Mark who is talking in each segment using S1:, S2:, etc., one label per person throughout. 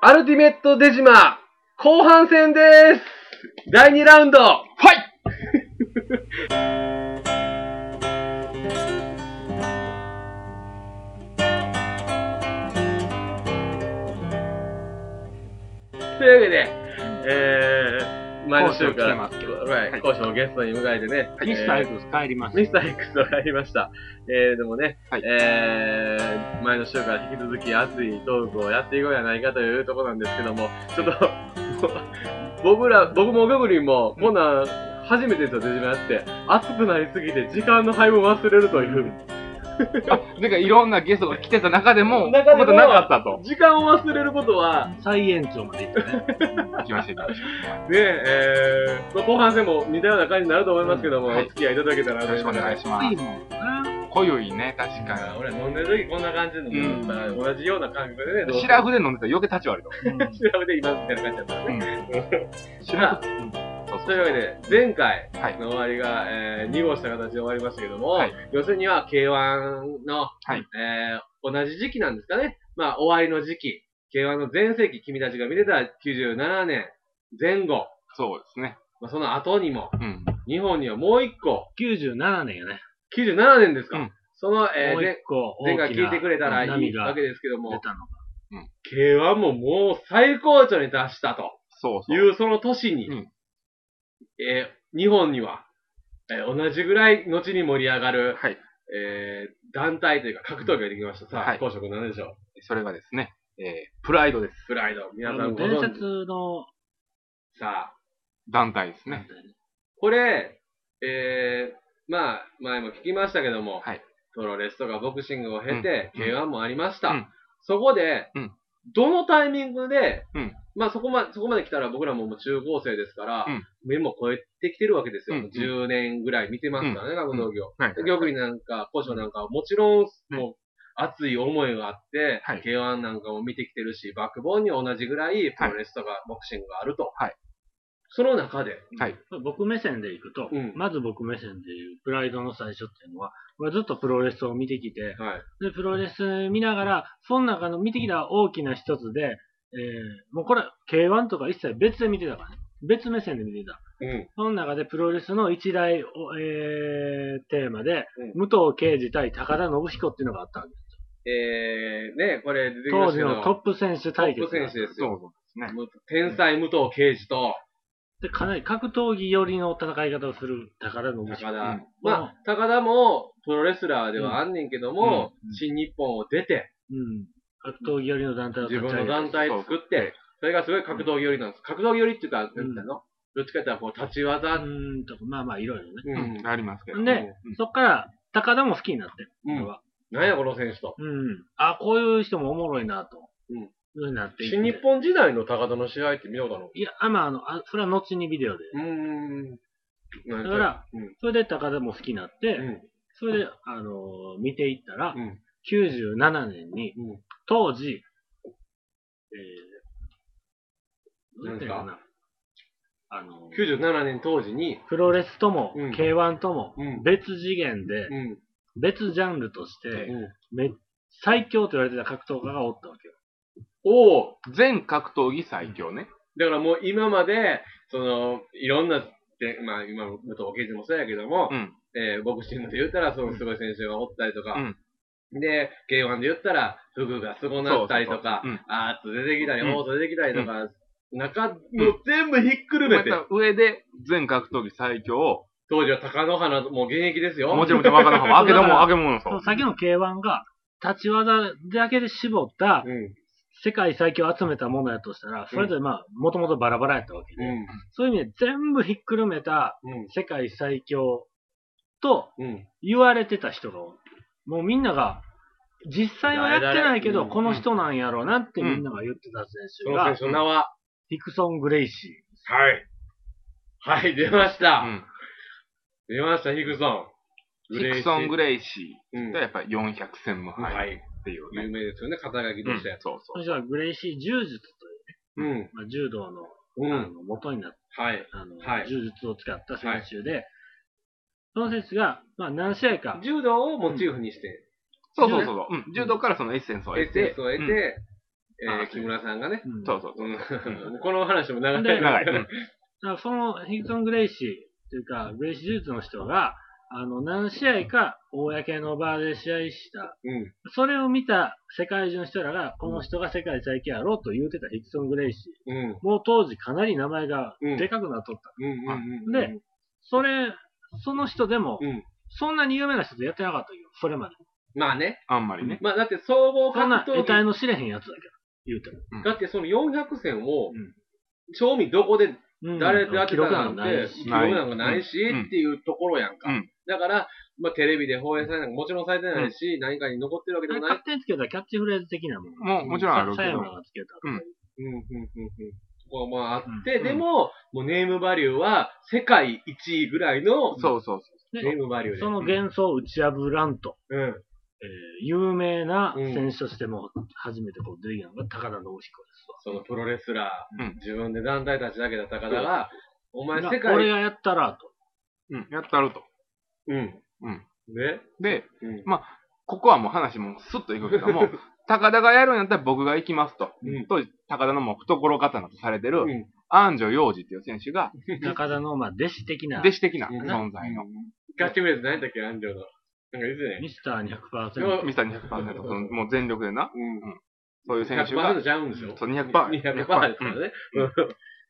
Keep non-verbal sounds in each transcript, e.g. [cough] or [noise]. S1: アルティメットデジマ、後半戦です第2ラウンド
S2: は
S1: [laughs]
S2: い
S1: というわけで、えー、毎週か
S2: 講師を来て
S1: ら、
S2: ますけどは
S1: はいい、講師をゲストに迎えてね、
S2: ミスター
S1: え
S2: X 帰りま
S1: ー
S2: し
S1: ミスター X をやりました。えー、でもね、
S2: はい
S1: えー、前の週から引き続き熱いトークをやっていこうやないかというところなんですけども、ちょっと、 [laughs] もう僕ら、僕もググリンも、こんなん、初めてですよ、デジマやって。熱くなりすぎて、時間の配分忘れるという。
S2: た。あ、なんかいろんなゲストが来てた中でも、
S1: 中でも
S2: ことなかったと。
S1: 時間を忘れることは、
S2: 再延長まで行きました、行きまし
S1: ねええーまあ後半戦も似たような感じになると思いますけども、
S2: うんはい
S1: お付き合いいただけたら
S2: た。よろしくお願いします。濃ゆいね、確か
S1: 俺飲んでる時こんな感じで飲んだ、
S2: うん
S1: 同じような感覚でね、
S2: に。シ
S1: ら
S2: ラフで飲んでたら余計立ち悪いと。
S1: 調べて今みたいな感じだったね。
S2: シラフ。そう
S1: というわけで、前回
S2: で、はい。
S1: の終わりが、えー、2号した形で終わりましたけども、
S2: はい
S1: 要するには K1 の、
S2: はい
S1: えー同じ時期なんですかね。まあ、終わりの時期。K1 の全盛期、君たちが見てた97年前後、
S2: そうですね。
S1: まあ、その後にも、
S2: うん。
S1: 日本にはもう一個、
S3: 97年よね。
S1: 97年ですか、
S2: うん
S1: その、えー
S3: もう一個
S1: 前
S3: 大
S1: 前回
S3: きな
S1: 聞いてくれたらい
S3: 波
S1: いわ
S3: が
S1: け
S3: 出
S1: ですけども、
S3: たのが。
S1: K1 ももう最高潮に達したと
S2: そうそ。
S1: いううその年に、
S2: うん
S1: えー日本には、えー同じぐらい後に盛り上がる、
S2: はい。
S1: えー団体というか格闘技ができました。さ
S2: は
S1: あ、
S2: い
S1: 公職何でしょう
S2: それがですね、えー、プライドです。
S1: プライド、皆
S3: あ
S1: さん
S3: の
S1: ご
S3: 伝
S1: 存知。
S3: 説の、
S1: さあ、
S2: 団体ですね。
S1: これ、えー、まあ、前も聞きましたけども、
S2: はい
S1: プロレスとかボクシングを経て、
S2: うん
S1: K1 もありました。
S2: うん
S1: そこで、
S2: うん
S1: どのタイミングで、
S2: うん
S1: まあそこまで、そこまで来たら僕らももう中高生ですから、
S2: うん
S1: 目も超えてきてるわけですよ。
S2: うん
S1: 10年ぐらい見てますからね、学童業。
S2: はい。
S1: で玉林なんか、古書なんかはもちろん、
S2: うん
S1: もう、熱い思いがあって、
S2: はい
S1: K1 なんかも見てきてるし、バックボーンに同じぐらいプロレスとかボクシングがあると。
S2: はい
S1: その中で、
S2: はい。
S3: 僕目線でいくと、
S1: うん
S3: まず僕目線でいうプライドの最初っていうのは、俺ずっとプロレスを見てきて、
S1: はい。
S3: でプロレス見ながら、その中の見てきた大きな一つで、えー、もうこれ、K1 とか一切別で見てたからね。別目線で見てた。
S1: うん。
S3: その中でプロレスの一大、おえー、テーマで、
S1: う
S3: 武藤敬司対高田信彦っていうのがあったわけ
S1: えー、ね、これ出てきま
S3: 当
S1: した
S3: 時
S1: けど
S3: のトップ選手対決
S1: トップ選手です
S2: そう
S1: よ。
S2: そうですね。
S1: む天才武藤敬司と
S3: で、かなり格闘技寄りの戦い方をする宝の武
S1: 高
S3: 士
S1: 田。
S2: うん
S1: まあ、高田もプロレスラーではあんねんけども、
S2: うんうん
S1: 新日本を出て、
S3: うん。格闘技寄りの団体を
S1: 自
S3: 立ち
S1: 分
S3: 上
S1: の団
S3: げた。
S1: 体作って、それがすごい格闘技寄りなんです。格闘技寄りっていうか、なんていうのどっちかっていうと、こう、立ち
S3: う
S1: 技。
S3: ーんとか、まあまあ、いろいろね。
S1: う
S2: うんん、。ありますけど。
S3: んで、そっから、高田も好きになって、
S1: うん
S3: 俺は
S1: なんや、この選手と。
S3: うん。あ、こういう人もおもろいな、と。
S1: うん
S3: いうふうになっていって
S1: 新日本時代の高田の試合って見ようだろ
S3: いや、あまあ、あの、あそれは後にビデオで。
S1: う。うーん。
S3: だから、
S1: うん
S3: それで高田も好きになって、
S1: うん。
S3: それで、あのー見ていったら、
S1: うん。
S3: 97年に、
S1: うん。
S3: 当時、
S1: 何で
S3: えー、なんて
S1: す
S3: いう
S1: か
S3: のかな。あのー
S1: 97年当時に、
S3: プロレスとも、
S1: うん
S3: K1 とも、
S1: うん。
S3: 別次元で、
S1: うん。
S3: 別ジャンルとして、
S1: うん
S3: め最強と言われてた格闘家がおったわけよ。
S1: おお
S2: 全格闘技最強ね。
S1: だからもう今まで、その、いろんな、でまあ今、武藤敬司もそうやけども、
S2: うん。
S1: えーボクシングで言ったら、そのすごい選手がおったりとか、
S2: うん
S1: で、K1 で言ったら、フグがすごなったりとか、
S2: そうそう
S1: アーツ出てきたり、
S2: うん
S1: オート出てきたりとか、中、もう全部ひっくるめて、
S2: また上で全格闘技最強を、
S1: 当時は貴乃花、もう現役ですよ。
S2: もちろんもちろん若菜も、あけども、あけものそ
S3: そうの。先の K1 が、立ち技だけで絞った
S1: う、ん。
S3: 世界最強を集めたものやとしたら、それぞれまあ、もともとバラバラやったわけ
S1: う
S3: で、
S1: ん。
S3: そういう意味で全部ひっくるめた
S1: うん。
S3: 世界最強と
S1: うん。
S3: 言われてた人がおる、もうみんなが、実際はやってないけ
S1: う
S3: ど、
S1: ん
S3: この人なんやろうなってみんなが言ってた
S1: そ
S3: 選手
S1: の選
S3: が、
S1: 手の名は、
S3: ヒクソン・グレイシー。
S1: はい。はい、出まし
S2: う
S1: た。
S2: ん。
S1: 出ました、ヒクソン。
S2: ヒクソン・グレイシ
S1: レイシー
S2: ーがやっぱり400戦無
S1: うん。は
S2: 敗
S1: い。
S2: っていう
S1: 有
S2: ね。
S1: 名ですよね、肩書きと
S2: うん
S1: して。
S2: そうそ
S3: その人はグレイシー柔術という、
S1: うん。
S3: まあ、柔道の,、
S1: う
S3: あ
S1: ん。
S3: の元になった
S1: はい。
S3: あの、
S1: はい
S3: 柔術を使った選手で、その選手が、まあ、何試合か、
S1: 柔道をモチーフにして、
S2: う。そうそうそうそう。うん。柔道からそのエッセンスを
S1: エ
S2: 得
S1: ッセ
S2: て
S1: ンスを得て、
S2: うん
S1: えー木村さんがね。
S3: うん
S2: そうそう。
S1: うん [laughs] この話も長い。
S3: で
S2: 長い。うん
S3: だからそのヒクソン・グレイシーというか、グレイシー手術の人が、あの、何試合か、公の場で試合した。
S1: うん。
S3: それを見た世界中の人らが、この人が世界最強やろうと言うてたヒクソン・グレイシー。
S1: うん。うん
S3: もう当時かなり名前がでかくなっとった。
S1: うんうん。
S3: で、それ、その人でも、
S1: うん
S3: そんなに有名な人とやってなかったよ、それまで。
S1: まあね。
S2: あんまりね。
S1: まあだって総合
S3: こんな
S1: 格闘
S3: 得体
S1: 技。
S3: の知れへんやつだけど、言うても。
S1: だってその400戦を
S3: うん、
S1: 賞味どこで
S3: うん
S1: 誰でやって
S3: 記
S1: た
S3: 録
S1: な
S3: なん
S1: ん
S3: かない
S1: て、
S3: し
S1: 記録なんかないし
S2: うん
S1: っていうところやんか
S2: うん。
S1: だから、まあテレビで放映されない、もちろんされてないし、何かに残ってるわけで
S3: あれ
S1: もない
S3: 勝。手につけたキャッチフレーズ的なもん。
S2: もうもちろんあるけど
S3: さやまがつけたとかいう。
S1: うんうんうんうん。ここもあって、
S3: うん
S1: でも、もうネームバリューは世界1位ぐらいの
S2: そうそう
S3: で
S1: ネームバリューで。
S3: その幻想を打ち破らんと、
S1: うん。
S3: えー有名な選手としても初めてこう出てきたのが高田信彦です
S1: そのプロレスラー、
S2: うん
S1: 自分で団体立ち上げた高田が、お
S3: わ。
S1: 前世
S3: が俺
S1: 界、
S3: がやったらと。
S2: そう。うん。やったると。
S1: うん。
S2: うん。
S1: ね。
S2: で、
S1: うん。
S2: ここはもう話もスッといくけど [laughs] も、高田がやるんやったら僕が行きますと。
S1: うん
S2: と、高田のもう懐刀とされて
S1: う
S2: る、
S1: ん。
S2: 安城洋二っていう選手が、
S3: 中田のまあ弟子的な
S2: 弟子的な
S1: うん
S2: 存在の、
S1: ガチフレーズ何やったっけ、安城の。なんか言ってね。
S3: ミスター
S1: う
S3: 200%。
S1: ん
S2: ミスター200%、そのもう全力でな、
S1: うん。
S2: そういう選手が
S1: 100%、ちゃうんでしょ
S2: そう200%、
S1: 200%ですからね。うん。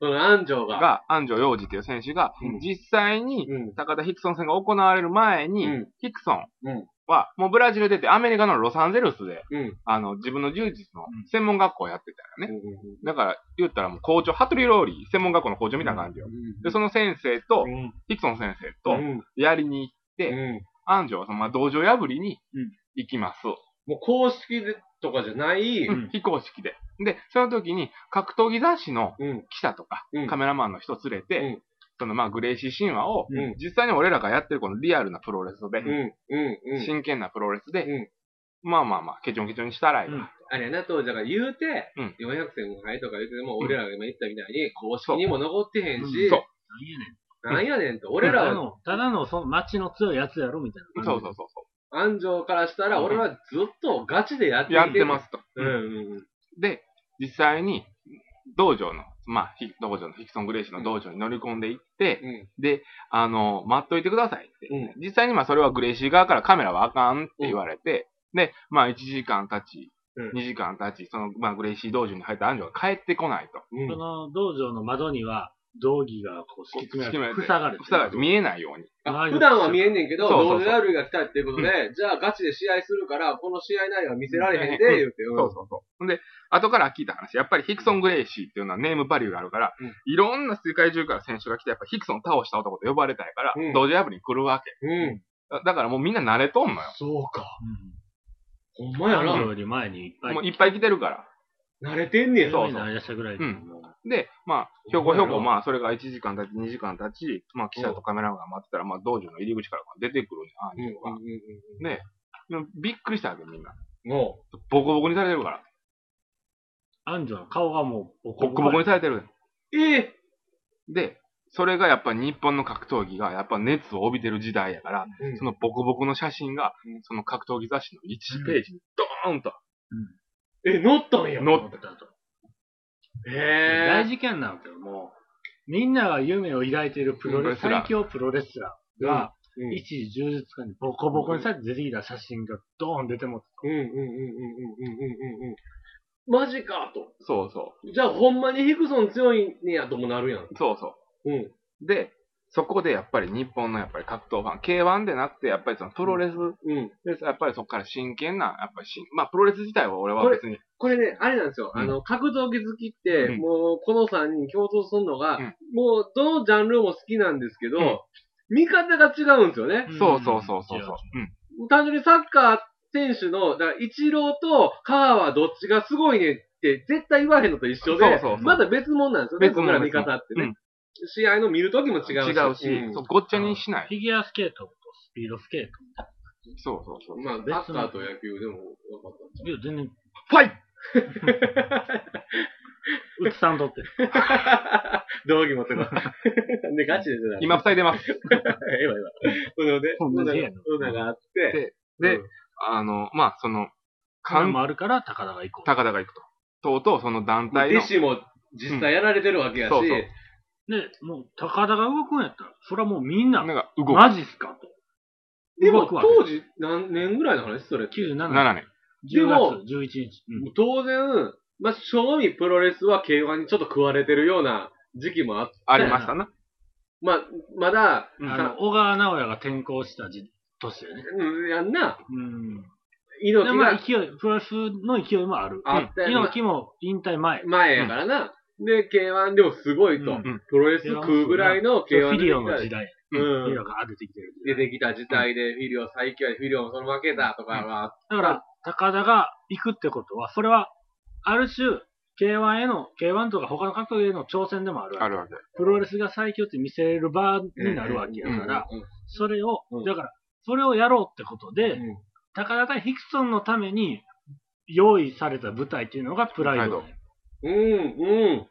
S1: その安城が。
S2: が、安城洋二っていう選手が
S1: うん、
S2: 実際に、
S1: うん。
S2: 高田ヒクソン戦が行われる前に、
S1: うん
S2: ヒクソン
S1: うん
S2: は、もうブラジル出て、アメリカのロサンゼルスで、
S1: うん。
S2: あの、自分の柔術の
S3: うん
S2: 専門学校をやってたよね。だから、言ったらもう校長、ハトリローリー、専門学校の校長みたいな感じよ。で、その先生と、
S1: うん。
S2: ヒクソン先生
S1: う
S2: と、
S1: ん。
S2: やりに行っ
S1: う
S2: て、
S1: ん。
S2: 安城はその、まあ、道場破りに
S3: うん
S2: 行きます。
S1: もう公式でとかじゃない、
S3: ん
S2: 非公式で。で、その時に、格闘技雑誌の
S1: うん。
S2: 記者とか、
S1: うん
S2: カメラマンの人連れて、
S1: うん
S2: その、まあ、グレイシー神話を、
S1: うん。うん。
S2: 実際に俺らがやってるこのリアルなプロレスで、
S1: うん。うん。
S2: 真剣なプロレスで、
S1: うん
S2: まあまあまあ、ケチョンケチョンにしたらいい。
S3: うん
S1: あれやな、当時、だから言うて、
S2: うん
S1: 400戦無敗とか言うても、俺らが今言ったみたいに、公式にも残ってへん
S3: う
S1: し
S3: ん、
S2: そう
S3: 何やねん
S1: なんやねんと、
S3: た
S1: 俺
S3: だ
S1: らは、
S3: の、ただのその街の強いやつやろみたいな
S2: そ
S3: 感
S2: う
S3: じ
S2: そ
S3: で。
S2: うそうそ
S1: 安城からしたら、
S2: うん
S1: 俺はずっとガチでやっ
S2: う。
S1: て。
S2: やってますすと。
S1: うんうん
S2: で、実際に、道場の、まあ、ひ道場のヒクソン・グレイシーの道場に乗り込んでいって、
S1: うん。
S2: で、あの、待っといてくださいって。
S1: うん
S2: 実際にまあ、それはグレイシー側からカメラはあかんって言われて、で、まあ、1時間経ち、
S1: うん
S2: 2時間経ち、その、まあ、グレイシー道場に入った安城が帰ってこないと。
S1: うん。
S3: その道場の窓には、道着がこう敷き詰められて、塞がれてる。
S2: 塞がれて見えないように。
S1: あ普段は見えんねんけど、
S2: そうそ
S1: 同
S2: うそう
S1: 時ダブルが来たっていうことで、じゃあガチで試合するから、この試合内容は見せられへんで、
S2: うん
S1: 言うて。うん
S2: そうそうそう。ほんで、後から聞いた話、やっぱりヒクソン・グレイシーっていうのはネームバリューがあるから、
S1: うん
S2: いろんな世界中から選手が来て、やっぱヒクソン倒した男と呼ばれたいから、
S1: うん
S2: 道場破りに来るわけ。
S1: うん。
S2: だだからもうみんな慣れとんのよ。
S1: そうか。
S3: うん
S1: ほんまや
S3: 彼女
S1: な。
S3: より前にいっぱい。
S2: もういっぱい来てるから。
S1: 慣れてんねん。
S2: そう
S3: 有名になりだしたぐらいでもう
S2: で、まあ、ひょこひ
S1: う
S2: ょ
S1: ん
S2: こ、まあ、それが1時間経ち、2時間経ち、まあ、記者とカメラマンが待ってたら、まあ、道場の入り口から出てくる
S1: うんう
S2: ね、
S1: んうん
S2: あんびっくりしたわけ、みんな。
S1: うん。も
S2: ボコボコにされてるから。
S3: 安城の顔がもう、ボ
S2: ボコボコにされてる。
S1: う。ええ
S2: で、それがやっぱり日本の格闘技が、やっぱ熱を帯びてる時代やから、
S1: うん
S2: そのボコボコの写真が
S1: うん、
S2: その格闘技雑誌の1ページにドーンと
S1: え、乗ったんや。
S2: 乗っ
S3: ったと。
S1: え
S3: 大事件なわけよ、もう。みんなが夢を抱いているプロレス、
S2: プロレスラー
S3: 最強プロレスラーが、
S1: うん
S3: 一時柔術家にボコボコにされて出てきた写真がドーン出てもって
S1: うんうんうんうんうんうんうんうんうん。マジかと。
S2: そうそ
S1: じゃあほんまにヒクソン強いねやともなるやん。
S2: う。そうそ
S1: うん。
S2: う。で、そこでやっぱり日本のやっぱり格闘ファン、K1 でなって、やっぱりそのプロレス
S1: うん。
S2: です。やっぱりそこから真剣な、やっぱりしん、まあプロレス自体は俺
S1: こ
S2: は
S1: れ
S2: 別に、
S1: これね、あれなんですよ。
S2: うん
S1: あの、格闘技好きって、
S2: うん
S1: もう、この3人共通するのが、
S2: うん
S1: もう、どのジャンルも好きなんですけど、
S2: うん
S1: 見方が違うんですよね。
S3: うん
S2: そうそうそうそうそう。うん。
S1: 単純にサッカー選手の、だから、イチローとカーはどっちがすごいねって、絶対言わへんのと一緒で、
S2: そうそうそう
S1: また別物なんですよね、
S2: 別物
S1: 僕ら見方ってね。
S2: うん
S1: 試合の見るときも違うし。
S2: 違うし、
S1: うん
S2: そうごっちゃにしない。
S3: フィギュアスケートとスピードスケート。
S2: そうそうそう。
S1: まあ、
S3: 別物
S1: サッカーと野球でも分かった。
S3: いや、全然、
S2: ファイ
S3: うつさんとってる。
S1: 道着持ってこい [laughs] で、ガチですよ。
S2: 今塞いでます。
S1: 今今。それで、
S3: ほんまに
S1: ね、そんなのがあって、
S2: で
S1: うん、
S2: あの、まあその、
S3: 感
S2: 関
S3: もあるから、高田が行こう。
S2: 高田が行くと。とうとうその団体の
S1: 弟、子も実際やられてるわけやし、
S2: そうそう
S3: で、もう、高田が動くんやったら、それはもうみんな、
S2: なんか動く。
S3: マジっすかと。
S1: でも
S3: 動くわけ
S1: 当時何年ぐらいの話それ。
S3: 97年、
S2: 7年。
S1: でも
S3: 10月11日。うん
S1: もう当然、まあ、正味プロレスは K1 にちょっと食われてるような時期もあっ
S2: ありましたな。
S1: まあ、まだ、
S2: うん
S3: あの、小川直也が転校した時年やね。
S1: うん、やんな、
S3: うん。で、
S1: 猪木
S3: まあ、
S1: が
S3: 勢い、プロレスの勢いもある。
S1: あったよな
S3: 猪木も引退前。
S1: 前やからな。で、K1 でもすごいと、
S3: うん
S1: プロレス食うぐらいの
S3: フ
S1: K1 出
S3: ィ
S1: てき
S3: リ
S1: た
S3: オの時代。
S1: う
S3: フィリ
S1: ん
S3: オが出てきてる時
S1: 出
S3: 代。
S1: てきた時代で、フィリオ最強や、フィリオもその負けたとかは、
S3: だから、高田が行くってことは、それは、ある種、K1 への、K1 とか他の格闘技への挑戦でもあるわけ
S2: あるわけ。
S3: プロレスが最強って見せれる場になるわけやから、
S1: うんうん
S3: それを
S1: うん、
S3: だから、それをやろうってことで、
S1: うん
S3: 高田対ヒクソンのために用意された舞台っていうのがプライド。
S2: プ
S1: うん、うん。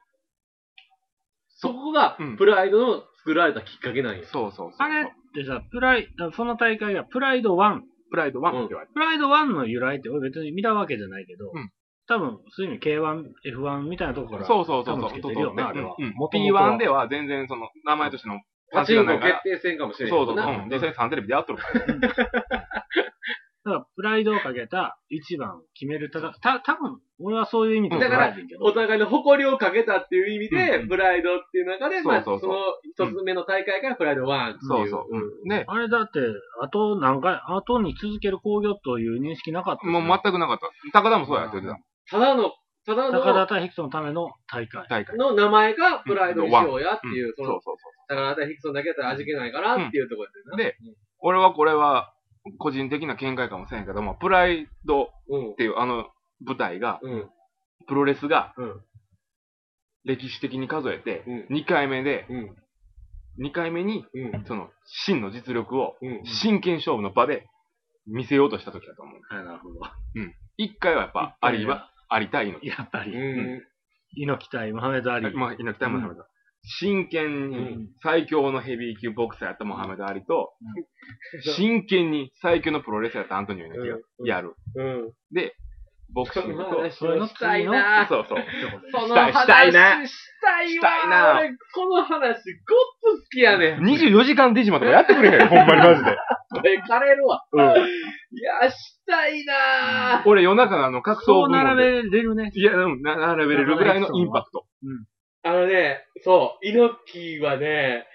S1: そこが
S2: うん、
S1: プライドの作られたきっかけなんよ。
S2: そうそうそう。
S3: あれってさ、プライ、あその大会がプライド1。
S2: プライド1って言われて。
S3: プライド1の由来って俺別に見たわけじゃないけど、
S2: うん
S3: 多分、そういうの K1、F1 みたいなところから。
S2: そうそうそうそう。
S3: 多分つけてるよな、あれは。元々は
S2: P1 では全然その、名前としての、
S1: パチンコ
S2: 関係ない
S1: 決定戦かもし
S2: そう
S1: れん
S2: そ
S1: け
S2: うそう。
S1: ど
S2: う
S1: な。
S2: ん実際にサンテレビでやっとるから。
S3: だから、プライドをかけた一番を決める戦い。た、多分、俺はそういう意味で
S1: だから
S3: 捉えてんけど
S1: お互いの誇りをかけたっていう意味で、
S2: うん
S1: プライドっていう中で、まあ、
S2: そう
S1: そ
S2: そう
S1: の一つ目の大会からプライド1っていう。
S2: そうそう。うんで、
S3: あれだって、あと何回、あとに続ける工業という認識なかったです
S2: も
S3: ね、
S2: う全くなかった。高田もそうやって言ってた。
S1: ただの、ただ
S3: 高田
S1: の、
S3: 対ヒクソンのための大会。
S2: 大会。
S1: の名前がプライドにしようやっていう、
S2: う
S1: そ
S2: んそうそ
S1: の
S2: う、そう。
S1: 高田対ヒクソンだけだったら味気ないからっていうところですよね。
S2: で、俺はこれは、個人的な見解かもしれんけども、プライド
S1: うん
S2: っ。ていうあの舞台が、
S1: うん。
S2: プロレスが
S1: うん。
S2: 歴史的に数えて、
S1: うん。
S2: 2回目で、
S1: うん。
S2: 2回目に、
S1: うん。
S2: その、真の実力を、
S1: うん。
S2: 真剣勝負の場で見せようとした時だと思う。
S3: はい、なるほど。
S2: 1回はやっぱ、ありは、ありたいの。
S3: やっぱ
S1: う
S3: り、
S1: ん。
S3: 猪木対モハメド・アリ。
S2: まあ、猪木タイムだ。真剣
S1: う
S2: に
S1: ん
S2: 最強のヘビー級ボクサーやったモハメド・アリと、
S1: うん
S2: 真剣に最強のプロレスラーやったアントニオ猪木が
S1: うん
S2: やる。
S1: うん。
S2: で、ボクシ
S1: そ
S2: ング
S1: の
S2: と、
S1: 話をしたいな
S2: そうそう。
S1: その
S2: し
S1: 話
S2: たいしたいな
S1: したいわ
S2: したいな
S1: 俺この話、ごっつ好きやねん。
S2: 24時間デジマンとかやってくれ [laughs] へんよ、ほんまにマジで。
S1: 俺、枯れるわ。
S2: うん
S1: いや、したいなぁ。
S2: 俺夜中のあの格闘
S3: そう
S2: 部門
S3: 並べ
S2: で。
S3: れるね。
S2: いや、うんな並べれるぐらいのインパクト。
S1: あのね、そう、猪木はね、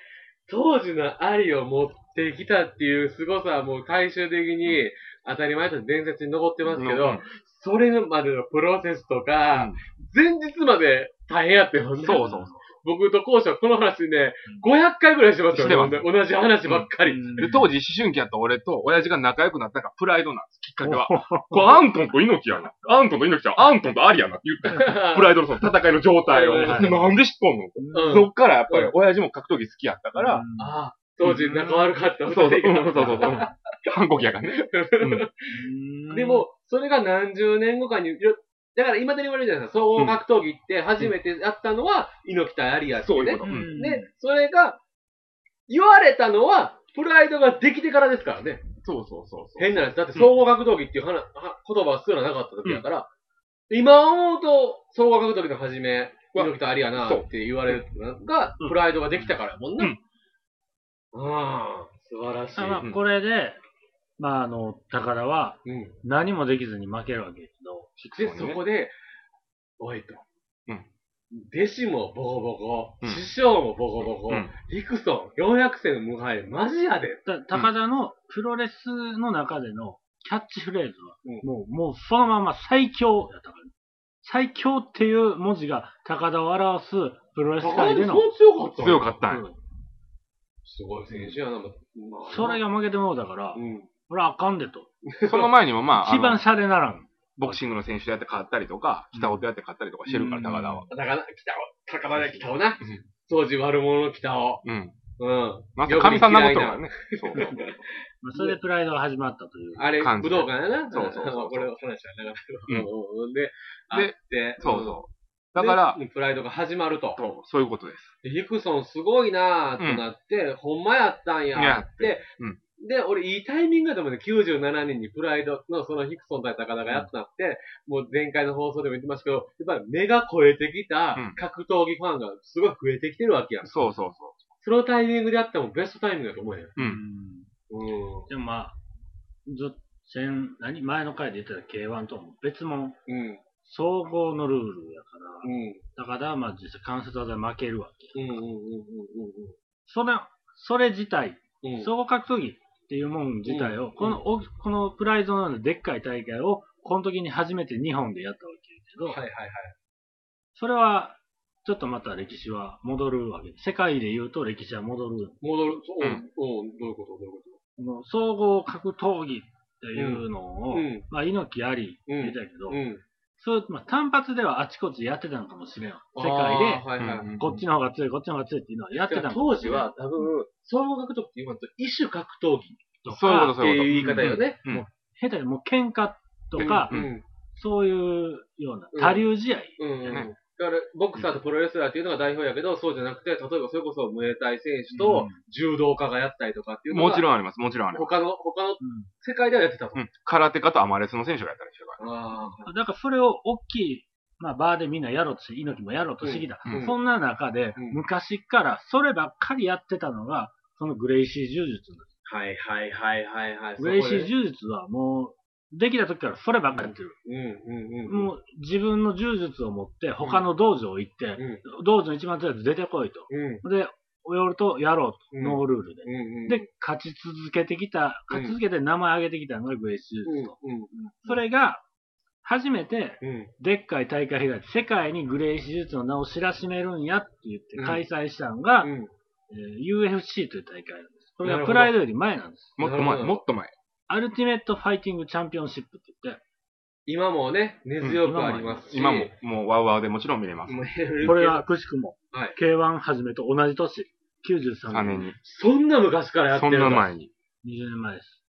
S1: 当時のアリを持ってきたっていう凄さはもう最終的に当たり前と伝説に残ってますけど、
S2: うん
S1: それまでのプロセスとか、
S2: うん
S1: 前日まで大変やってほんで
S2: そうそう
S1: 僕と校舎この話ね、500回ぐらいしてますよね。
S2: してます
S1: ほんで同じ話ばっかり。
S3: うん
S2: で、当時思春期やった俺と親父が仲良くなったからプライドなんです、きっかけは。
S3: [laughs] おほ
S2: これアントンと猪木やな。アントンと猪木ちゃん、アントンとアリやなって言ったよプライドのその戦いの状態を。
S1: はいはい
S3: はい
S2: なんで知っとんの、
S1: うん
S2: そっからやっぱり親父も格闘技好きやったか、
S3: からら、
S1: ああ、当時仲悪かった
S2: そう
S1: 二
S2: そう、うん
S1: 人が
S2: そうそうそう。うん反抗期やからね。
S3: うん
S1: で、も、それが何十年後かに、いろだから今で言われるじゃないですか、総合格闘技って初めてやったのは、猪木対アリアって
S2: そういう
S1: ね
S2: こ。と。
S3: う
S2: うん
S3: ん、
S1: で、それが、言われたのは、プライドができてからですからね。
S2: そうそうそうそう。
S1: 変な話。だって総合格闘技っていう話、は言葉はすらなかった時だから、今思うと、総合格闘技の始め、
S2: わ
S1: 猪木とアリアなって言われるのが
S2: う、ん
S1: プライドができたからやもんな。
S2: う
S1: うんん。素晴らしい。
S3: あま
S2: うん
S3: あ、これで、まあ、あの、高田は
S1: うん。
S3: 何もできずに負けるわけやけど、
S1: で、そこで、おいと。
S2: うん
S1: 弟子もボコボコ、
S2: うん
S1: 師匠もボコボコ、
S2: うん
S1: リクソン400戦無敗、マジやで。
S3: だ高田のプロレスの中でのキャッチフレーズは、
S1: うん
S3: もう、もうそのまま最強やったからね最強っていう文字が高田を表すプロレス
S1: 高田
S3: 界
S1: で
S3: で
S1: そ
S3: の、
S1: う強かった
S2: 強かったんや。
S3: うん
S1: すごい選手やな、まあ
S3: それが負けてもうだから
S1: う、ん。
S3: これはあかんでと。
S2: その前にもまあ、あ
S3: 一番
S2: の
S3: シャレならん。
S2: ボクシングの選手でやって勝ったりとか、北尾とやって勝ったりとかしてるから、
S3: うん
S2: 高田は。
S1: だから、北尾、高田で北尾な
S2: うん。
S1: 当時悪者の北尾。
S2: うん。
S1: うん。
S2: まさか神さんなことるからね。
S1: [laughs]
S2: そう。
S3: まあそれでプライドが始まったという。
S1: あれ、
S2: 感じ
S1: 武道館やな。
S2: そうそうそう
S1: これ、話はなかったけど。うんうん。で、あ
S2: で
S1: って。
S2: そう
S1: うん
S2: そう。だから、、
S1: でプライドが始まると。
S2: そうそういうことです。
S1: でヒクソンすごいなーってなって、ほんまやったんやって、
S2: うん
S1: で、俺、いいタイミングだと思うね。97年にプライドのそのヒクソン対高田がやったって、もう前回の放送でも言ってましたけど、やっぱり目が超えてきた
S2: うん
S1: 格闘技ファンがすごい増えてきてるわけやん。
S2: そうそうそ
S1: そのタイミングでやったらもうベストタイミングだと思うよ。
S2: う。う。
S3: うんん。
S1: うん。
S3: でもまあ、ずっ先、何前の回で言ってた K1 とはもう別も
S1: うん。
S3: 総合のルールやか
S1: うん。
S3: ら、だからまあ実際関節技で負けるわけ。
S1: うん。うん。うん。
S3: それ、それ自体、
S1: うん。うん。
S3: 総合格闘技っていうもん自体を、この、おこのプライドのようなでっかい大会を、この時に初めて日本でやったわけやけど、
S1: はいはいはい。
S3: それは、ちょっとまた歴史は戻るわけです。世界で言うと歴史は戻る。
S1: 戻る。そう
S2: う
S1: うんん。うん。どういうことどういうこ
S3: この総合格闘技っていうのを、
S1: とうん。
S3: まあ、猪木あり、
S1: うん
S3: 言うたけど、
S1: うん。
S3: そう、まあ、単発ではあちこちやってたのかもしれんわ。世
S1: あ
S3: 界
S1: ーはいはい。
S2: うん
S3: で、こっちの方が強い、こっちの方が強いっていうのはやってたのかも
S1: 当
S3: し
S1: 時
S3: れん
S1: は、多分、総合格闘技って言わんと、異種格闘技
S3: とか、
S2: そういうこと
S1: っていう言い方よね。。
S2: うん
S3: 下手にもう喧嘩とか、
S2: うん
S3: そういうような多流試合。
S1: うんうん。
S2: ね
S1: だから、ボクサーとプロレスラーっていうのが代表やけど、そうじゃなくて、例えばそれこそ、ムエタイ選手と
S3: うん
S1: 柔道家がやったりとかっていうのが、
S2: もちろんあります、もちろんあります。
S1: 他の、他の
S3: うん
S1: 世界ではやってたと。
S2: うん。空手家とアマレスの選手がやったりしてるから。
S1: ああ。
S3: だからそれを大きい、まあ、バーでみんなやろうとして、猪木もやろうとしてきた。
S2: うんうん
S3: そんな中で、
S1: うん
S3: 昔からそればっかりやってたのが、そのグレイシー柔術なんで
S1: はいはいはいはいはい。
S3: す。グレイシー
S1: そこ
S3: 柔術はもう、できた時からそればっかりやってる。
S1: でうんうんうん。
S3: もう自分の柔術を持って、他の道場行って、
S1: うん、うん
S3: 道場の一番強いやつ出てこいと。
S1: うん
S3: で、やるとやろう
S1: うん
S3: と、ノールールで。
S1: うん。
S3: で、勝ち続けてきた、勝ち続けて名前上げてきたのがグレイシー
S1: うん
S3: 柔
S1: うん
S3: 術と。それが、初めて、
S1: うん。
S3: でっかい大会が世界にグレイシー術の名を知らしめるんやって言って開催したのが、
S1: うん。
S3: えー UFC という大会なんです。これ
S1: なるほど
S3: がプライドより前なんです。
S2: もっと
S1: なるほ
S2: 前、
S1: ど
S2: もっと前。
S3: アルティメットファイティングチャンピオンシップって言って、
S1: 今もね、根強くありますし。
S2: 今も、もうワウワウでもちろん見れます。
S1: もう。い
S3: こ
S1: ろい
S3: れ
S1: ろ
S3: はくしくも、
S1: はい
S3: K1 始めと同じ年、93
S2: 3年
S3: 年、
S2: に。
S1: そんな昔からやって
S2: そん
S1: る
S2: な
S1: と
S2: 前に。
S3: 20年前です。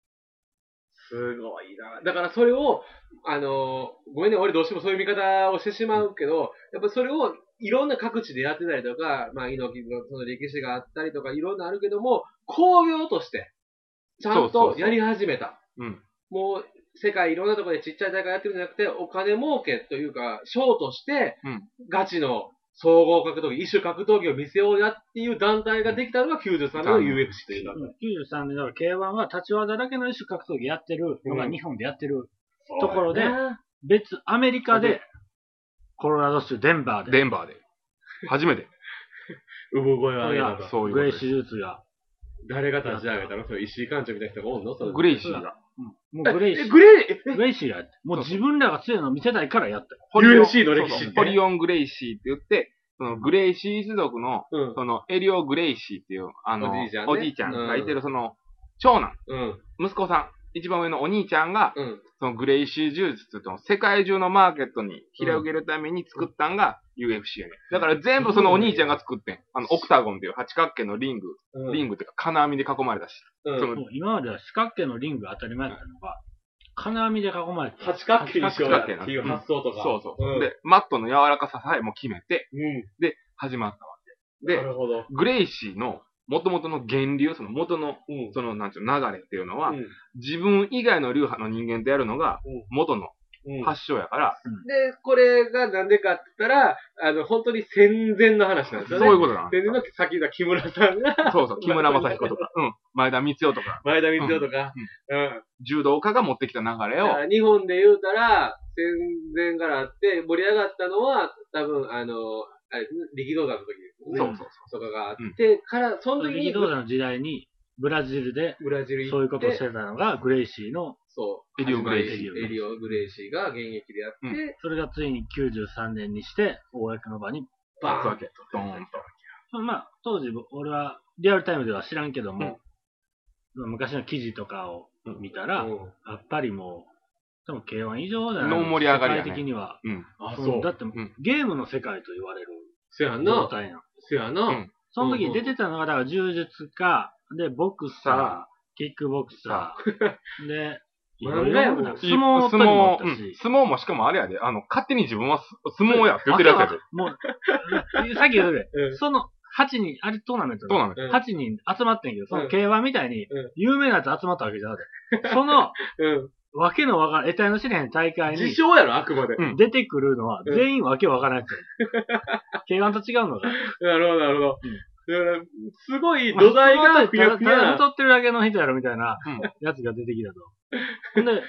S1: すごいな。だからそれを、あのーごめんね、俺どうしてもそういう見方をしてしまうけど、やっぱそれをいろんな各地でやってたりとか、まあ、猪木のその歴史があったりとか、いろんなあるけども、工業として、ちゃん
S2: そうそう
S1: と
S2: そう
S1: やり始めた。
S2: うん。
S1: もう、世界いろんなところでちっちゃい大会やってるんじゃなくて、お金儲けというか、ショーとして
S2: うん、
S1: ガチの総合格闘技、一種格闘技を見せようやっていう団体ができたのが93年の UFC という団体。
S3: 93年だから K1 は立ち技だけの一種格闘技やってるのが
S1: うん
S3: 日本でやってる。ところで
S1: そうだな
S3: 別、アメリカ
S1: う
S3: で、コロラド州デンバー
S2: デ
S3: で、
S2: ンバーで。初めて。
S1: 産声を
S3: こ
S1: 上げ
S3: れ
S1: た
S3: が
S2: そういうこ
S3: グ
S2: と
S3: レ
S2: で
S3: イ
S2: す
S3: シー術が、
S1: 誰が立ち上げたのそれ石井館長みたいな人がおんのそれ
S2: グレイシーが。
S3: うんもうグレイシ
S1: え、
S3: ー
S1: グレイ、え
S3: グレイシーがやって、もう自分らが強いのを見せたいからやった。
S2: ホリオン
S1: UFC の歴史って
S2: そうそうホリオン・グレイシーって言って、そのグレイシー一族の、
S1: うん。
S2: そのエリオ・グレイシーっていう、あの、
S1: おじいちゃんね
S2: ちゃんがいてる、その、長男、
S1: うん。
S2: 息子さん、一番上のお兄ちゃんが、
S1: うん。
S2: そのグレイシー柔術っていうのを世界中のマーケットに広げるために作ったんが UFC やね。だから全部そのお兄ちゃんが作ってん。あの、オクタゴンっていう八角形のリング、
S1: うん。
S2: リングっていうか金網で囲まれたし、
S1: うん
S2: その
S3: もう今までは四角形のリングが当たり前だったのが、金網で囲まれて、
S1: 八角形にしようやっていう
S2: 八角形な
S1: 発想とか。
S2: そうそう、
S1: ん
S2: で、マットの柔らかささえも決めて、
S1: うん。
S2: 始まったわけ。
S1: な
S2: で、
S1: るほど。
S2: グレイシーの元々の源流、その元の、
S1: うん。
S2: その、なんちゅうの流れっていうのは、
S1: うん
S2: 自分以外の流派の人間でやるのが
S1: うん
S2: 元の
S1: うん
S2: 発祥やから、
S1: で、これがなんでかって言ったら、あの、本当に戦前の話なんです
S2: そ
S1: よね。
S2: ういうことだな。
S1: 戦前の先が木村さんが、
S2: そう
S3: [laughs]
S2: そう、木村正彦とか、うん、前田光夫とか、
S1: 前田光夫とか、うん。
S2: 柔道家が持ってきた流れ
S1: だか
S2: を、
S1: ら日本で言うたら、戦前からあって、盛り上がったのは、多分、あの、あれですね、力道山の時ですね。
S2: そうそうそう。
S1: とかがあってから、その時に
S3: 力道山の時代に、ブラジルで
S1: ブラジル行って、
S3: そういうことをしてたのが、グレイシーの、
S1: そう。
S2: エリオグレイ
S3: シー
S1: エリオ・グレイシーが現役でやって、
S2: う
S3: それがついに93年にして、公の場に。
S1: バーン
S2: け。ドーンと。
S3: まあ、当時、俺はリアルタイムでは知らんけども、まあ昔の記事とかを見たら、
S1: うん
S3: やっぱりもう、多分 K1 以上じゃない
S2: の盛り上がりやね
S3: 世界的には。
S2: うん。
S1: あ、
S3: そ
S1: そうう
S3: だ。って、
S2: ん
S3: ゲームの世界と言われる
S1: せや
S3: 状
S1: な。
S3: 態なの。
S1: せやな。
S2: うん
S3: その時に出てたのが、だから柔術家、で、ボクサー、キックボクサー、
S2: [laughs]
S3: で、いろいろな相撲
S2: 相
S3: とかもあっ
S2: 撲、う
S3: た
S2: ん
S3: し、
S2: 相撲もしかもあれやで、あの、勝手に自分はす相撲やって言ってるやつやで。
S3: もう、さっき言ったけど
S1: うん
S3: その8人、あれトーナメント
S2: どう
S3: だ。
S2: なの
S1: うん。
S3: 8人集まってんけど、そ
S1: うん
S3: の K1 みたいに
S1: うん、
S3: 有名なやつ集まったわけじゃなく
S1: [laughs]
S3: て、その、
S1: うん。
S3: わけのわからん、得体の知れへん大会
S1: 自
S3: に
S1: 称やろ、あくまで。
S2: うん
S3: 出てくるのは、
S1: うん
S3: 全員わけわからん
S1: [laughs]
S3: やつ。K1 と違うのが。
S1: なるほど、なるほど。だから、すごい
S3: まあ
S1: 土台が
S3: 普
S1: ふ
S3: 通の
S1: や
S3: 人
S1: ふ
S3: ただただ
S1: やな。
S3: 太ってるだけの人やろみたいな
S2: うん
S3: やつが出てきたと。ほんで、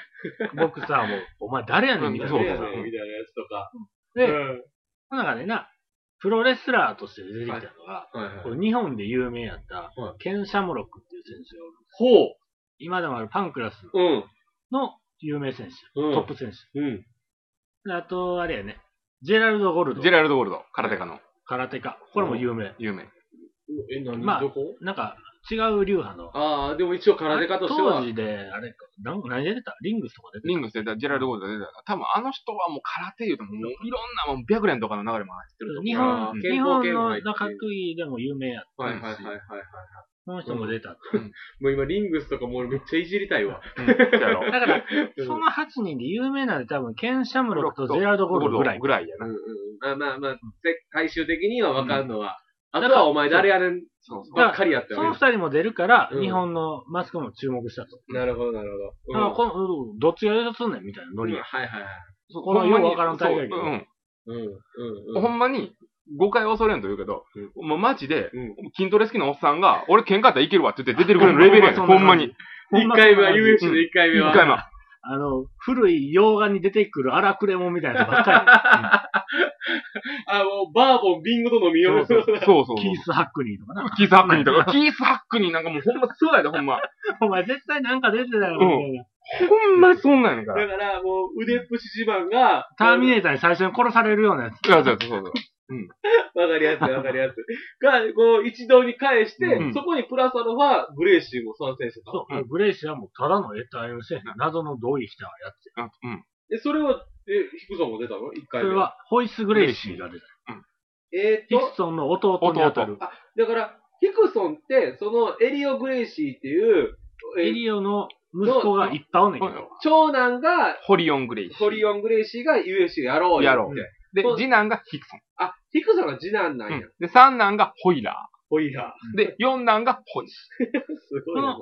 S3: 僕さ、もう、お前誰やねんみたいな。
S2: そう
S1: や
S2: そう
S1: ねんみたいなやつとか。
S3: で、
S1: うん
S3: この中でな、プロレスラーとして出てきたのが、
S1: はいはい
S3: こう日本で有名やった
S1: は、
S3: ケン・シャモロックっていう選手がおる
S1: ほ
S3: 今でもあるパンクラス
S1: う。うん。
S3: の有名選手、
S1: うん
S3: トップ選手。
S1: うん。
S3: であと、あれやね、ジェラルド・ゴルド
S2: ジェ、ラルド・ゴールド、空手家の
S3: 空手家。これも有名。
S2: 有名。
S1: え、何、
S3: まあ
S1: どこ
S3: なんか、違う流派の。
S1: ああ、でも一応空手家としては。
S3: 当時で、あれか、なん何出てたリングスとか出て
S2: リングスでジェラルド・ゴールドが出てた。多分あの人はもう空手言うともういろんなもう白蓮とかの流れも入ってると
S3: た。
S2: 思う
S3: 日
S1: あ
S3: 本、
S1: ー
S3: 日本
S1: 健康系も入
S3: の
S1: ってる
S3: かっこいいでも有名やった。
S1: はいはいはいはいはい。
S3: この人も出た。
S1: もう今、リングスとかもうめっちゃいじりたいわ。
S2: うんそうやろ
S3: [laughs] だから、
S1: [laughs] うん
S3: その8人で有名なんで多分、ケン・シャムロックとジェラルド・ゴルドぐらい。
S2: ぐらいや
S1: う
S2: な。
S1: んうん。まあまあまあ、せ最終的には分かるのは、
S3: ん
S1: あとはお前誰やねん
S2: そうそう。
S1: ばっかりやって
S3: その
S1: わ
S3: 二人も出るから、
S1: うん
S3: 日本のマスコミも注目したと。
S1: け。なるほど、なるほ
S3: だ
S1: ど。
S3: か
S1: う
S3: ら
S1: ん
S3: この、どっちが優勝すんねんみたいなノ
S1: うん
S3: リ
S1: はい
S3: が。
S1: はいはい。
S2: そう
S3: このようわからん大会やけど
S2: ほんまに
S1: うんうん
S2: そう
S1: う
S2: うん
S1: ん。
S2: ほんまに、誤解恐れんと言うけど、もうマジで、
S1: うん
S2: 筋トレ好きなおっさんが、俺喧嘩やったらいけるわって言って出てるぐらいのレベルやねん。
S3: ほ
S2: ほ
S3: ん
S2: ん
S3: ま
S2: ま
S3: に
S2: に。
S3: ほん
S1: 一
S3: ま
S1: 回目は、
S3: そんな感じ
S1: UFC で一回目は。
S2: 一回も。
S3: あの、古い洋画に出てくる荒くれもんみたいなのばっか
S1: あ、もう、バーボン、ビンゴと飲みよう。
S2: そうそう [laughs] そう。
S3: り。キース・ハックニーとかな。 [laughs]
S2: キースハックニーと [laughs] か、キースハックニーなんかもうほんまそうやで、ほんま。
S3: お前絶対なんか出てたよ、みたいな。
S2: ほんまそんなんやねんか
S1: だ
S2: ら。
S1: から、もう、腕っぷし自慢が、
S3: ターミネーターに最初に殺されるようなやつ。
S2: そうそうそうそう。
S1: わかりやすい、わかりやすい。が、こう、一堂に返して、
S2: うん
S1: そこにプラスアルファ、グレイシーも参戦してた。
S3: そうう。グレイシーはもうただの得体のせいな謎の同意したやつ。
S2: あうん。
S1: え、それは、え、ヒクソンも出たの一
S3: そ
S1: 回目。
S3: れ。は、ホイス・グレイシーが出た。
S1: えーっ
S3: ヒク
S1: と、
S3: ソンの弟に当たる。
S1: だから、ヒクソンって、その、エリオ・グレイシーっていう、えー
S3: エリオの息子がいっぱいおんねんけど。
S1: 長男が、
S2: ホリオン・グレイシー。
S1: ホリオン・グレイシーが UFC やろうよ
S2: や
S1: って。
S2: ろうで、
S1: そう
S2: 次男がヒクソン。
S1: あ、ヒクソンが次男なんや。
S2: で、三男がホイラ
S1: ほいや。
S2: ー。で、四男がホイス。
S1: [laughs] すごいな。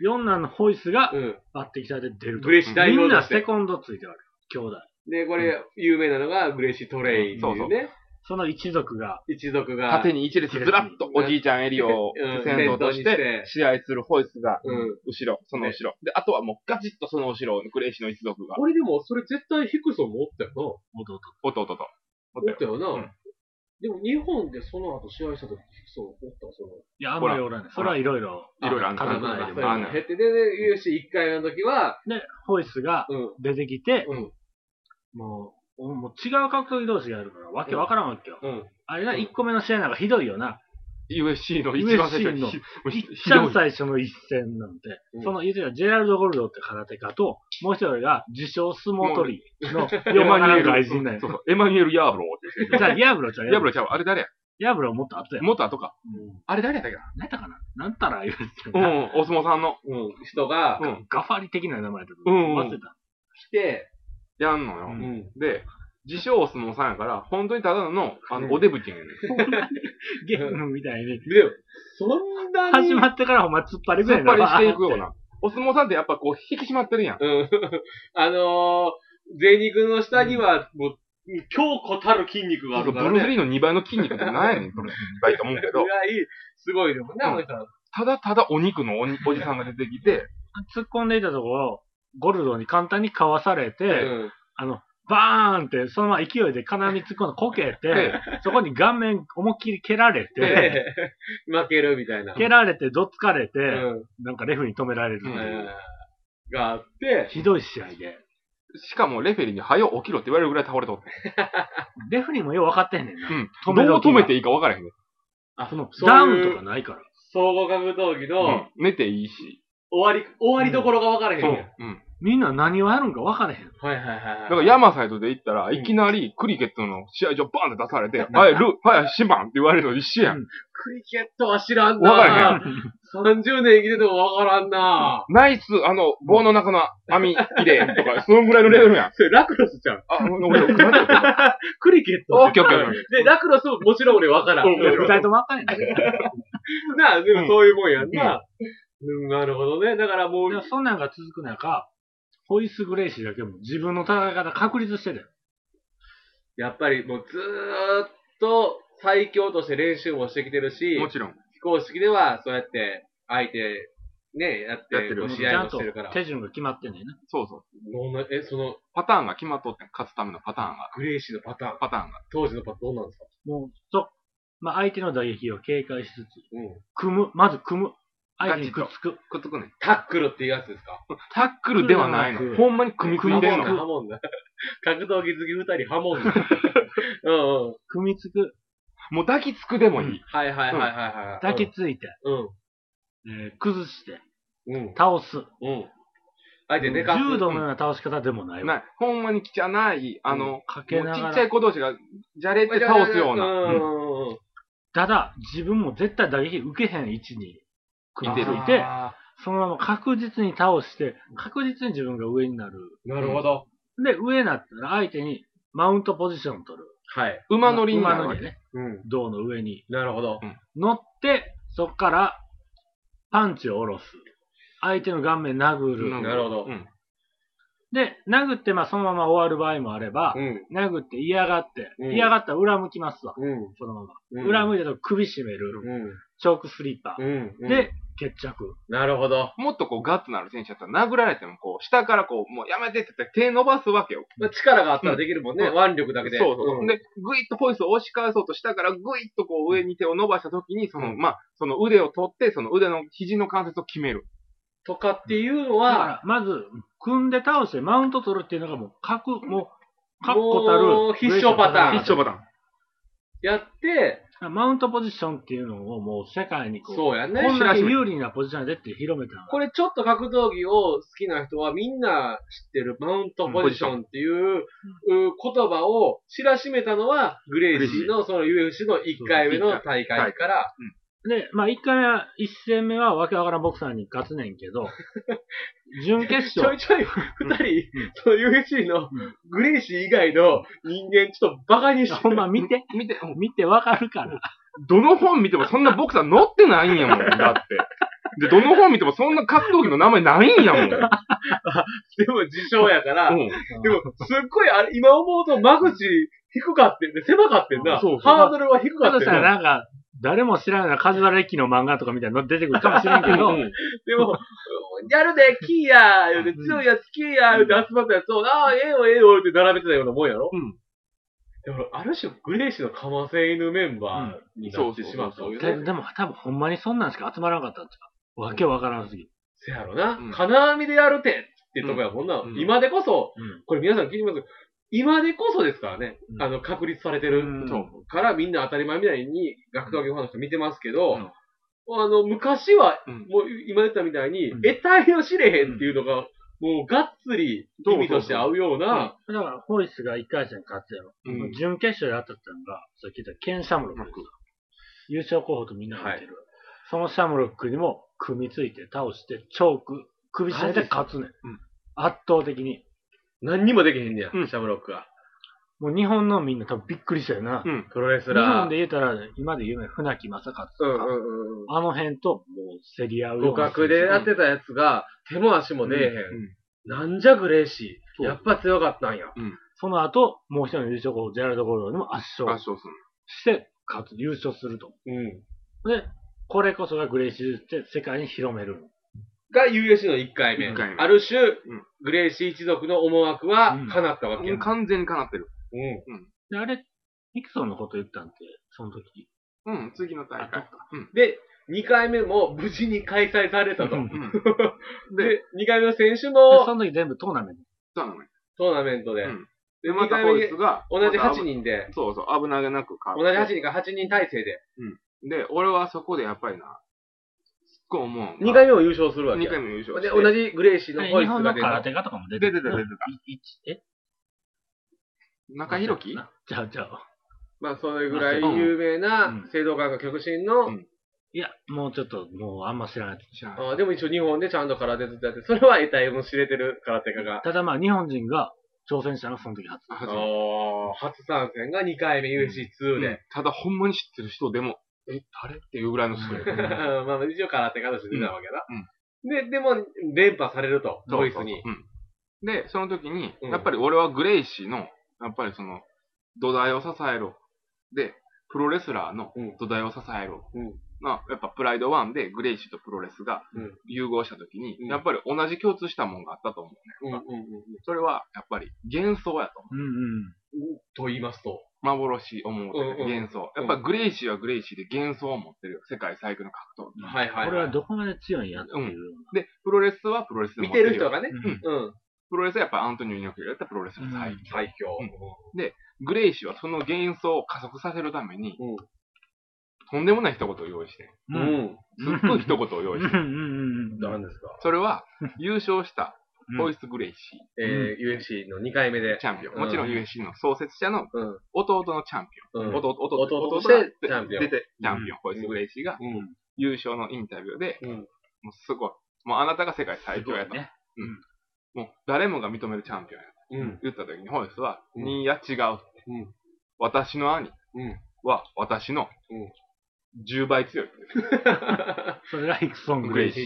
S3: 四男のホイスが
S1: うん。
S3: 抜擢されて出ると。
S1: グレイシー大
S3: み
S1: 王
S3: ん
S1: と
S3: な
S1: して
S3: セコンドついてある。兄弟。
S1: で、これ、有名なのが、グレイシー・トレイって
S2: そう
S1: い
S2: そうう
S1: ね、
S3: その一族が、
S1: 一族が。
S2: 縦に一列ずらっとおじいちゃんエリオを
S1: うん
S2: 先頭とし
S1: 先頭にして
S2: て試合するホイスが
S1: うん
S2: 後ろ、その後ろ。で、あとはもうガチッとその後ろ、グレイシーの一族が
S1: 俺でも、それ絶対ヒクソンもおったよ
S3: 弟。
S2: 弟と。
S1: な。おったよな。
S2: うん
S1: でも、日本でその後試合した時、ヒクソンおったその。
S3: いや、あんまりおらんねん。それはいろいろ。
S2: いろいろあんねん
S3: 家
S1: まあ
S3: 族
S1: まあまあ、そういうの
S2: まあま
S3: 内でも
S2: あ
S1: 減って、で、UFC1 回目の時は、
S3: で、ホイスが
S1: うん。
S3: 出てきて、
S1: うん。
S3: もう、おもう違う格闘技同士がやるから、わけわからんわけよ。
S1: うん。
S3: あれな、
S1: うん
S3: 1個目の試合なんかひどいよな。
S2: UFC の一番最初
S3: UFC の
S2: ひ
S3: いっ
S2: ひ
S3: ちゃ
S2: ど
S3: ん最初の一戦なんて、
S1: うん
S3: その言ってたジェラルド・ゴルドって空手家と、もう一人が自称相撲取りの
S2: いエ
S3: 4
S2: マニュエ
S3: 番
S2: ル。
S3: 外人だよ
S2: そ。うそうエマニュエル・ヤーブロ
S3: じゃあ、ディアブロちゃう
S2: ー。ヤーブローちゃうわあれ誰や
S3: ディアブロもっと後や。
S2: 元後か。
S3: うん
S2: あれ誰やったっけな
S3: なんやったかななんたら言うてた
S2: う
S3: かな、
S2: ん、お相撲さんの。
S1: うん。人が
S2: うん
S3: ガファリ的な名前だと
S2: うんうん
S3: 忘
S2: [laughs]
S3: れた。
S1: 来て、
S2: やんのよ。
S3: うん
S1: ん。
S2: で、自称お相撲さんやから、本当にただの、あ
S1: う
S2: の、
S1: ん
S2: おデブキンやねん。
S3: ゲームみたいに。
S1: でも、そんなに。
S3: 始まってからほんま突っ張りぐ
S2: 突
S3: ら
S2: っ張
S3: い
S2: りしていく
S3: わー
S2: よ
S3: っ
S2: うな。お相撲さんってやっぱこう、引き締まってるやん。
S1: うん。 [laughs] あのー、贅肉の下には、もう、強固たる筋肉がある
S2: ブ
S1: から
S2: ルース・
S1: ね。
S2: リーの2倍の筋肉ってなんやねん、それ。2倍と思うけ
S1: ぐ
S2: ど、
S1: らい、すごいでもんね、
S2: うん
S1: あの人は
S2: ただただお肉のおにおじさんが出てきて、
S3: 突っ込んでいたところ、ゴルドに簡単にかわされて、
S1: うん。
S3: あの、バーンって、そのまま勢いで金網突っ込んでこけて
S2: え、
S3: そこに顔面思いっきり蹴られて、
S1: で、 [laughs] 負けるみたいな。
S3: 蹴られて、どつかれて、
S1: うん。
S3: なんかレフに止められる、
S2: うん
S1: えーがあって、
S3: ひどい試合で。
S2: しかもレフェリーに早う起きろって言われるぐらい倒れとって。
S3: レフにもよう分かってへんねんな。
S2: うん。
S3: 止
S2: ど
S3: め時が
S2: う止めていいか分からへんねん。
S1: あ
S3: その
S1: そういう
S3: ダウンとかないから。
S1: 総合格闘技の、
S2: うん。寝ていいし。
S1: 終わり、終わりどころが分からへん
S2: そ
S1: やん。
S2: う。うん。
S3: みんな何をやるんか分からへん。
S1: はいはいはい。
S2: だから、山サイドで行ったら、いきなりクリケットの試合場バーンって出されて、はい、ルー、はい、シマンって言われるの一緒やん。
S1: クリケットは知らん
S2: わ
S1: な
S2: か
S1: ぁ。30年生きててもわからんなぁ。
S2: ナイス、あの、棒の中の網入れと
S3: [laughs]
S2: か、そのぐらいのレベルやん。
S1: それラクロスじゃん。
S2: あ、俺、俺、待って
S1: [laughs] クリケッ
S2: オ
S1: ト。
S2: ッケーオッケーオッケ
S1: で、ラクロスももちろん俺わからん。
S3: 二人ともわかんないんだけど。
S1: なあ、でもそういうもんやんな。うん、なるほどね。だからもう
S3: でも、そんなんが続く中、ホイス・グレイシーだけも自分の戦い方確立してたよ。
S1: やっぱりもうずーっと最強として練習もしてきてるし
S2: ー。、もちろん。
S1: 非公式ではそうやって相手、ね、やって
S2: やってる
S1: こう
S3: ち
S1: 試
S3: ゃ
S1: 合
S3: ん
S1: もし
S3: と
S1: てるから。
S3: 手順が決まってんねんな。
S2: そうそう。
S1: どんなえ、その
S2: パターンが決まっとってん。勝つためのパターンが。
S1: グレイシーのパターン、
S2: パターンが。
S1: 当時のパターンどうなんですか
S3: もう、と、まあ、相手の打撃を警戒しつつ、
S1: うん。
S3: 組む、まず組む。相手にくっつく。
S2: くっつくねん。
S1: タックルっていうやつですか
S2: タックルではない
S3: タックル
S2: の。
S3: で
S2: ほんまに組みついてん
S3: 組み込ん
S2: の。
S1: ハモンだ。 [laughs] 格闘技好き二人ハモン
S2: [laughs]
S1: だ。うんうん。
S3: 組みつく。
S2: もう抱きつくでもいい。
S1: はいはいはいはいはい。
S3: 抱きついて、
S1: うん。
S3: えー崩して、
S1: うん。
S3: 倒す。
S1: うん。相手寝かす。
S3: 柔道のような倒し方でもないわ。
S2: ない。ほんまに汚い、あの、
S3: か
S2: も
S3: け
S2: う
S3: な
S2: ち
S3: が
S2: っちゃい
S3: ら。
S2: 子同士が、じゃれって倒すような。
S1: うん
S2: うん
S1: うんうん。
S3: ただ、自分も絶対打撃受けへん位置に組みつ
S2: 出る
S3: いて、
S1: あ
S3: そのまま確実に倒して、確実に自分が上になる。
S1: ーなるほど。
S3: で、上になったら相手にマウントポジションを取る。
S1: はい。
S2: 馬乗りにな
S3: 馬
S2: るわ
S3: 乗
S2: け
S3: りね。
S1: うん。
S3: 胴の上に
S1: なるほど。
S3: 乗って、そっからパンチを下ろす。相手の顔面殴る。
S1: なるほど
S2: うん
S3: で、殴って、まあそのまま終わる場合もあれば、
S1: うん。
S3: 殴って嫌がって、
S1: うん
S3: 嫌がったら裏向きますわ。
S1: う
S3: そのまま。
S1: ん。
S3: 裏向いたと首絞める。
S1: うん。
S3: チョークスリッパ
S1: う。ん。うん、
S3: で、決着。
S1: なるほど。
S2: もっとこうガッツのある選手だったら殴られてもこう下からこうもうやめてって言って手伸ばすわけよ。
S1: まあ、力があったらできるもんね。
S2: うん
S1: 腕力だ
S2: そ
S1: けで。
S2: うそう。
S1: ん
S2: で、ぐいっとホイスを押し返そうと下からぐいっとこう上に手を伸ばした時にその、
S1: うん
S2: まあ、その腕を取ってその腕の肘の関節を決める。
S1: とかっていうの
S3: だ
S1: は、
S3: から、まず、組んで倒してマウント取るっていうのがもう、かく、もう、確固
S1: もう
S3: たる。
S1: 必勝パターン
S3: 必勝
S2: パターン。
S1: やって、
S3: マウントポジションっていうのをもう世界にこう、
S1: そうやね
S3: こんだけ有利なポジションでって広めたのが
S1: これちょっと格闘技を好きな人はみんな知ってるマウントポジションっていうう言葉を知らしめたのはグレイシーのその UFC の1回目の大会から、
S3: で、まあ一回目は、一戦目はわけわからんボクサーに勝つね
S1: [laughs]
S3: んけど、準決
S1: ちょ
S3: 勝
S1: い、ちょい2人、その UFC のグレイシー以外の人間ちょっとバカにして
S3: ほんま見て、
S2: 見て、うん
S3: 見てわかるから。
S2: どの本見てもそんなボクサー乗ってないんやもん。だって。で、どの本見てもそんな格闘技の名前ないんやもん。う
S1: でも自称やから、
S2: ん。
S1: でもすっごいあれ今思うと間口低かってんね、狭かってんな。
S2: そうそう
S1: ハードルは低か
S3: た
S1: っ
S3: だ
S1: てん
S3: したら
S1: な。
S3: なんか、誰も知らないようなカズワレッキの漫画とかみたいなの出てくるかもしれんけど、
S1: でも、やるで、キーやー、言うて強いやつ、キーやー、言うて集まったやつを、ああ、ええよ、ええよ、って並べてたようなもんやろ
S2: うん。
S1: でも、ある種、グレイシーのカマセイヌメンバーになってしまったわけ
S2: そうそうそう
S1: ね。
S3: ででも多分ほんまにそんなんしか集まらなかったんちゃうわけわからんすぎる。
S1: せやろな
S2: うん。
S1: 金網でやるてってとこやもんな
S2: うん。
S1: 今でこそ、
S3: うん
S1: これ皆さん聞いてます今でこそですからね
S3: う。ん
S1: あの、確立されてる
S3: うん
S2: そう
S1: から、みんな当たり前みたいに、学童技ファンの人見てますけど、
S2: うん
S1: あの、昔は
S2: うん
S1: もう今言ったみたいに、
S3: うん
S1: 得体を知れへんっていうのが、もうがっつり意味として合うような、
S3: だから、ホイスが1回戦勝ったよ。
S2: うん
S3: 準決勝で当たったのが、さっき言ったケン・シャムロックです。優勝候補とみんなが言ってる。そのシャムロックにも組みついて倒して、チョーク、首絞めて勝つねん
S2: うん。
S3: 圧倒的に。
S1: 何にもできへんねや、
S2: うん
S1: シャムロックは。
S3: もう日本のみんな多分びっくりしたよな。
S2: うん。
S1: プロレス
S3: 日
S1: ラ
S3: 本
S1: ー。
S3: で言うたら、今で有名な船木正勝
S1: うん
S3: と
S1: う
S3: か、
S1: んうん。
S3: あの辺ともう競り合うよ
S1: 互
S3: うな
S1: 角でやってたやつが、手も足も出えへん。
S2: うん
S1: なんじゃグレイシ
S2: そ
S1: ー。
S2: う
S1: やっぱ強かったんや。
S3: その後、もう一人の優勝候補、ジェラルド・ゴールドにも圧
S2: 合
S3: 勝
S2: 唱する。
S3: して、勝つ、優勝すると。
S1: うん。
S3: で、これこそがグレイシーって世界に広める。
S1: が UFC の1回目。
S2: 一回目
S1: ある種、
S2: ん
S1: グレイシー一族の思惑は
S3: うん
S1: 叶ったわけや。うん。
S2: 完全にかなってる。
S3: で、あれ、ニクソンのこと言ったんて、その時。
S2: うん、次の大会。
S1: で、2回目も無事に開催されたと。
S3: うん
S2: うん。で、
S1: で、2回目の選手
S3: で
S1: も
S3: その時全部トーナメント。
S2: そうなのね。
S1: トーナメントで。
S2: うん
S1: で、
S2: で、
S1: ま
S2: ま
S1: た
S2: たホイスが、
S1: 同じ8人で、
S2: そうそう、危なげなくカー
S1: 同じ8人から8人体制で、
S2: で、俺はそこでやっぱりな、すっごい思うのが。
S1: 2回目も優勝するわけ
S2: 二
S1: や。
S2: 回目優勝して。
S1: で、同じグレイシーのホイ
S3: 日
S1: ッ
S3: 本
S1: ス
S3: の
S1: が出
S3: 空
S1: た。
S3: 手家とかも出て
S2: 出
S3: る。
S2: てた、出てた。
S3: いいちえ
S2: 中広樹
S3: じゃあじゃあ。
S1: まあ、それぐらい有名な
S3: うん、
S1: 聖堂会が極真の、
S2: うん
S3: いや、もうちょっと、もうあんま知らない。
S2: 知らない。
S1: あーでも一応日本でちゃんと空手ずっとやって、それは得体も知れてる空手家が。
S3: ただまあ、日本人が挑戦したのはその時初。
S2: あ
S1: あ
S2: そう
S1: ー初参戦が2回目 UFC2 で。
S2: ただ、ほんまに知ってる人でも、え、誰っていうぐらいの人や
S1: [laughs] まあ一応空手家として出たわけだ
S2: うん。
S1: で、でも連覇されると、ドイツに。
S2: うん。で、その時に、
S1: うん
S2: やっぱり俺はグレイシーの、やっぱりその、土台を支えろ。で、プロレスラーの
S1: うん
S2: 土台を支えろ。
S1: うん
S2: まあ、やっぱプライド1でグレイシーとプロレスが
S1: うん
S2: 融合した時に、
S1: うん
S2: やっぱり同じ共通したもんがあったと思うね。
S1: うんうんうん
S2: それは、やっぱり幻想やと思う。
S3: うんうん。
S1: うんと言いますと。
S2: 幻を持って
S1: うんうん
S2: る、幻想。やっぱグレイシーはグレイシーで幻想を持ってるよ。世界最強の格闘技。
S1: はいはいはい
S3: これはどこまで強いんやっていうよう
S2: で、プロレスはプロレスで
S1: 見
S2: 持っててるよ。
S1: る人がね。
S3: な。
S1: うん。
S2: プロレスはやっぱりアントニオ猪木がやったプロレスの最強。
S1: 最強。
S2: うんグレイシーはその幻想を加速させるために、
S1: うん
S2: とんでもない一言を用意してん、
S3: う。
S1: うんん。
S2: すっごい一言を用
S3: う
S2: 意
S3: んう
S2: してん、
S3: んうん。
S1: 何ですか
S2: それは、優勝した
S3: うん
S2: ホイス・グレイシ
S1: えー、UFC の2回目で
S2: ー、。チャンピオン。
S1: うん
S2: もちろん UFC の創設者の
S1: うん。
S2: 弟のチャンピオン。
S1: うん。
S2: 弟弟
S1: 弟と
S2: 弟
S1: して
S2: が
S1: チャンピオン
S2: 出て、チャンピオン、ホイス・グレイシーが
S1: うん。
S2: 優勝のインタビューで、
S1: うん。
S2: もうすごい。もうあなたが世界最強やと。
S3: ね。
S2: もう誰もが認めるチャンピオンやと
S1: うん。
S2: 言った時にホイスは、
S1: うん
S2: いや違う。
S1: うん
S2: 私の兄
S1: うん。
S2: は私の
S1: うん
S2: 10倍強いって。
S3: それライクソングレイシ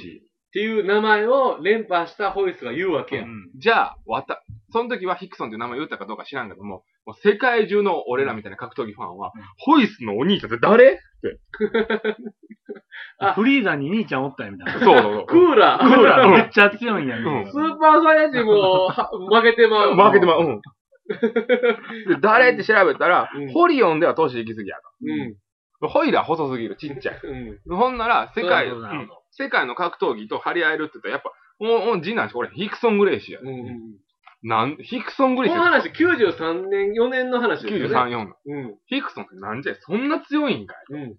S1: っていう名前を連覇したホイスが言うわけ
S3: ー。
S1: や。
S2: じゃあ、わた、その時はヒクソンっていう名前言ったかどうか知らんけども、もう世界中の俺らみたいな格闘技ファンは、ホイスのお兄ちゃんって誰
S1: あ
S3: フリーザに兄ちゃんおったよみたい
S2: そ
S3: な
S2: う。そう
S1: クーラー
S3: クーラーめっちゃ強いんやみたい
S1: [laughs]
S3: な
S1: スーパーサイヤ人もは負けてま。
S2: そうう。負けてまう。うん。で誰って調べたら、
S1: うん
S2: ホリオンでは年行き過ぎや
S1: うん。
S2: と。ホイラ細すぎる、ちっちゃい。
S1: うん。
S2: ほんなら、世界、
S3: そうなるほどなるほど
S2: 世界の格闘技と張り合えるって言ったら、やっぱ、もう、もう次男しか俺、ヒクソン・グレイシーや。
S1: うん。
S2: なん、ヒクソン・グ
S1: こ
S2: レイシー
S1: の話、93年、4年の話ですよね。
S2: 93、4の。
S1: うん。
S2: ヒクソンってなんじゃいそんな強いんかい
S1: うん。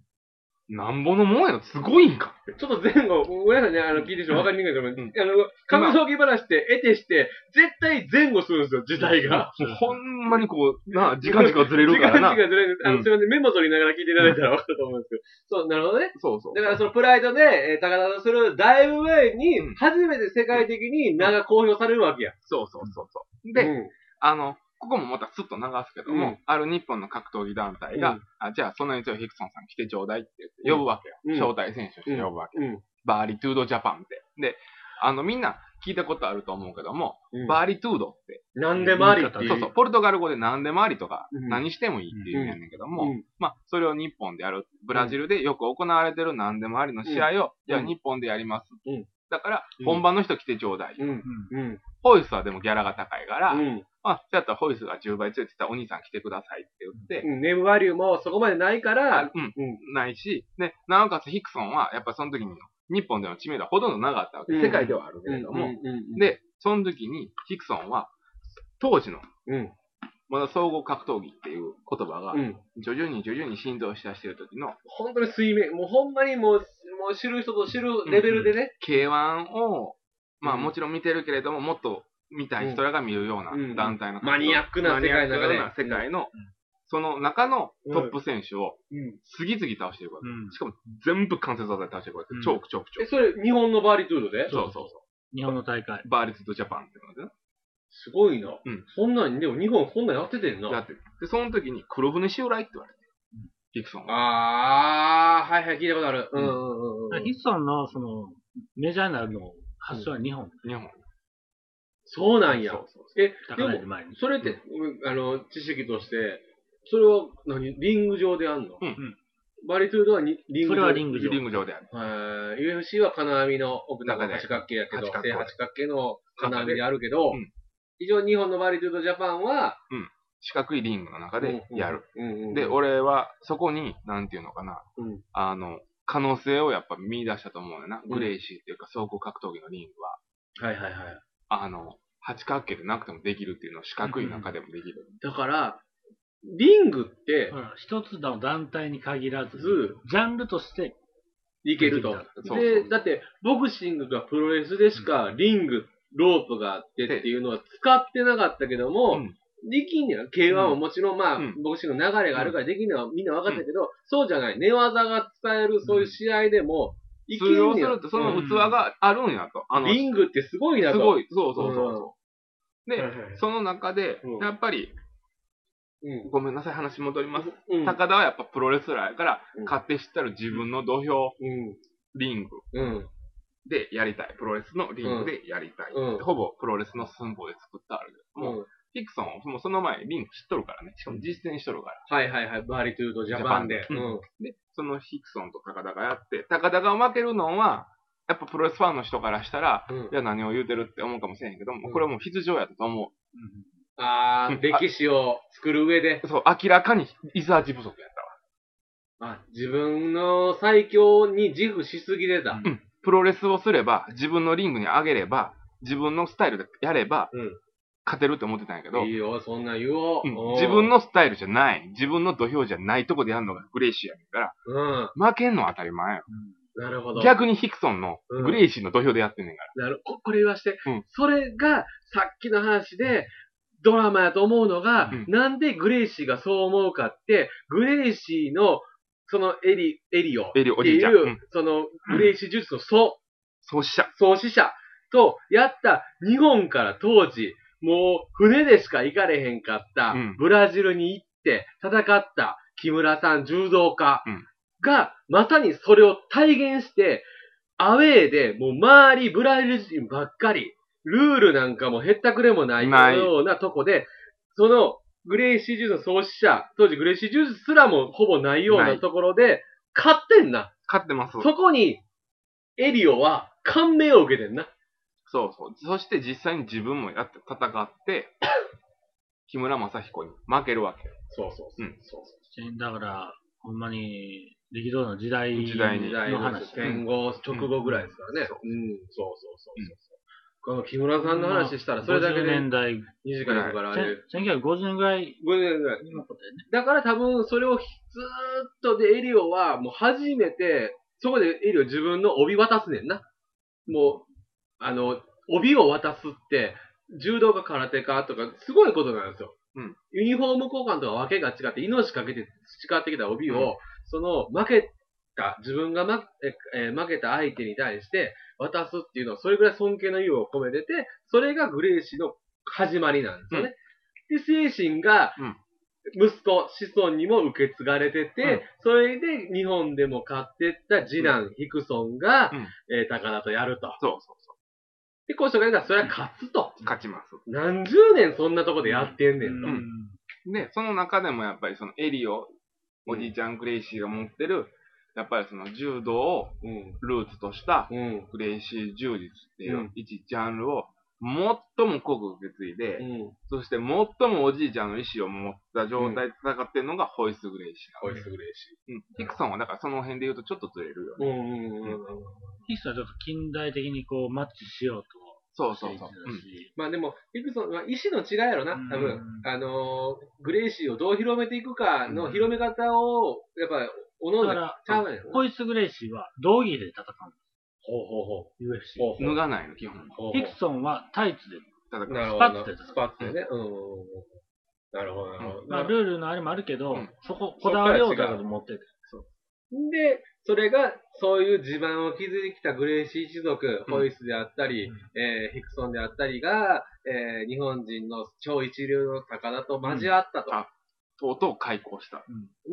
S2: なんぼのもんやのすごいんかって。
S1: ちょっと前後、ごめんなさいね、あの、聞いてしまう。わかりにくいと思う。
S2: ん
S1: あの、格闘技話って、得てして、絶対前後するんですよ、時代が。
S2: もうほんまにこう、 [laughs] なあ、時間時間ずれるからな
S1: 時間時。間ずれる。あ
S2: う
S1: の、
S2: ん
S1: すいません、メモ取りながら聞いていただいたらわかると思うんですけど。そう、なるほどね。
S2: そうそう。
S1: だからそのプライドで、えー高田とするだいぶ前に
S2: うん、
S1: 初めて世界的に名が公表されるわけや。
S2: そうそうそうそう。で、
S1: うん
S2: あの、ここもまたスッと流すけども、
S1: うん
S2: ある日本の格闘技団体が、
S1: うん
S2: あじゃあそんなに強いヒクソンさん来てちょうだいって言って呼ぶわけよ。
S1: うん
S2: 招待選手として呼ぶわけ、
S1: うん。
S2: バーリトゥードジャパンって。で、あの、みんな聞いたことあると思うけども、
S1: うん
S2: バーリトゥードって、
S1: 何でもありってい
S2: そうそう、ポルトガル語で何でもありとか、
S1: うん
S2: 何してもいいっていう意味やねんけども、
S1: うん
S2: まあ、それを日本でやる。ブラジルでよく行われてる何でもありの試合を、じゃあ日本でやります。
S1: うん
S2: だから
S1: う、ん
S2: 本番の人来てちょうだい。
S1: うん。うん。
S2: ホイスはでもギャラが高いから、
S1: うん。
S2: まあ、だったらホイスが10倍強いって言ったらお兄さん来てくださいって言って、
S1: うんネームバリューもそこまでないか
S2: あ
S1: ら、
S2: うん、
S1: うん。
S2: ないし、で、なおかつヒクソンは、やっぱその時に、日本での知名度はほとんどなかったわけ。
S1: うん
S2: 世界ではあるけれども、で、その時にヒクソンは、当時の、
S1: うん、
S2: まだ総合格闘技っていう言葉が
S1: う、ん。
S2: 徐々に徐々に浸透しだしてる時の、
S1: 本当に水面、もうほんまにもう、もう知る人と知るレベルでね。
S2: K1 を、まあ
S1: うん
S2: もちろん見てるけれども、もっと見たい人らが見るような
S1: うん
S2: 団体の、
S1: うんマニアックな世界の中で
S2: マニアックな世界の、その中のトップ選手を
S1: うん。
S2: 次々倒していくわけ。
S3: うん
S2: しかも全部関節技で倒していくわけ。
S3: うん
S2: チョーク、チョーク、チョ
S1: え、
S2: ー
S1: それ日本のバーリトゥードで
S2: ク。そうそうそ
S3: 日本の大会。
S2: う。バーリツとジャパンっていうのでね
S1: すごいな。
S2: うん
S1: そんなんに、でも日本こんなんやっててんな。
S2: やってる。で、その時に黒船襲来って言われて
S3: うん、
S2: ヒクソンが。
S1: あー、はいはい、聞いたことある。うんうんうんうん。
S3: ヒッソンの、その、メジャーになるの発祥は日本。
S2: 日本。
S1: そうなんや
S2: そ。うそう
S1: え、で
S3: 高める
S1: も、
S3: 前に。
S1: それって、うんあの、知識として、それは何リング上であんの
S2: うんうん
S1: バリトゥードはにリング上
S3: それはリング上
S2: リング上である。
S1: はい UFC は金網の奥中の
S2: 中で
S1: 八角形やけど、
S2: 八角
S1: 正
S2: 形
S1: 八角形の金網であるけど
S2: うん、
S1: 以上日本のバリトゥードジャパンは、
S2: 四角いリングの中でやる。
S1: うんうんうん。
S2: で、俺はそこに、なんていうのかな、
S1: うん
S2: あの、可能性をやっぱ見出したと思うよな。
S1: ん
S2: グレイシーっていうか、総合格闘技のリングは、
S1: はいはいはい。
S2: あの、八角形でなくてもできるっていうのを四角い中でもできる。
S1: だから、リングって
S3: うん一つの団体に限らず、
S1: ず
S3: ジャンルとして、
S1: いけると。
S2: そうそう
S1: で、だって、ボクシングがプロレスでしか、リング、ロープがあってっていうのは使ってなかったけども、
S2: うん
S1: できんねや。K1 は
S2: うん
S1: もちろん、まあ、
S2: うん
S1: ボクシングの流れがあるからできんのはみんな分かったけど、そうじゃない。寝技が伝える、そういう試合でも、いけ
S2: 通用
S1: ん
S2: す
S1: ねや
S2: る。と、その器があるんやと。あの、す
S1: リングってすごいなと。
S2: ご
S1: い。
S2: い。そうそうそうそう。
S3: はい
S2: で、
S3: はいはい
S2: その中で
S1: う、ん
S2: やっぱり、
S1: うん。
S2: ごめんなさい、話戻ります。
S1: うん。
S2: 高田はやっぱプロレスラーやから
S1: うん、
S2: 勝手知ったる自分の土俵、
S1: うん。
S2: リング
S1: うん。
S2: でやりたい。プロレスのリングでやりたい。
S1: うん
S2: ほぼプロレスの寸法で作ったあるけども、
S1: うん。
S2: フィクソンはもうその前にリング知っとるからね。しかも実践しとるから。
S1: はいはいはい。バーリトゥードジャパンで。
S2: ジャパン
S1: うん。
S2: で、そのヒクソンと高田がやって、高田が負けるのは、やっぱプロレスファンの人からしたら、
S1: うん
S2: いや何を言うてるって思うかもしれへんけども、
S1: うん
S2: これはもう必要やったと思
S1: あー、歴史を作る上で、
S2: う。そう、明らかにイザージ不足やっ
S1: あ自分の最強に自負しすぎてた。
S2: た。うん。プロレスをすれば、自分のリングに上げれば、自分のスタイルでやれば、
S1: うん
S2: 勝てるって思ってたんやけど、
S1: いいよ、そんなん言おう。
S2: うん
S1: うん
S2: 自分、のスタイルじゃない、自分の土俵じゃないとこでやるのがグレイシーやねんから、
S1: うん。
S2: 負けんのは当たり前や
S1: なるほど。
S2: 逆にヒクソンの
S1: うん
S2: グレイシーの土俵でやってんねんから。
S1: なるここれ言わして、
S2: うん
S1: それがさっきの話で、ドラマやと思うのが、
S2: うん
S1: なんでグレイシーがそう思うかって、グレイシーの、そのエリ、エリオって
S2: エリオおじ
S1: い、
S2: いうちゃん。うん、
S1: その、グレイシー術の祖、
S2: そうしちゃう。
S1: 創始者とやった日本から当時、もう船でしか行かれへんかった、
S2: うん
S1: ブラジルに行って戦った木村さん柔道家
S2: うん
S1: が、まさにそれを体現して、アウェーでもう周りブラジル人ばっかり、ルールなんかもへったくれもない
S2: ない
S1: ようなとこで、そのグレイシー・ジュースの創始者、当時グレイシー・ジュースすらもほぼないよう
S2: な
S1: ないところで、勝ってんな。
S2: 勝ってます。そう
S1: そこに、エリオは感銘を受けてんな。
S2: そうそして実際に自分もやって
S1: [coughs]
S2: 戦って、木村正彦に負けるわけよ。
S1: そうそうそう。
S2: うん
S1: そうそ
S3: だから、ほんまに、力道の時代
S2: 時代
S1: う
S2: に
S1: 時代
S3: の
S1: の
S3: 話
S1: 話。。戦後直後ぐらいですからね。
S2: うん
S1: うん、そうそうそうそう。この木村さんの話したら、それだけ
S3: 50
S1: で
S3: 年代、
S1: 2時間かかるあれ。
S3: せん1950年ぐらい
S1: 5年ぐらい。
S3: のことやね。
S1: だから多分それをひずーっとでエリオはもう初めて、そこでエリオ自分の帯渡すねんな。もう、あの、帯を渡すって、柔道か空手かとか、すごいことなんですよ。
S2: うん
S1: ユニフォーム交換とかわけが違って、命かけて培ってきた帯を、
S2: うん
S1: その負けた、自分が負け,、えー負けた相手に対して渡すっていうのは、それぐらい尊敬の意を込めてて、それがグレイシーの始まりなんですよね。で、精神が
S2: うん、
S1: 息子、子孫にも受け継がれてて、
S2: うん
S1: それで日本でも買ってった次男、ヒクソンが、
S2: うん
S1: えー高田とやると。
S2: そうそうそ
S1: で、こうしたから、それは勝つと。
S2: う。勝ちます。
S1: 何十年そんなとこでやってんねんと。
S2: んで、その中でもやっぱりそのエリオ、おじいちゃんグレイシーが持ってる、やっぱりその柔道を
S1: うん。
S2: ルーツとした
S1: うん。
S2: グレイシー柔術っていううん一ジャンルを最も濃く受け継いで、
S1: うん。
S2: そして最もおじいちゃんの意思を持った状態で戦ってるのがホイス・グレイシー。
S1: ホイスグレイシ
S2: うん。ヒクソンはだからその辺で言うとちょっとずれるよ
S1: ー。
S2: ね。
S1: うんうんうん。
S3: ヒストはちょっと近代的にこう、マッチしよう
S2: そう
S3: と
S2: そ
S3: して
S2: う
S3: い
S2: そう。
S3: た
S2: う
S3: し、
S1: まあでも、ヒクソンは意思の違いやろな、多
S3: う
S1: 分
S3: ん。
S1: あのー、グレイシーをどう広めていくか
S2: う
S1: の
S2: ん
S1: 広め方を、やっぱ、おのお
S3: だ
S1: の
S3: か
S1: ち
S3: ら
S1: ゃうねん。ほう
S3: ホイス・グレイシーは道着で
S1: ほ
S3: 戦
S1: うほ
S3: うの UFC。
S1: ほうほ
S2: ん。脱がないの、基本。
S1: ほう
S3: ヒクソンはタイツで。
S2: 戦う。
S1: なるほ
S3: スパッ
S1: ど
S3: ツで
S1: な。スパッツでね。うんうんうんうん。なるほど、なるほど。
S3: まあ、ルールのあれもあるけど、
S2: うん
S3: そこ、こだわりをだから持ってて。
S1: で、それが、そういう地盤を築いてきたグレイシー一族、
S2: うん
S1: ホイスであったり、
S3: うん
S1: えーヒクソンであったりが、えー日本人の超一流の高田と交わったと。
S2: うんあとうとう開口した。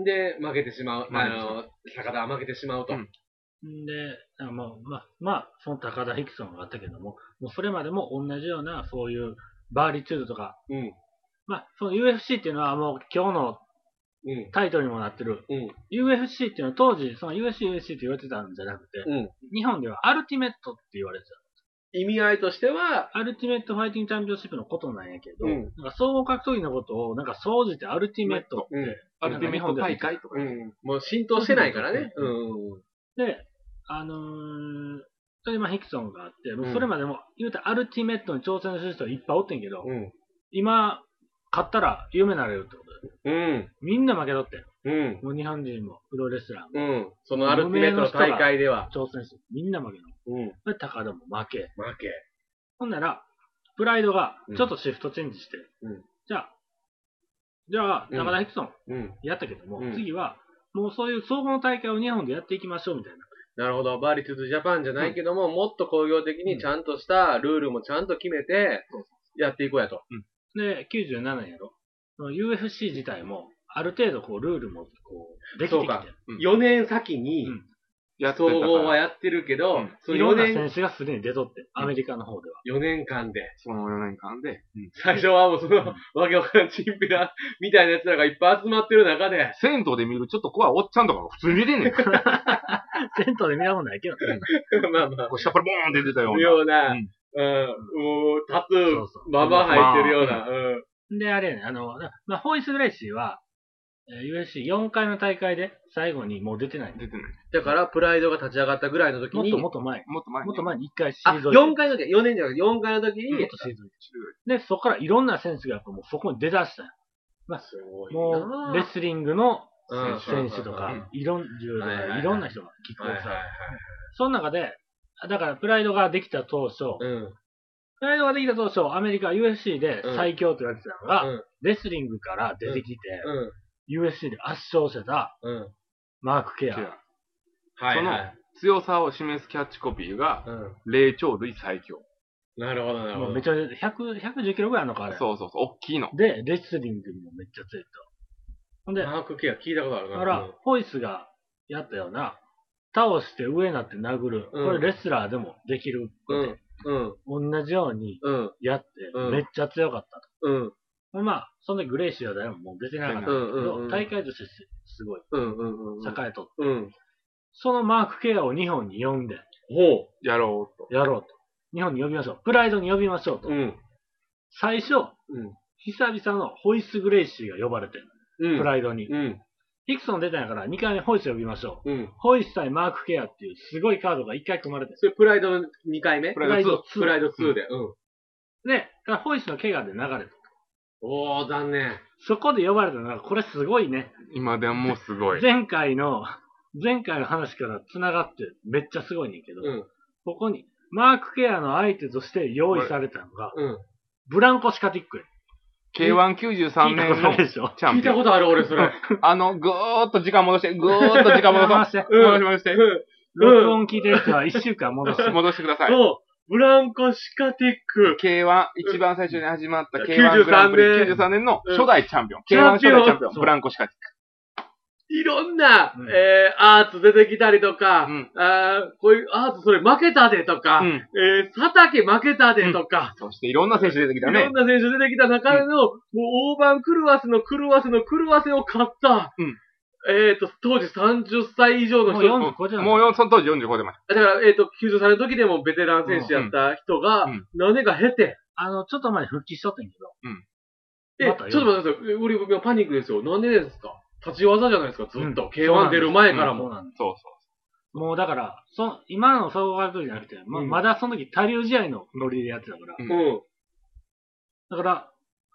S1: で、負けてしまう。
S2: 負けてしま
S1: あ
S2: う
S1: の、高田は負けてしまうと。
S2: うん
S3: んで、なんかまあ、まあ、まあ、その高田ヒクソンがあったけども、もうそれまでも同じような、そういうバーリチュードとか、
S1: うん。
S3: まあ、その UFC っていうのはもう今日の
S1: うん。
S3: タイトルにもなってる、
S1: うん。
S3: UFC っていうのは当時、その UFC、UFC って言われてたんじゃなくて、
S1: うん。
S3: 日本ではアルティメットって言われて
S1: 意味合いとしては、
S3: た。アルティメットファイティングチャンピオンシップのことなんやけど、
S1: うん
S3: なんか総合格闘技のことを、なんか総じてアルティメットって、
S1: うん
S2: アルティメット大会とか。
S1: うん。もう浸透してないからね。うん。
S3: で、あのー、それでまあヒクソンがあって、もううんそれまでも、言うたらアルティメットに挑戦する人いっぱいおってんけど、
S1: うん。
S3: 今、勝ったら有名になれるってことだよ
S1: うん。
S3: みんな負けとってん。
S1: うん。
S3: もう日本人も、プロレスラーも、
S1: うん。そのアルティメットの大会では。
S3: 挑戦して、みんな負けの。
S1: うん。負
S3: で、高田も負け。
S1: け。
S3: ほんなら、プライドが、ちょっとシフトチェンジして、
S1: うん
S3: じゃあ、じゃあ、中田ヒクソン、
S1: うん。
S3: やったけども、
S1: うん
S3: 次は、もうそういう総合の大会を日本でやっていきましょうみたいな。
S1: なるほど。バーリトゥージャパンじゃないけども、もっと工業的にちゃんとしたルールもちゃんと決めて
S2: そう、
S1: やっていこうやと。
S3: で、97年やろ。その UFC 自体も、ある程度こう、ルールも、こう、できて
S1: そう
S3: きて
S1: か
S3: る。
S2: うん
S1: 4年先に
S3: うん、
S2: やってた
S1: 総
S2: から
S1: 合はやってるけど、
S2: うん
S1: そ
S3: い
S1: の
S3: ろんな
S1: 4年、
S3: 選手がすでに出とって、アメリカの方
S1: [laughs]
S3: では。
S1: 4年間で、
S2: その4年間で、
S1: 最初はもうその、わけわからんチンピラみたいな奴らがいっぱい集まってる中で、 [laughs]
S2: 銭湯で見るちょっと怖いおっちゃんとかが普通に出てんねん。こ
S3: 銭湯で見たことないけど、
S1: まあまあ、
S2: う下っぱりボーンって出たよう
S1: ような、
S2: う
S1: うんん、もう、タトゥ
S3: そ
S1: ー
S3: うそう、
S1: ババ入ってるような、うん。
S3: で、あれやね、あの、なまあ、ホイス・グレイシーは、えー UFC4 回の大会で最後にもう出てない
S2: な。。出てない。
S1: だから、プライドが立ち上がったぐらいの時
S3: もっ
S1: に、
S3: ともっと前。
S2: もっと前に。
S3: もっと前に1回退
S1: あ、
S3: いて。
S1: 4回の時、4年じゃなくて4回の時
S3: うんも
S1: に
S3: っ、と退いて。で、そこからいろんな選手がやっぱもうそこに出だしたよ
S1: すご
S3: もう、レスリングの
S1: うん
S3: 選手と
S1: うん
S3: か、いろん、柔道と
S1: はいはいは
S3: か
S1: い
S3: いろんな人が、キックボ
S1: はい
S3: ク
S1: はい
S3: サー
S1: はい。
S3: その中で、だからプライドができた当初、
S1: うん。
S3: プライドができた当初、アメリカ UFC で最強と言われてたのが、
S1: うん
S3: レスリングから出てきて、
S1: うん。
S3: UFC で圧勝してた
S1: うん。
S3: マーク・ケア。
S2: 違う
S1: は
S2: そ
S1: い
S2: の
S1: はい。
S2: 強さを示すキャッチコピーが、
S1: うん。
S2: 霊長類最強。
S1: なるほど、なるほ
S3: もう
S1: ど
S3: め。ちゃめちゃ、100、110キロぐらいあるのか、あれ。
S2: そうそうそう、大きいの。
S3: で、レスリングにもめっちゃ強いと。ほんで、だ
S1: マークケア聞いたことあるな。
S3: から、ホイスがやったような、倒して上になって殴る。こ
S1: うん
S3: れレスラーでもできる
S1: う
S3: こと
S1: ん。うん。
S3: 同じように
S1: うん。
S3: やって、
S1: うん
S3: めっちゃ強かったと。
S1: うん。
S3: まあ、そんでグレイシーは誰ももう出てなかったんだけど、
S1: うんうんうん
S3: 大会としてすごい、
S1: うん。うん。うん。
S3: 栄えとって、
S1: うん。
S3: そのマークケアを日本に呼んで、
S1: ほ
S2: やろうと。
S3: やろうと。日本に呼びましょう。プライドに呼びましょうと。
S1: う。うん。
S3: 最初、
S1: うん。
S3: 久々のホイッス・グレイシーが呼ばれて、
S1: うん。
S3: プライドに。
S1: うん。
S3: ヒクソン出たんやから、2回目ホイッス呼びましょう。
S1: うん。
S3: ホイッス対マークケアっていうすごいカードが1回組まれてる。
S1: それプライドの2回目
S2: プライド2
S3: ツー
S1: プライド2で。うん。
S3: で、だからホイッスの怪我で流れた。
S1: おー、残念。
S3: そこで呼ばれたのが、これすごいね。
S2: 今でもすごい。
S3: 前回の、前回の話から繋がってめっちゃすごいねんけど、
S1: うん。
S3: ここに、マークケアの相手として用意されたのが、
S1: うん。
S3: ブランコシカティックや。
S2: K193
S3: 聞い
S2: 年
S3: たこと
S2: の
S3: ないでしょ。
S2: チャ
S1: 聞
S2: ン
S1: い
S2: ピオ
S1: た
S2: ン。
S1: ことある、俺、それ。
S2: あの、ぐーっと時間戻して、ぐーっと時間戻そう。
S3: 回して。
S1: うん
S2: 戻し戻して。
S3: 録音聞いてる人は1週間戻して。
S2: 戻してください。
S1: そう。ブランコシカティック。
S2: K1、一番最初に始まった
S1: うん
S2: K1 グランプリ
S1: 93年
S2: 93年の
S1: うん
S2: 初代チャンピオン。
S1: チ
S2: K1
S1: ャン
S2: 初
S1: ピオン
S2: 代チャンピオン。
S3: そう
S2: ブランコしか。
S1: いろんな
S3: うん、
S1: えー、アーツ出てきたりとか
S2: うん、
S1: あーこういうアーツそれ負けたでとか
S2: う、ん。
S1: えー、佐竹負けたでとか、
S2: そしていろんな選手出てきた
S1: いろ
S2: ね
S1: ん。な選手出てきた中での、もう大盤狂わせの狂わせの狂わせを買った、
S2: うん
S1: えっ、と、当時30歳以上の
S3: もう
S1: 人、
S3: 40超えてた
S2: もうよその当時45出まし
S1: だから、えっ、と、93の時でもベテラン選手やった人が
S2: うん、
S1: 何年か経て、
S3: あの、ちょっと前に復帰しとったんやけど、
S1: え、
S3: ま
S1: ち
S3: た
S1: ょ
S3: よ
S1: っと待ってください。俺、今パニックですよ。なんでですか立ち技じゃないですか、ずっと。
S3: そうなん
S1: K1
S3: で
S1: 出
S3: す
S1: る前から
S3: そう
S1: も。
S3: なんで
S2: た。そう
S3: すもうだから、そ今の総合格闘技じゃなくて、ま
S1: うん
S3: まだその時、他流試合のノリでやってたから、
S2: う
S1: うんん。
S3: だから、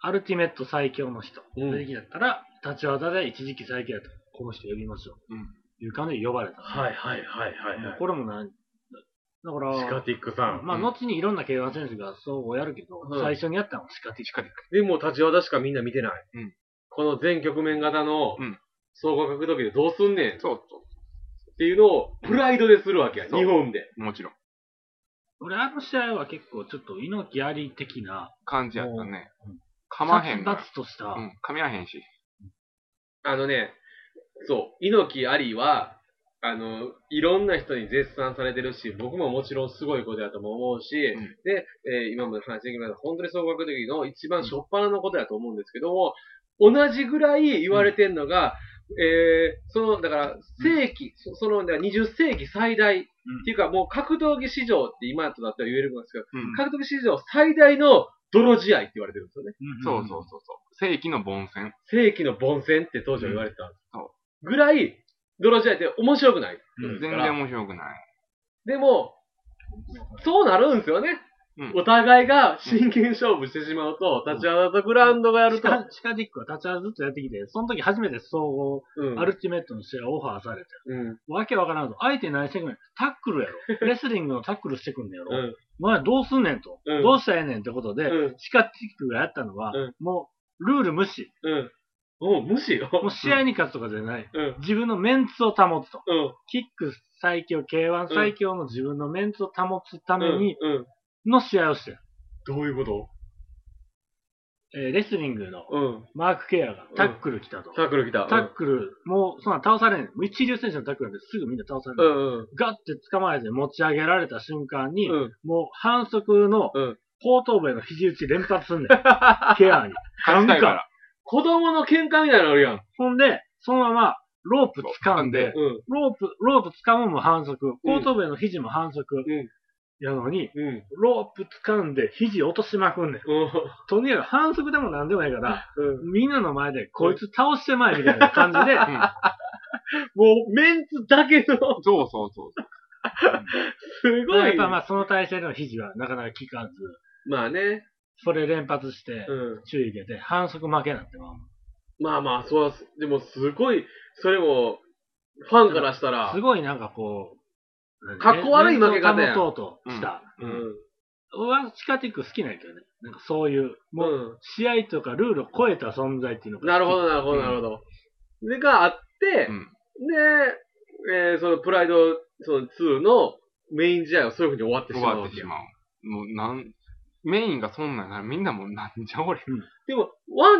S3: アルティメット最強の人、
S1: うん
S3: 出てきたから、立ち技で一時期最強やと、この人呼びましょう。
S2: うん
S3: いう感じで呼ばれた。
S1: はいはいはいはい
S3: もう
S1: はい。
S3: これもなん、だから、
S1: シカティックさん。
S3: まあ、
S2: うん
S3: 後にいろんな K1 選手がそうやるけど、
S1: うん
S3: 最初にやったのはシカティック。
S1: でも立ち技しかみんな見てない。
S2: うん
S1: この全局面型の
S2: うん
S1: 総合格闘技でどうすんねんっ
S2: そう。そうそ
S1: ていうのをプライドでするわけや。
S2: そう
S1: 日本で。
S2: う。もちろん。
S3: 俺、あの試合は結構ちょっと猪木あり的な、
S2: 感じやったね
S3: うん。
S2: 噛まへんな。
S3: 殺伐とした、
S2: うん。噛み合わへんし。
S1: あのね、そう、猪木ありは、あの、いろんな人に絶賛されてるし、僕ももちろんすごいことやとも思うし、
S2: ん
S1: で、えー今まで話してきました、本当に総合格闘技の一番初っ端のことやと思うんですけども、同じぐらい言われてるのが、えーその、だから、世紀、そその、だから20世紀最大、っていうかもう格闘技史上って今とだったら言えるんですけど、
S2: うん。
S1: 格闘技史上最大の泥試合って言われてるんですよね。
S2: そうそうそうそう。正規の凡戦。
S1: 世紀の凡戦って当時は言われてたんです。
S2: うんそ
S1: ぐらい、泥試合って面白くない。
S3: うん
S2: 全然面白くない。
S1: でも、そうなるんですよね。
S2: うん
S1: お互いが真剣勝負してしまうと、立ち技とグラウンドがやる
S3: シ
S1: と、
S3: カシカティックは立ち技ずっとやってきて、その時初めて総合、
S1: うん
S3: アルティメットの試合をオファーされて、
S1: うん
S3: わけわからんと、相手何してくんねん。タックルや
S2: [laughs]
S3: ろ。レスリングのタックルしてくんねやろ。
S1: うん
S3: お前どうすんねんと。
S1: うん
S3: どうしたらええねんってことで、
S1: うん
S3: シカティックがやったのは、
S1: うん
S3: もう、ルール無視。
S1: うんおう無視よ。
S3: もう試合に勝つとかじゃない。
S1: うん。
S3: 自分のメンツを保つと。
S1: うん。
S3: キック最強、K1 最強の自分のメンツを保つために
S1: うん。
S3: の試合をしてる。
S1: どういうこと
S3: えーレスリングの
S1: うん。
S3: マーク・ケアがタックル来たと。
S1: タックル来た。
S3: タックル、もうそんなん倒されん。もう一流選手のタックルなんですぐみんな倒され
S1: う
S3: る。
S1: んうん。
S3: ガッて捕まえて持ち上げられた瞬間に、
S1: うん。
S3: もう反則の
S1: うん
S3: 後頭部への肘打ち連発
S1: [laughs]
S3: すんねん。ケアに。
S2: 勝ちたいから。
S1: 子供の喧嘩みたいなのあるやん。
S3: ほんで、そのままロープ掴んで、
S1: うん。
S3: ロープ、ロープ掴むも反則、
S1: うん
S3: 後頭部への肘も反則、
S1: ん
S3: やのに、
S1: うん。
S3: ロープ掴んで肘落としまくんねん。
S1: う
S3: とにかく反則でもなんでもないから、
S1: ん。
S3: みんなの前でこいつ倒してまいみたいな感じで、
S1: もう、メンツだけの、
S2: そうそうそう。
S1: [laughs] すご
S3: やっ
S1: い。
S3: ぱまあその体勢での肘はなかなか効かず、
S1: まあね。
S3: それ連発して、
S1: うん。
S3: 注意受けて、反則負けなってまうもん
S1: まあまあ、そうは、でもすごい、それも、ファンからしたら
S3: す、ごいなんかこう、何
S1: かっこ悪い負け方や
S3: メンツを保とうとした。
S1: う
S2: うん
S1: ん。
S3: 俺は地下ティック好きなんやけどね。なんかそういう、
S1: う
S3: もう、
S1: ん。
S3: 試合とかルールを超えた存在っていうのが好き
S1: なるほど、なるほど、なるほど。それがあって
S2: う、ん。
S1: で、えーそのプライド、その2のメイン試合はそういうふうに終わってしまう
S2: 奪
S1: わ
S2: って
S1: け
S2: し
S1: よ
S2: まう。もう、なん、メインがそんなんならみんなもうなんじゃ俺。
S1: でも、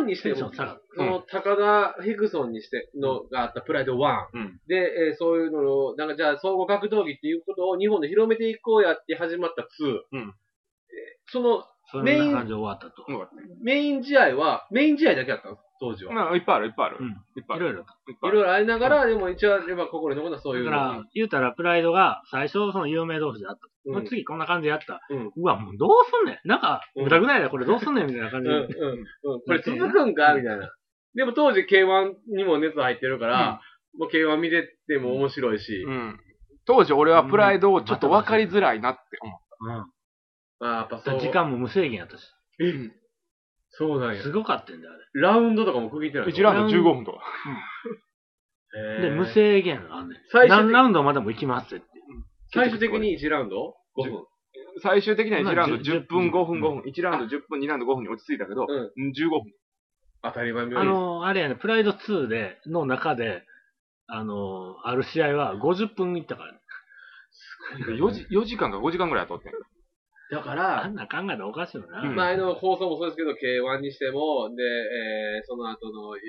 S1: 1にして
S3: テンショ
S1: も
S3: ン、下がる。
S1: その、高田ヒクソンにして、のがあったプライド1。
S2: うん。
S1: で、えーそういうのを、なんかじゃあ、総合格闘技っていうことを日本で広めていこうやって始まった2。
S2: うん
S1: えーその、
S3: そんな感じで終わったと。
S1: メイン試合は、メイン試合だけだったの当時は。
S2: まあ、いっぱいある、いっぱいある
S3: うん。
S2: いっぱいあ
S3: い
S2: る。
S3: ろいろ。だ
S2: いっぱい
S1: い
S2: ある
S1: ろいろありながら、でも一応、やっぱ心に残るのはそういう。
S3: から、言うたらプライドが最初その有名同士であった。
S1: うん、
S3: まあ次こんな感じでやった。
S1: うん
S3: うわ、もうどうすんねん。なんか、
S1: うん
S3: ぐだぐだやでこれどうすんねんみたいな感
S1: う
S3: じ
S1: ん、
S3: で。
S1: うん、うん。これ続くんかみたいな。でも当時 K1 にも熱入ってるから、もう K1 見てても面白いし、
S2: うん。当時俺はプライドをちょっと分かりづらいなって思っ
S3: うん
S1: まあやっぱ
S3: だか
S1: そ
S3: ら
S1: う。
S3: 時間も無制限やったし。
S2: た。うん
S1: そうなんや
S3: す。ごかったんだよ、
S1: ラウンドとかも区切ってないの
S2: 1ラウンド15分とか。
S3: あ
S1: へ
S3: れ。
S1: ー
S3: で、無制限があんねん。
S1: 最終的
S3: 何ラウンドまでも行きますって。
S1: 最終的に1ラウンド ?5 分。
S2: 最終的には1ラウンド10分、
S3: 10
S2: 5分、5分。1ラウンド10分、2ラウンド5分に落ち着いたけど、
S1: うん
S2: 15分。
S1: 当たり前みた
S3: あ
S1: いな。
S3: のー、あれやね、プライド2で、の中で、あのー、ある試合は50分いったからね。
S2: 4時、4時間か5時間ぐらいやっとってん。
S1: だか
S3: あ
S1: ら
S3: ん、な考えたらおかしいよな。
S2: うん
S1: 前の放送もそうですけど、K1 にしても、で、えーその後の、えー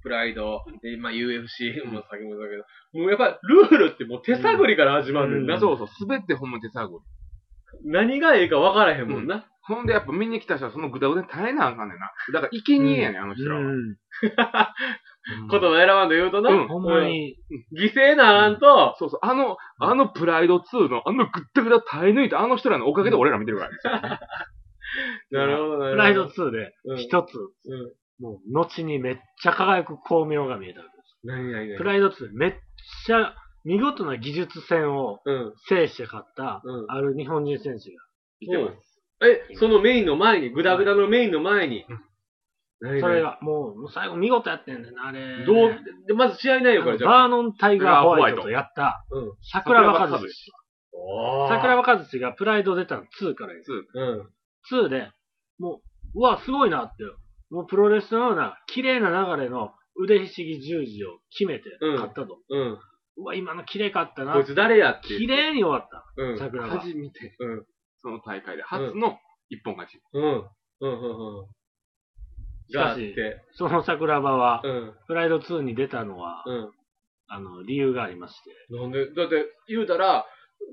S1: プライド、で、まあ UFC も先ほどだけど、もうやっぱルールってもう手探りから始まるんだな。
S3: うん
S2: そうそう、すべてほんま手探り。
S1: 何がええか分からへんもんな。
S2: ほんでやっぱ見に来た人はそのグダグダに耐えなあかんねんな。だから生贄やねん、あの
S3: う
S2: 人らは。
S3: ん。
S1: 言葉選ばんと言うとな、
S2: うん
S3: ほんまに、
S1: 犠牲ならんと、
S2: そうそう、あの、あのプライド2の、あのグッダグダ耐え抜いたあの人らのおかげで俺ら見てるから。
S1: なるほど、なるほど。
S3: プライド2で、
S1: うん、
S3: 一
S1: う
S3: つ、
S1: ん。
S3: もう、後にめっちゃ輝く光明が見えたわけです。
S1: 何何何
S3: プライド2、めっちゃ、見事な技術戦を
S1: うん。
S3: 制して勝った、
S1: うん。
S3: ある日本人選手
S2: 見てます。
S1: え、そのメインの前に、グダグダのメインの前に。何
S3: が、それが、もう、もう最後見事やってんだよな、あれ。
S1: どう、で、まず試合内容か
S3: あの
S1: らじゃあ。
S3: バーノン・タイガー・ホワイトとやった、
S1: うん。
S3: 桜庭和志。
S1: おー
S3: 桜庭和志がプライド出たの2からです。
S1: うん。
S3: 2で、もう、うわ、すごいなって、もうプロレスのような、綺麗な流れの腕ひしぎ十字を決めて
S1: うん
S3: 勝ったと。
S1: うん。
S3: うわ、今の綺麗かったな
S1: こい。つ誰やって。
S3: 綺麗に終わった、
S1: うん。うん。
S3: 桜が。
S2: 初めて、
S1: うん
S2: その大会で初の一本勝ち。
S1: うん。うん。うん。
S3: し
S1: があ
S3: か
S1: って
S3: し、。その桜庭は
S1: う、ん。
S3: プライド2に出たのは、
S1: うん。
S3: あの、理由がありまして。
S1: なんで、だって、言うたら、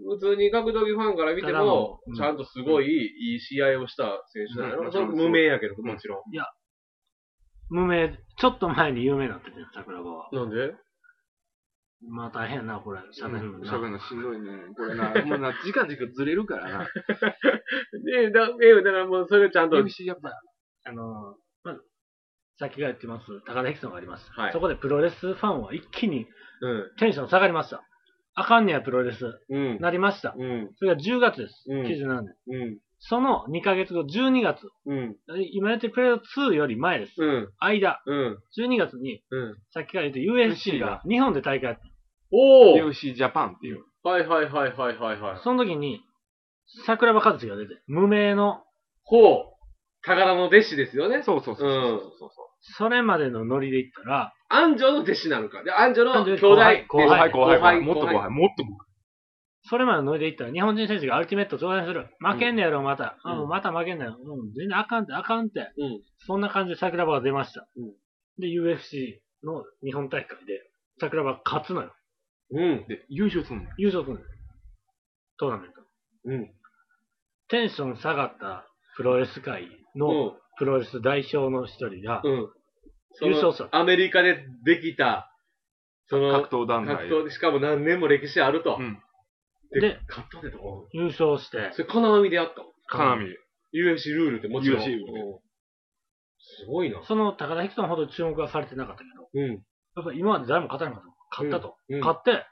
S1: 普通に格闘技ファンから見て
S3: ただ
S1: も
S3: のう、ん
S1: ちゃんとすごいいい試合をした選手な
S2: う
S1: の。
S2: ん
S1: それ無名やけど、もちろ
S3: 無名、ちょっと前に有名になってて、桜庭は。
S1: ん。なんで
S3: まあ大変やな、これ。喋るの
S2: 喋
S3: な。
S2: るのしんどいね。これ [laughs] な、もうな、時間時間ずれるからな。
S1: え、だ、え、だからもうそれをちゃんと。
S2: MC やっぱ、
S3: あの、まあ、さっきが言ってます、高田ヒクソンがありました。
S1: はい
S3: そこでプロレスファンは一気に
S1: うん。
S3: テンション下がりました。あかんねや、プロレス。
S1: うん。
S3: なりました。
S1: うん。
S3: それが10月です。
S1: うん
S3: 97年。
S1: うん。
S3: その2ヶ月後、12月。
S1: うん。
S3: 今やってるプレイド2より前です。
S1: うん。
S3: 間。
S1: うん。
S3: 12月に、
S1: うん。
S3: さっきから言って UFC が日本で大会やっ
S1: おー
S2: UFC ジャパンっていう。
S1: はいはいはいはいはいはい
S3: た。。その時に、桜庭和樹が出て、無名の
S1: ほう。宝の弟子ですよね。
S2: そうそうそうそうそうそう
S3: それまでのノリで言ったら、
S1: 安城の弟子なのか。で、安城の兄弟
S3: 後輩。
S2: 後輩、後輩、
S1: 後輩
S2: もっと後輩、もっと後
S3: それまでのノリで言ったら、日本人選手がアルティメット挑戦する。負けんねやろ、また。
S1: うん
S3: あ、もうまた負けんねやろ。うん、全然あかんって、あかんって。
S1: うん。
S3: そんな感じで桜庭が出ました。
S1: うん
S3: で、UFC の日本大会で、桜庭が勝つのよ。
S1: うん。
S2: 輩。で、優勝するのよ。
S3: 優勝するのよ。トーナメント。
S1: うん。
S3: テンション下がったプロレス界のプロレス代表の一人が、
S1: うん。そ
S3: 優
S1: の
S3: 勝者
S1: アメリカでできた、その、
S2: 格闘団
S1: 格
S2: 体。
S1: 闘で、しかも何年も歴史あると。
S2: うん
S1: で
S3: で、
S1: 格闘でとこ。
S3: 優勝して
S1: そ、れ、金網でやったの。
S2: 金網。
S1: UFC ルールってもちろん。
S2: UFC ルールね
S1: うんすごいな。
S3: その高田ヒクトンほど注目はされてなかったけど、
S1: うん。
S3: やっぱり今まで誰も勝たなかったの。勝ったと。
S1: うん
S3: 勝って、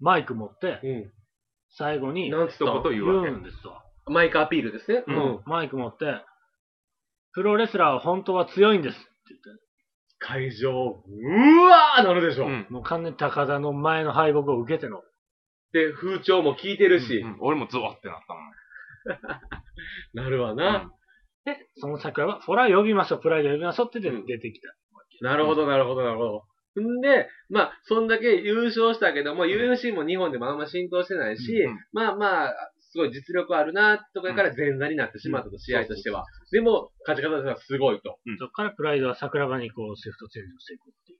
S3: マイク持って、
S1: うん。
S3: 最後に
S1: なんつっ
S2: 一
S1: た
S2: 言
S3: 言
S2: 言うわけ
S3: う。んですと。
S1: マイクアピールですね。
S2: うん
S3: マイク持って、プロレスラーは本当は強いんですって言っ
S1: 会場、うわーなるでしょ。
S2: うん
S3: て、もう完全に高田の前の敗北を受けての、
S1: で、風潮も聞いてるし、
S2: うん俺もズワってなったもん。
S1: なるわな。
S3: で、その桜は、そら呼びましょう、プライド呼びましょうって言って出てきた。
S1: なるほど、なるほど、なるほど。んで、まあ、そんだけ優勝したけども、UFC も日本でもあんま浸透してないし、
S2: うん
S1: まあまあ、すごい実力あるな、とかから前座になってしまったと、試合としては。でも、勝ち方としてはすごいと。
S2: うん
S3: そこからプライドは桜庭にこうシフトチェンジをしていくっていう。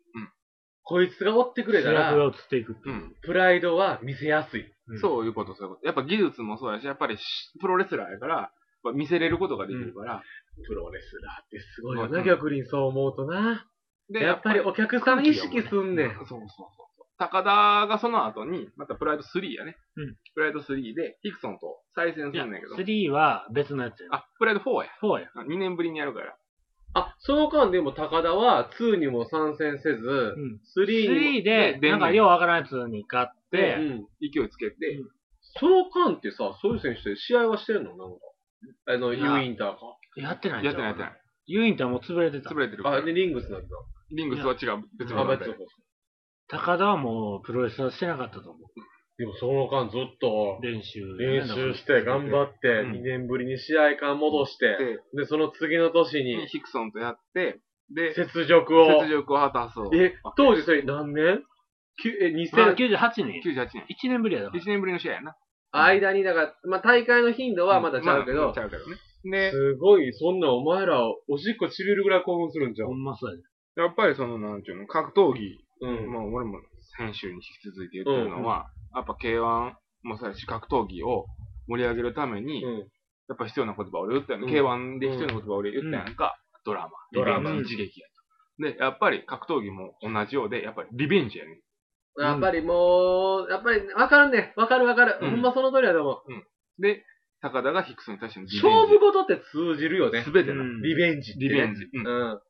S1: こいつが追ってくれた
S3: 主役
S1: ら、
S3: が移っていくって
S2: う。
S3: いうん
S1: プライドは見せやすい。
S3: うん
S2: そういうこと、そういうこと。やっぱ技術もそうやし、やっぱりしプロレスラーやから、まあ見せれることができるから。
S1: プロレスラーってすごいよ
S2: う
S1: な、
S2: ん
S1: 逆にそう思うとな。
S2: で
S1: やっぱりお客さん意識すんねん。
S2: そうそうそうそう。高田がその後に、またプライド3やね。
S3: うん
S2: プライド3で、ヒクソンと再戦す
S3: いや
S2: るんだけど。
S3: 3は別のやつや。
S2: あ、プライド4や。
S3: 4や。
S2: 2年ぶりにやるから。
S1: あ、その間でも高田は2にも参戦せず
S3: う、ん。
S1: 3にも。
S3: 3で、
S2: で
S3: なんかようわからんやつに勝って
S1: う、ん
S2: 勢いつけて、
S3: うん
S1: その間ってさ、そういう選手って試合はしてるのなんか。あの、
S3: い
S1: ユ
S3: や
S1: ーインターか。
S3: やってない
S2: やってないやってない
S3: い。。ユインタもう潰れてた
S2: 潰。れてるから
S1: あ、で、リングスなんだ。
S2: リングスは違う。別
S1: あ、
S2: の団
S1: 別
S2: 体
S1: の方
S2: で
S3: 高田はもうプロレスはしてなかったと思う。
S1: でもその間ずっと、
S3: 練習で
S1: 練
S3: ね。
S1: 習して頑張って、
S2: ん
S1: 2年ぶりに試合間戻して、で、その次の年
S2: で
S1: に、
S2: ヒクソンとやって、で、
S1: 雪辱を。
S2: 雪辱を果たそう。
S1: え、当時それ何年きゅえ、
S3: ま
S1: 2000、
S3: あ98年。
S2: 98年。
S3: 1年ぶりやだから
S2: 1年ぶりの試合やな。
S1: 間に、だから、まあ、大会の頻度はまだちゃうけ
S2: ま
S1: ど
S2: あち、ゃうけどね。です
S1: ごい、そんなお前ら、おしっこちびるぐらい興奮するんじゃ
S3: ほ
S1: ん。
S3: んまそうやね。
S2: やっぱりその、なんちゅうの、格闘技、
S1: うん。
S2: まあ俺も先週に引き続いて言ってるのは、やっぱ K1 もそうやし、格闘技を盛り上げるために、
S1: うん。
S2: やっぱ必要な言葉を俺言ったやん。
S1: うん
S2: K1 で必要な言葉を俺言ったやんか。ドラマ。
S1: ドラマ
S2: リベンジ一撃やと。で、やっぱり格闘技も同じようで、やっぱりリベンジやね。
S1: やっぱりもう、やっぱり、わかるね。わかるわかる。
S2: うん
S1: ほんまその通りだと思う。
S2: で、高田がヒクソンに対してのリベンジ。
S1: 勝負事って通じるよね
S2: す。べて
S3: う
S2: な。
S3: ん
S1: リベンジってね。
S2: リベンジ。うん
S1: うん。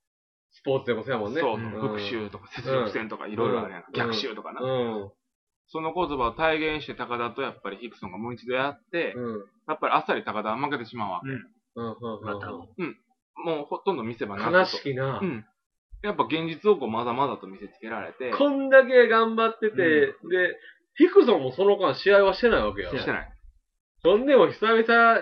S1: スポーツでもそうやもんね。
S2: そう
S3: うん
S2: そう。復讐とか、雪辱戦とか、いろいろあるやん。
S1: うん
S2: 逆襲とかな。
S1: うん。
S2: その言葉を体現して高田とやっぱりヒクソンがもう一度やって、
S1: うん。
S2: やっぱりあっさり高田は負けてしまうわ。
S1: うん。うん。
S3: またを。
S2: もうほとんど見せ場な
S1: 悲
S2: く
S1: しきな
S2: う。ん。やっぱ現実をこうまだまだと見せつけられて、
S1: こんだけ頑張ってて、で
S2: う、
S1: ヒクソンもその間試合はしてないわけや。
S2: してない。
S1: そんでも久々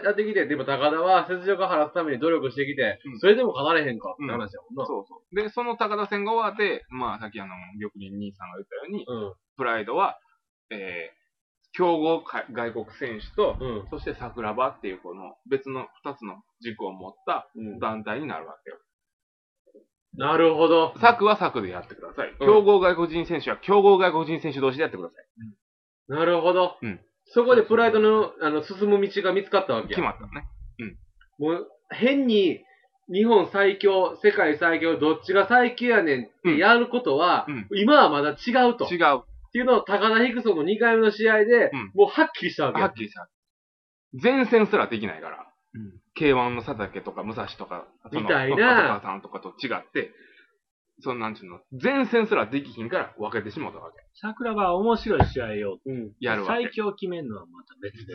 S1: やってきて、でも高田は雪辱を晴らすために努力してきて、
S2: うん
S1: それでも勝たれへんかって話やもんな。
S2: そうそう。で、その高田戦が終わって、まあさっきあの、玉林兄さんが言ったように、プライドは、えー、強豪か外国選手と、
S1: うん。
S2: そして桜庭っていうこの別の二つの軸を持った
S1: うん。
S2: 団体になるわけよ。
S1: なるほど。
S2: 策は策でやってください。
S1: うん
S2: 強豪外国人選手は強豪外国人選手同士でやってください。
S1: なるほど。
S2: うん
S1: そこでプライドのあの進む道が見つかったわけ
S2: 決
S1: や。
S2: まったのね。
S1: もう変に日本最強、世界最強、どっちが最強やねんってやることは、
S2: うん
S1: 今はまだ違うと。っ
S2: 違う。
S1: ていうのを高田ヒクソンの2回目の試合で、
S2: うん
S1: もうはっきりしたわけ
S2: は
S1: や
S2: っ。きりさ、前線すらできないから。
S3: うん
S2: K1 の佐竹とか武蔵とか、その
S1: みたいな
S2: パトカーさんとかと違って、そのなんちゅうの、前線すらできひんから分けてしまったわけ。
S3: 桜庭は面白い試合を。
S1: うん。
S2: やるわけ
S3: 最。強を決めるのはまた別で。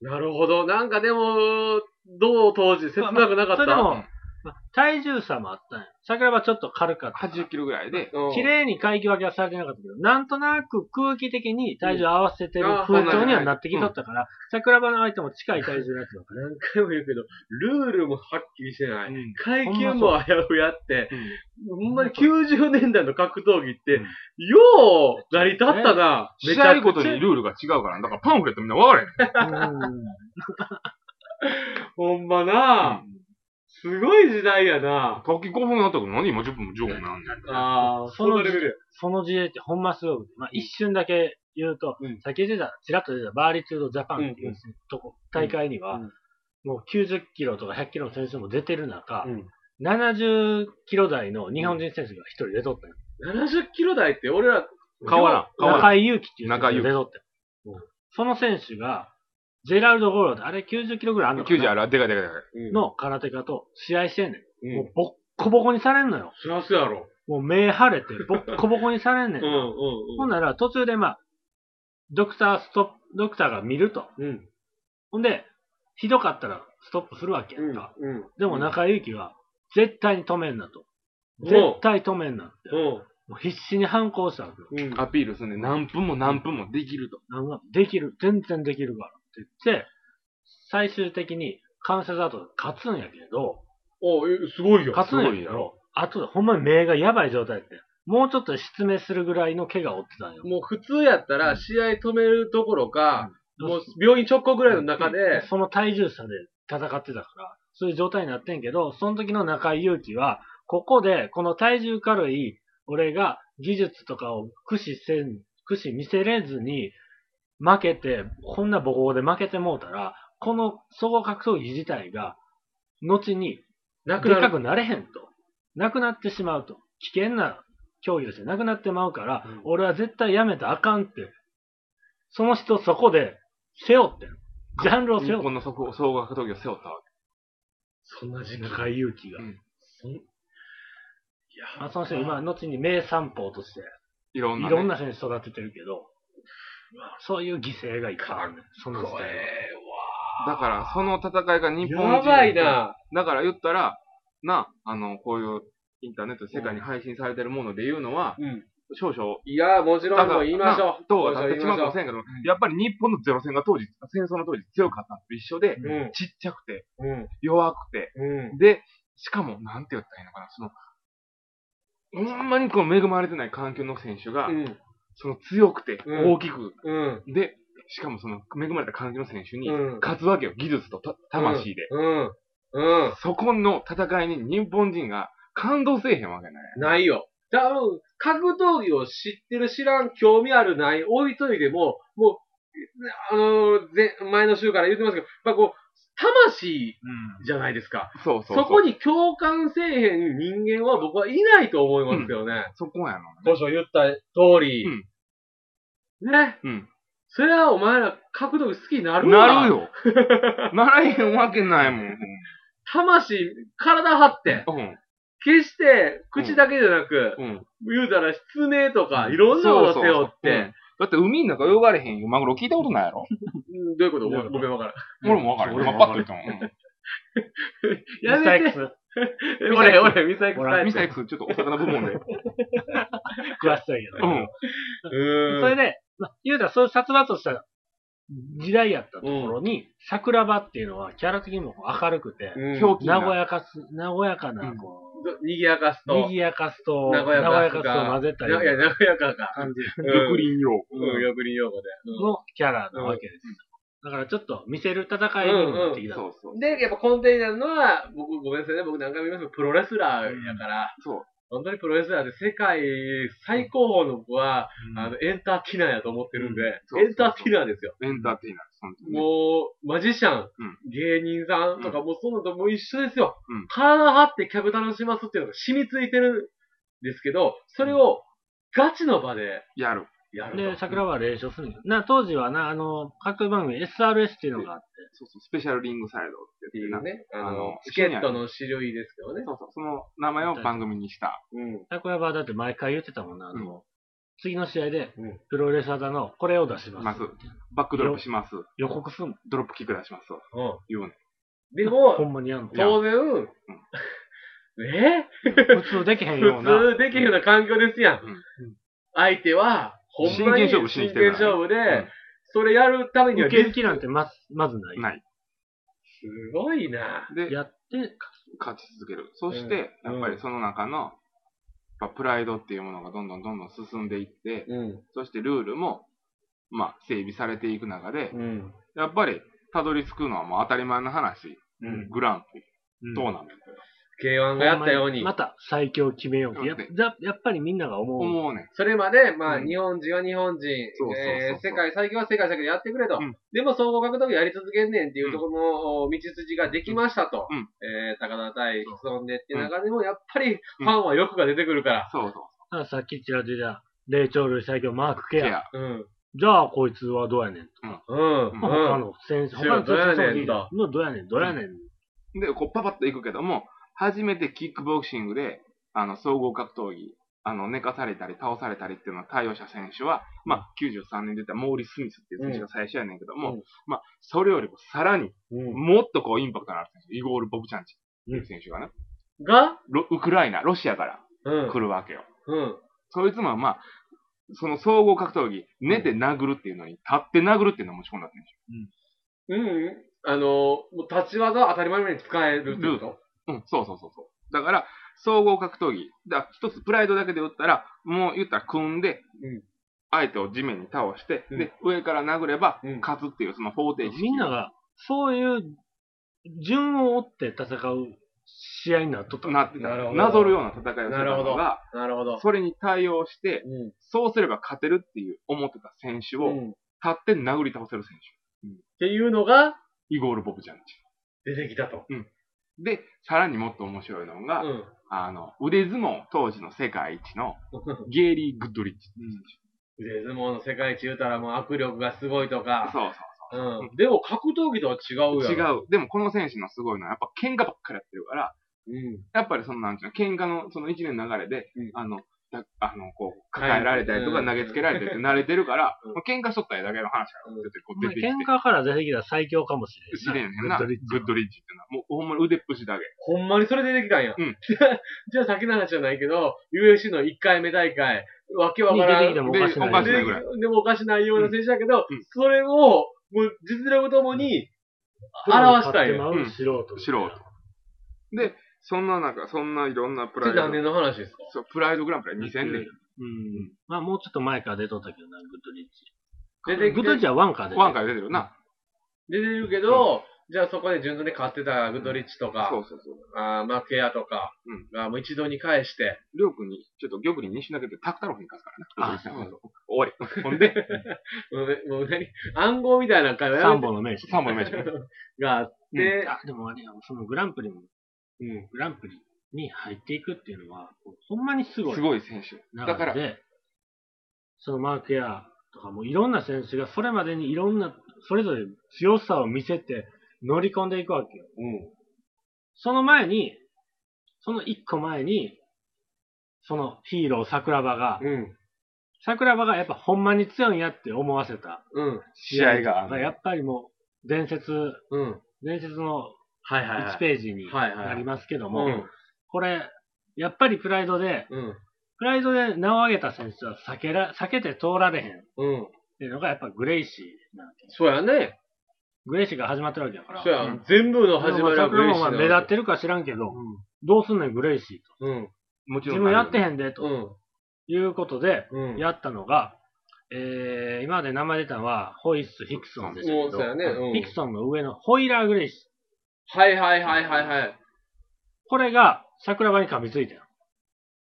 S1: なるほど。なんかでも、どう当時切なくなかった、
S3: まあまあそれでも
S2: うん
S3: まあ体重差もあったんや。桜はちょっと軽かった。
S2: 80キロぐらいで、
S1: うん
S3: 綺麗に階級分けはされてなかったけど、なんとなく空気的に体重合わせてる風潮にはなってきとったから、桜庭の相手も近い体重になってたか
S1: 何回も言うけど、ルールもはっきりしてな
S3: ら。
S1: い。
S3: う
S1: 階級も危うやって、
S3: ん
S1: ほんまに90年代の格闘技って、
S3: うん
S1: よう成り立ったな。め
S2: 試
S1: ちゃ
S2: 合
S1: く
S2: ご
S1: ち
S2: と
S1: ゃ
S2: にルールが違うから、だからパンフレットみんな分から
S1: [laughs]
S2: へん。
S3: うん
S1: ほんまな、すごい時代やな。
S2: さっき5分あったけど、何今10分も15分なんだよ。
S1: ああ、そのレベルや。
S3: その事例ってほんますごくて、まあ一瞬だけ言うと、
S1: うん
S3: 先出た、ちらっと出たバーリツードジャパンっていうとこ、大会には、
S1: うん
S3: もう90キロとか100キロの選手も出てる中、
S1: うん
S3: 70キロ台の日本人選手が一人出とったよ。
S1: 70キロ台って俺ら、
S2: 変わらん。変わらん。
S3: 中井祐希っていう選手が出とったよ。その選手が、ジェラルド・ゴローで、あれ90キロぐらいあんのか
S2: 90あ
S3: な
S2: る。でかいでかいでかい。
S1: うん
S3: の空手家と試合してんね
S1: うん
S3: ん。もうボッコボコにされんのよ。
S1: そりゃそうやろ。
S3: もう目腫れてボッコボコにされんね
S1: うんんう
S3: な。ほん
S1: ん
S3: なら、途中でまあ、ドクターストップ、ドクターが見ると。
S1: うん。うん。
S3: ほんで、ひどかったらストップするわけや
S1: うんん
S3: か。
S1: うん。
S3: でも中井貴は、絶対に止めんなと。
S1: うん
S3: 絶対止めんなって。
S1: うん。
S3: もう必死に反抗したわけよ。
S1: うん。
S2: アピールするんで、何分も何分もできると。
S3: なんかできる、全然できるからって言って、最終的に関節後で勝つんやけど、
S1: おえ、すごいよ。
S3: 勝つんや
S2: すごい
S3: け
S2: や
S3: ど、後でほんまに目がやばい状態やって、もうちょっと失明するぐらいの怪我を負ってたんよ。
S1: もう普通やったら、試合止めるどころか、もう病院直行ぐらいの中で、
S3: その体重差で戦ってたから、そういう状態になってんけど、その時の中井祐希は、ここで、この体重軽い、俺が技術とかを駆使せん、駆使見せれずに、負けて、こんな母語で負けてもうたら、この総合格闘技自体が、後に、
S1: なく
S3: でっ
S1: な
S3: か
S1: る。
S3: くなれへんと。なくなってしまうと。危険な競技としてなくなってまうから、
S1: うん
S3: 俺は絶対やめたらあかんって。その人そこで、背負ってんジャンルを背
S2: 日
S3: 負って
S2: 本の総合総合格闘技を背負ったわ
S1: そんな時
S3: ん
S1: 期。
S3: 中井勇気が。
S2: うん
S1: そんい
S3: ま
S1: や
S3: あ、その人、今、後に名三宝として、
S2: け。いろん
S3: い
S2: な、
S3: ろん
S2: ね。
S3: な選手育ててるけど、そういう犠牲がいっぱいあるね。その時
S1: 怖
S3: 代は。
S1: え
S2: だから、その戦いが日
S1: わ。
S2: 本
S1: やばい。な。
S2: だから言ったら、な、あの、こういうインターネットで世界に配信されてるもので言うのは、
S1: うん。
S2: 少々、
S1: いや、もちろん、もう言いましょう。
S2: ど
S1: も
S2: う
S1: ち
S2: だ
S1: ろ
S2: っ
S1: ん言
S2: て
S1: い
S2: し
S1: ま
S2: ま
S1: しょ
S2: うか
S1: う
S2: もしれんけど、やっぱり日本のゼロ戦が当時、戦争の当時強かったのと一緒で、
S1: うん。
S2: ちっちゃくて、
S1: うん。
S2: 弱くて、
S1: うん。
S2: で、しかも、なんて言ったらいいのかな、その、ほんまにこう恵まれてない環境の選手が、
S1: うん。
S2: その強くて、
S1: うん
S2: 大きく、
S1: うん。
S2: で、しかもその恵まれた環境の選手に、
S1: うん
S2: 勝つわけよ、技術とた魂で。
S1: うん。うん。
S2: そこの戦いに日本人が感動せえへんわけない。
S1: ないよ。多分、格闘技を知ってる知らん、興味あるない、置いといても、もう、あのーぜ、前の週から言ってますけど、やっぱこう、魂じゃないですか。
S2: そう
S1: そ
S2: そうそう。
S1: こに共感せえへん人間は僕はいないと思いますけどね。
S2: そこやの。
S1: 当初言った通り。
S2: うん
S1: ね。
S2: うん。
S1: それはお前ら格闘技好きになるわ
S2: なる
S1: [laughs]
S2: よ。ならへんわけないもん。
S1: 魂、体張って。
S2: うん。
S1: 決して、口だけじゃなく、
S2: うん。
S1: 言うたら失明とか、いろんなものを背負っ
S2: そうそうそううん
S1: て。
S2: だって海の中泳がれへんよ。マグロ聞いたことないやろ。
S1: うんどういうこと
S3: どういうこと
S1: 僕は分からん。
S2: 俺もわかる。
S3: 俺
S2: 俺
S3: も
S2: も
S3: わ
S2: パッ
S3: かる
S2: と言ったもん。
S1: や
S3: ミサイ
S1: め
S3: ク
S1: て。
S3: ス
S1: 俺、俺、ミサイク
S3: ほ
S2: う
S3: ら
S2: ん。ミサ
S1: イ
S2: イクス、ちょっと大阪の部
S1: [laughs]
S2: 門で。
S3: 食わせたいけ
S2: う
S3: ど。
S2: ん。
S1: ク。う
S3: それ
S1: ん。
S3: で、まあ、言うたらそういう殺伐とした時代やったところに、桜庭っていうのはキャラ的にも明るくて、
S1: うん
S2: 狂気な
S3: 和やかす、和やかな、こ
S1: にぎやかす
S3: う、
S1: と
S3: 賑、やかすと、
S1: 和や
S3: 和や
S1: か
S3: か
S1: す
S3: すと混ぜた
S1: い
S3: り
S1: や、いや、和やかか。
S3: 感じ
S1: うん
S2: 林用。
S1: うん、よくり用語で。
S3: のキャラなわけです。だからちょっと見せる戦いにもなってきた。
S2: そうそう
S1: う。んで、やっぱ根底になるのは、僕、ごめんなさいね、僕何回も言いますけど、プロレスラーやから、
S2: そう。
S1: 本当にプロレスラーで世界最高峰の子は、あ
S2: あの
S1: の、エンターティナーやと思ってるんで、
S2: そう
S1: エンターティナーですよ。
S2: エンターテイナーです。本当にね
S1: もう、マジシャン、
S2: ん
S1: 芸人さんとか、もうそんなのともう一緒ですよ。
S2: うん
S1: 体張って客楽しますっていうのが染みついてるんですけど、それをガチの場で
S2: やる。
S1: やると。
S3: で、桜庭は連勝するんだよな、当時はな、あの、格闘技番組 SRS っていうのがあって、
S2: そうそう。スペシャルリングサイドっ
S1: って
S2: て
S1: い
S2: いううね。
S1: ね、あの、
S2: あの
S1: チケットの種類ですけどね。
S2: そうそう。その名前を番組にした。
S1: うん。
S3: 桜庭はだって毎回言ってたもんな、あの、次の試合で
S1: うん、
S3: プロレスラーだの、これを出します。
S2: ますバックドロップします。
S3: 予告すんの。
S2: ドロップキック出します。と
S1: うん。
S2: いうね。
S1: で
S3: ほ
S1: も、
S3: んまにやんの。
S1: 当然、え
S3: 普通できへんような。
S1: 普通できるような環境ですやん。
S2: うん
S1: 相手は、ほんまに
S2: 真剣勝負しに来て
S1: 真剣
S2: るから
S1: 勝負で、
S2: ん
S1: それやるためには
S3: 受け引きなんてまず、まずない。
S2: ない。
S1: すごいな。
S2: で、
S3: やって、
S2: 勝ち続ける。そして、
S1: うん
S2: やっぱりその中の、やっぱプライドっていうものがどんどんどんどん進んでいって、
S1: うん。
S2: そしてルールも、まあ、整備されていく中で、
S1: うん。
S2: やっぱり、たどり着くのはもう当たり前の話、
S1: うん。
S2: グランプリ、
S3: うん
S2: トーナメント。
S1: K1 がやったように
S3: ま。た最強を決めようって。やっ
S2: うん
S3: ややっぱりみんなが思う。
S2: 思うねん。
S1: それまで、まあ、
S2: うん
S1: 日本人は日本人、
S2: そうそうそう
S1: えー世界、最強は世界だけでやってくれと。
S2: うん
S1: でも、総合格闘技やり続けんねんっていうところのお道筋ができましたと。
S2: うん
S1: えー高田対質問でっていう中でも、やっぱり、ファンは欲が出てくるから。
S2: そうそう。
S3: だからさっきちらちら、霊長類最強マークケ
S2: ケ
S3: ア。
S2: ア。
S1: うん。
S3: じゃあこいつはどうやねんとか。
S1: うん。うん。
S3: まあ他の選手、
S1: うん
S3: 他の選手
S1: どうやねんと
S3: のどうやねん、どうやねん。
S2: で、こう、パパッと行くけども、初めてキックボクシングで、あの、総合格闘技、あの、寝かされたり倒されたりっていうのを対応した選手は、まあ、93年に出たモーリー・スミスっていう選手が最初やねんけども、
S1: うん
S2: まあ、それよりもさらに、
S1: うん
S2: もっとこう、インパクトのある選手、イゴール・ボブチャンチっていう選手がね、
S1: が、
S2: ロウクライナ、ロシアから
S1: うん
S2: 来。るわけよ。
S1: うん。
S2: そいつもまあ、その総合格闘技、寝て殴るっていうのに、立って殴るっていうのを持ち込んだ選
S1: うんうん。あの、もう立ち技は当たり前のように使えるってこと
S2: 手。うん、そうそうそうそう。だから、総合格闘技。だから一つプライドだけで打ったら、もう言ったら組んで、
S1: うん
S2: 相手を地面に倒して、
S1: うん
S2: で、上から殴れば
S1: うん、
S2: 勝つっていう、その方程式。
S3: みんなが、そういう、順を追って戦う試合になっとった。
S2: なってた。
S1: なるほど
S2: なぞるような戦いをしてた
S1: なるほ
S2: の
S1: ど
S2: が、
S1: なるほど。
S2: それに対応して、
S1: うん。
S2: そうすれば勝てるっていう思ってた選手を、立
S1: うんっ
S2: って殴り倒せる選
S1: ていうのが
S2: 手。イゴール・ボブちゃんち。
S1: 出てきたと。
S2: で、さらにもっと面白いのが、
S1: うん。
S2: あの、腕相撲当時の世界一
S1: [laughs]
S2: のゲイリー・グッドリッチ。
S1: 腕相撲の世界一言うたらもう握力がすごいとか。
S2: そう
S1: うん。でも格闘技とは違うや
S2: そう。違
S1: ろ。
S2: う。でもこの選手のすごいのは、やっぱ喧嘩ばっかりやってるから、
S1: 違う。
S2: やっぱりそのなんていうの、喧嘩のその一年の流れで、
S1: うん
S2: あの、だあの、こう、抱えられたりと
S1: は
S2: か
S1: い
S2: 投げつけられてって慣れてるから、
S1: うん
S2: まあ喧嘩しとったやだけの話から、
S1: うん
S2: 出てこう
S3: ま
S2: 出
S3: あ
S2: てきて
S3: 喧。嘩から出てきたら最強かもし
S2: 知
S3: れ
S2: れ
S3: ん
S2: ん
S3: な。
S2: ねんな。
S3: グ
S2: グ
S3: ッドリッチは
S2: ッドリッチっていうのは、もうほんまに腕っぷしだけ。
S1: ほんまにそれ出てきたんや。
S2: うん
S1: [laughs] じゃあ先の話じゃないけど、UFC の1回目大会、わけわからん。
S3: に出てきてもおかしくない
S2: でおかしないぐらい
S1: ででもおかしないような選手だけど、
S2: うんうん
S1: それを、もう実力ともに、表したんや。
S3: プロに勝ってまう素人。
S2: 素人。で、そんな中、そんないろんな
S1: そ
S2: プラ
S1: れ
S2: イド
S1: 何。年の話ですか
S2: そう、プライドグランプリは2000年。
S3: うん。まあもうちょっと前から出とったけどな、グッドリッチ。
S1: 出て
S3: グ
S1: き
S3: ッドリ
S1: て
S3: ッチはワンから出て
S2: ワンから出てるな。
S1: 出てるけど、じゃあそこで順当に勝ってたグッドリッチとか、
S2: そうそうそう。
S1: あーマケアとか
S2: うん
S1: がもう一堂に返して、
S2: りょうくんに、ちょっと玉に2週だけでタクタロフに勝つからね。
S3: あそう
S2: そうそう。終わり。ほんで、
S1: もうもう何暗号みたいな会話や
S3: 三
S1: めて
S3: 本の名手。
S2: 3本の目しか。
S1: があって、
S3: あ、でもあれや、そのグランプリも、
S1: うん
S3: グランプリに入っていくっていうのは、ほんまにすごい。
S2: すごい選手。
S3: な
S2: だか
S3: の
S2: ら、
S3: で、そのマークやとかもいろんな選手がそれまでにいろんな、それぞれ強さを見せて乗り込んでいくわけよ。その前に、その一個前に、そのヒーロー桜庭が、
S1: うん、
S3: 桜庭がやっぱほんまに強いんやって思わせた
S1: うん、
S2: 試合がある
S3: やっぱりもう伝説、
S1: うん。
S3: 伝説の
S1: はいはい、はい
S3: 1。ページに
S1: はいはい
S3: なりますけど
S1: う
S3: も、これ、やっぱりプライドで、
S1: ん、
S3: プライドで名を上げた選手は避けら、避けて通られへん。
S1: うん、うん。
S3: っていうのがやっぱグレイシーなわけ。
S1: そうやね。
S3: グレイシーが始まってるわけだから。
S1: そうや、
S3: ん
S1: 全部の始まりはグレイシー
S3: まあ
S1: なの
S3: 目立ってるか知らんけど、どうすんねんグレイシーと。
S1: うん、
S2: もちろん。
S3: 自分やってへんで、
S1: う
S3: と
S1: ん、
S3: いうことで、
S1: うん。
S3: やったのが、えー、今まで名前出たのは、ホイッス・ヒクソンでした
S1: もう
S3: け
S1: そうや
S3: ど、
S1: ね。うん。
S3: ヒクソンの上のホイラー・グレイシー。
S1: はいはいはいはいはい。
S3: これが桜庭に噛みついたよ。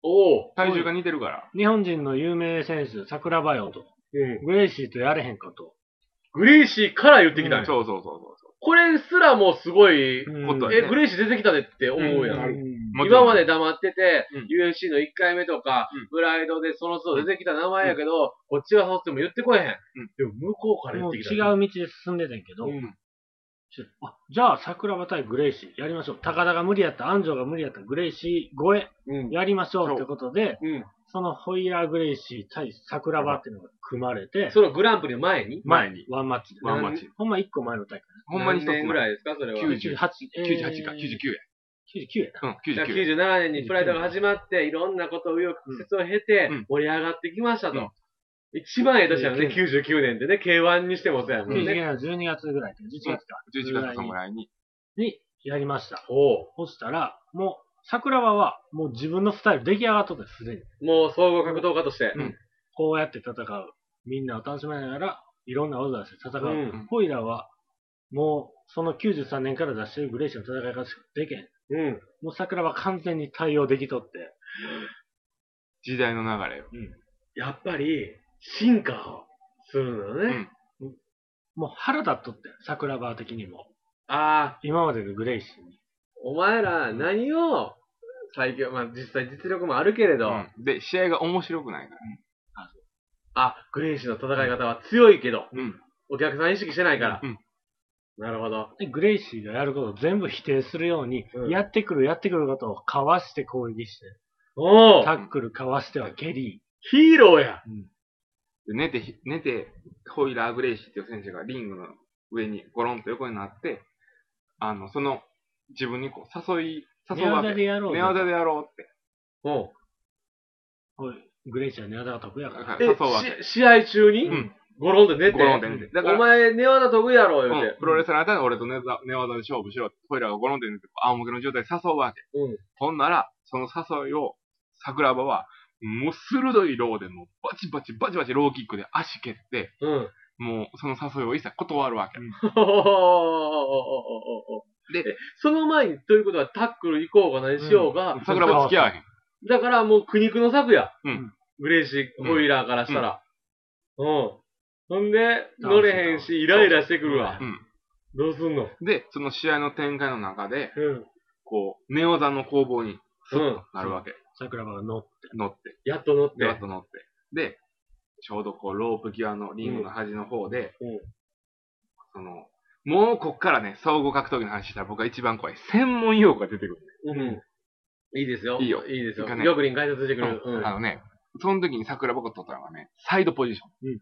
S1: おお。
S2: 体重が似てるから。
S3: 日本人の有名選手、桜庭よと。
S1: うん。
S3: グレイシーとやれへんかと。
S1: グレイシーから言ってきたんや
S2: そうそうそうそう。
S1: これすらもうすごい、
S2: ことは
S1: え、
S2: ね
S1: グレイシー出てきたでって思うやん。
S2: うんもちろん
S1: 今まで黙ってて、
S2: うん
S1: UFC の1回目とか、
S2: うん
S1: プライドでその都度出てきた名前やけど、こっちはそうっても言ってこえへん。
S2: ん
S1: でも向こうから言
S3: も
S1: っ
S3: う
S1: て
S3: 違
S1: き
S3: う
S1: た。
S3: 道で進んでたんやけど、
S1: うん。
S3: あじゃあ桜庭対グレイシーやりましょう。高田が無理やった、安城が無理やった、グレイシー超え
S1: うん。
S3: やりましょうってことで、
S1: うん。
S3: そのホイヤーグレイシー対桜庭っていうのが組まれて、
S1: そのグランプリの前に
S3: 前にワンマッチで。
S2: ワンマッチ。
S3: ほんま1個前の大会。
S2: ほんまに一つ
S1: 何年ぐ
S2: い。
S1: らいですかそれは。
S2: 90
S3: 98、えー
S2: 98か、99や。
S3: 99やな。
S2: うん、
S1: だから
S2: 99。
S1: 97年にプライドが始まって、いろんなことを紆余曲折を経て
S2: うん、
S1: 盛り上がってきました
S2: うん
S1: と。一番ええ年やもんね、
S3: うん
S1: 99年でね、K1 にしてもそうやもんね。
S3: 99年の12月ぐらいか、11月か、
S2: 11月のぐらいに。
S3: にやりました。
S1: おう
S3: そしたら、もう、桜庭は、もう自分のスタイル出来上がっとったよすでに。
S1: もう総合格闘家として
S2: うん。
S3: こうやって戦う。みんなを楽しみながら、いろんな技を出して戦う。
S1: うん
S3: ホイラは、もう、その93年から出してるグレイシーの戦い方しかできへん。
S1: うん。
S3: もう桜は完全に対応できとって。
S2: 時代の流れよ。
S1: やっぱり、進化をするのね。
S2: うん
S3: もう腹立っとって、桜庭的にも。
S1: ああ、
S3: 今までのグレイシーに。
S1: お前ら何を最強、まあ実際実力もあるけれど、
S2: うんで、試合が面白くないから。
S1: あ、グレイシーの戦い方は強いけど、
S2: うん。
S1: お客さん意識してないから。
S2: うん
S1: なるほど。
S3: で、グレイシーがやることを全部否定するように、
S1: うん
S3: やってくるやってくることをかわして攻撃して、
S1: おお
S3: タックルかわしては蹴り、
S1: ヒーローや
S2: で寝てひ、寝て、ホイラー・グレイシーっていう選手がリングの上にゴロンと横になって、あの、その、自分にこう、誘い、誘
S3: 寝
S2: うわけ。
S3: 技でやろうぜ
S2: 寝技でやろうって。
S1: おう
S3: おいグレイシーは寝技が得やから。
S2: はい
S1: え
S2: 誘うわけ。
S1: し試合中に、
S2: うん。
S1: ゴロンで寝て。
S2: ゴロンで寝て。だか
S1: お
S2: ら、
S1: 前、寝技得意やろ、言う
S2: うん
S1: て。
S2: プロレスラーだったら俺と寝技寝技で勝負しろって。ホイラーがゴロンで寝て、仰向けの状態で誘うわけ。
S1: うん
S2: ほんなら、その誘いを、桜庭は、もう鋭いローでもうバチバチバチバチローキックで足蹴って、
S1: うん。 [laughs]
S2: もうその誘いを一切断るわけ。
S1: で、その前に、ということはタックル行こうが何しようが、
S2: 桜庭付き合わへん。
S1: だからもう苦肉の策や。
S2: うん
S1: グレイシー、
S2: うん
S1: ホイラーからしたら。うん。ほんで、
S3: そう
S1: 乗れへんし、イライラしてくるわ。
S2: うん
S1: どうすんの
S2: で、その試合の展開の中で、
S1: うん。
S2: こう、寝技の攻防に、スッ
S1: うん
S2: となるわけ。
S3: 桜庭が乗って、
S2: 乗って、
S1: やっと乗って。
S2: で、あと乗って。で、ちょうどこう、ロープ際のリングの端の方で、
S1: うんうん
S2: その、もうこっからね、総合格闘技の話したら僕が一番怖い。専門用語が出てくる。
S1: うん。いいですよ。
S2: いいよ
S1: いいですよ。
S2: いいかね
S1: よくりん解説してくれる。うん
S2: あのね、その時に桜僕が取ったのがね、サイドポジション。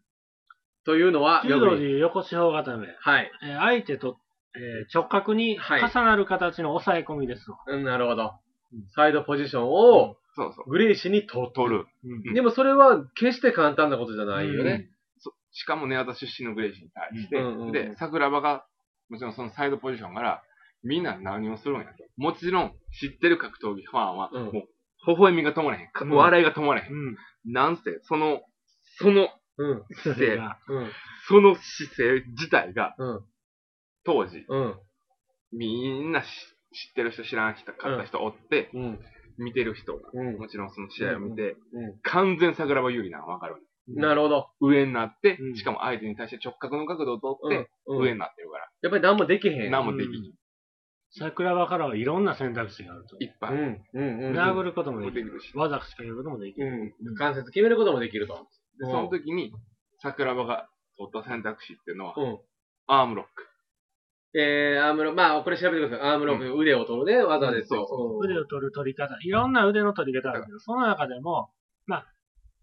S1: というのは、
S3: 柔
S1: よく
S3: 道
S1: り
S3: で
S1: ん
S3: いう横四方固め、
S1: はい。
S3: えー相手と、えー直角に
S1: はい
S3: 重なる形の抑え込みですわ。
S1: うん、なるほど
S3: うん。
S1: サイドポジションを、
S2: そうそう。
S1: グレイシーに取っ
S2: 取る。
S3: うん
S2: うん
S1: でもそれは決して簡単なことじゃないよね。
S2: そしかも寝技出身のグレイシーに対して、
S1: うんうんうん
S2: で、桜庭が、もちろんそのサイドポジションから、みんな何をするんやと。もちろん、知ってる格闘技ファンは、
S1: うん
S2: もう、微笑みが止まれへんか。
S1: うん
S2: 笑いが止まれへん。
S3: うん。
S2: なんせ、その、その
S1: うん。
S2: 姿
S3: それ
S2: 勢、
S3: が、
S1: うん。
S2: その姿勢自体が、
S1: うん。
S2: 当時、
S1: うん。
S2: みんなし知ってる人、知らん人、買った人おって、
S1: うん。
S2: 見てる人が、
S1: うん。
S2: もちろんその試合を見て、
S1: う
S2: 完全桜庭有利なの分かる。
S1: ん。なるほど。
S2: 上になって、
S3: うん
S2: しかも相手に対して直角の角度を
S1: う
S2: 取っ
S1: ん
S2: て、。
S1: うん
S2: 上になってるから、
S1: やっぱり何もできへん。
S2: 何もできひん。
S3: 桜庭からはいろんな選択肢があると。
S2: いっぱい。
S1: うん。うん。うん。
S3: 殴ることもでき
S2: でき
S3: る。
S2: るし。
S3: 技しか言うこともできる。
S1: うん。関節決めることもできると。
S2: で、その時に、桜庭が取った選択肢っていうのは、
S1: うん。
S2: アームロック。
S1: えー、アームロまあ、これ調べてください。アームロック、腕を取るね、技ですよ。
S3: 腕を取る取り方、いろんな腕の取り方あるけど、その中でも、まあ、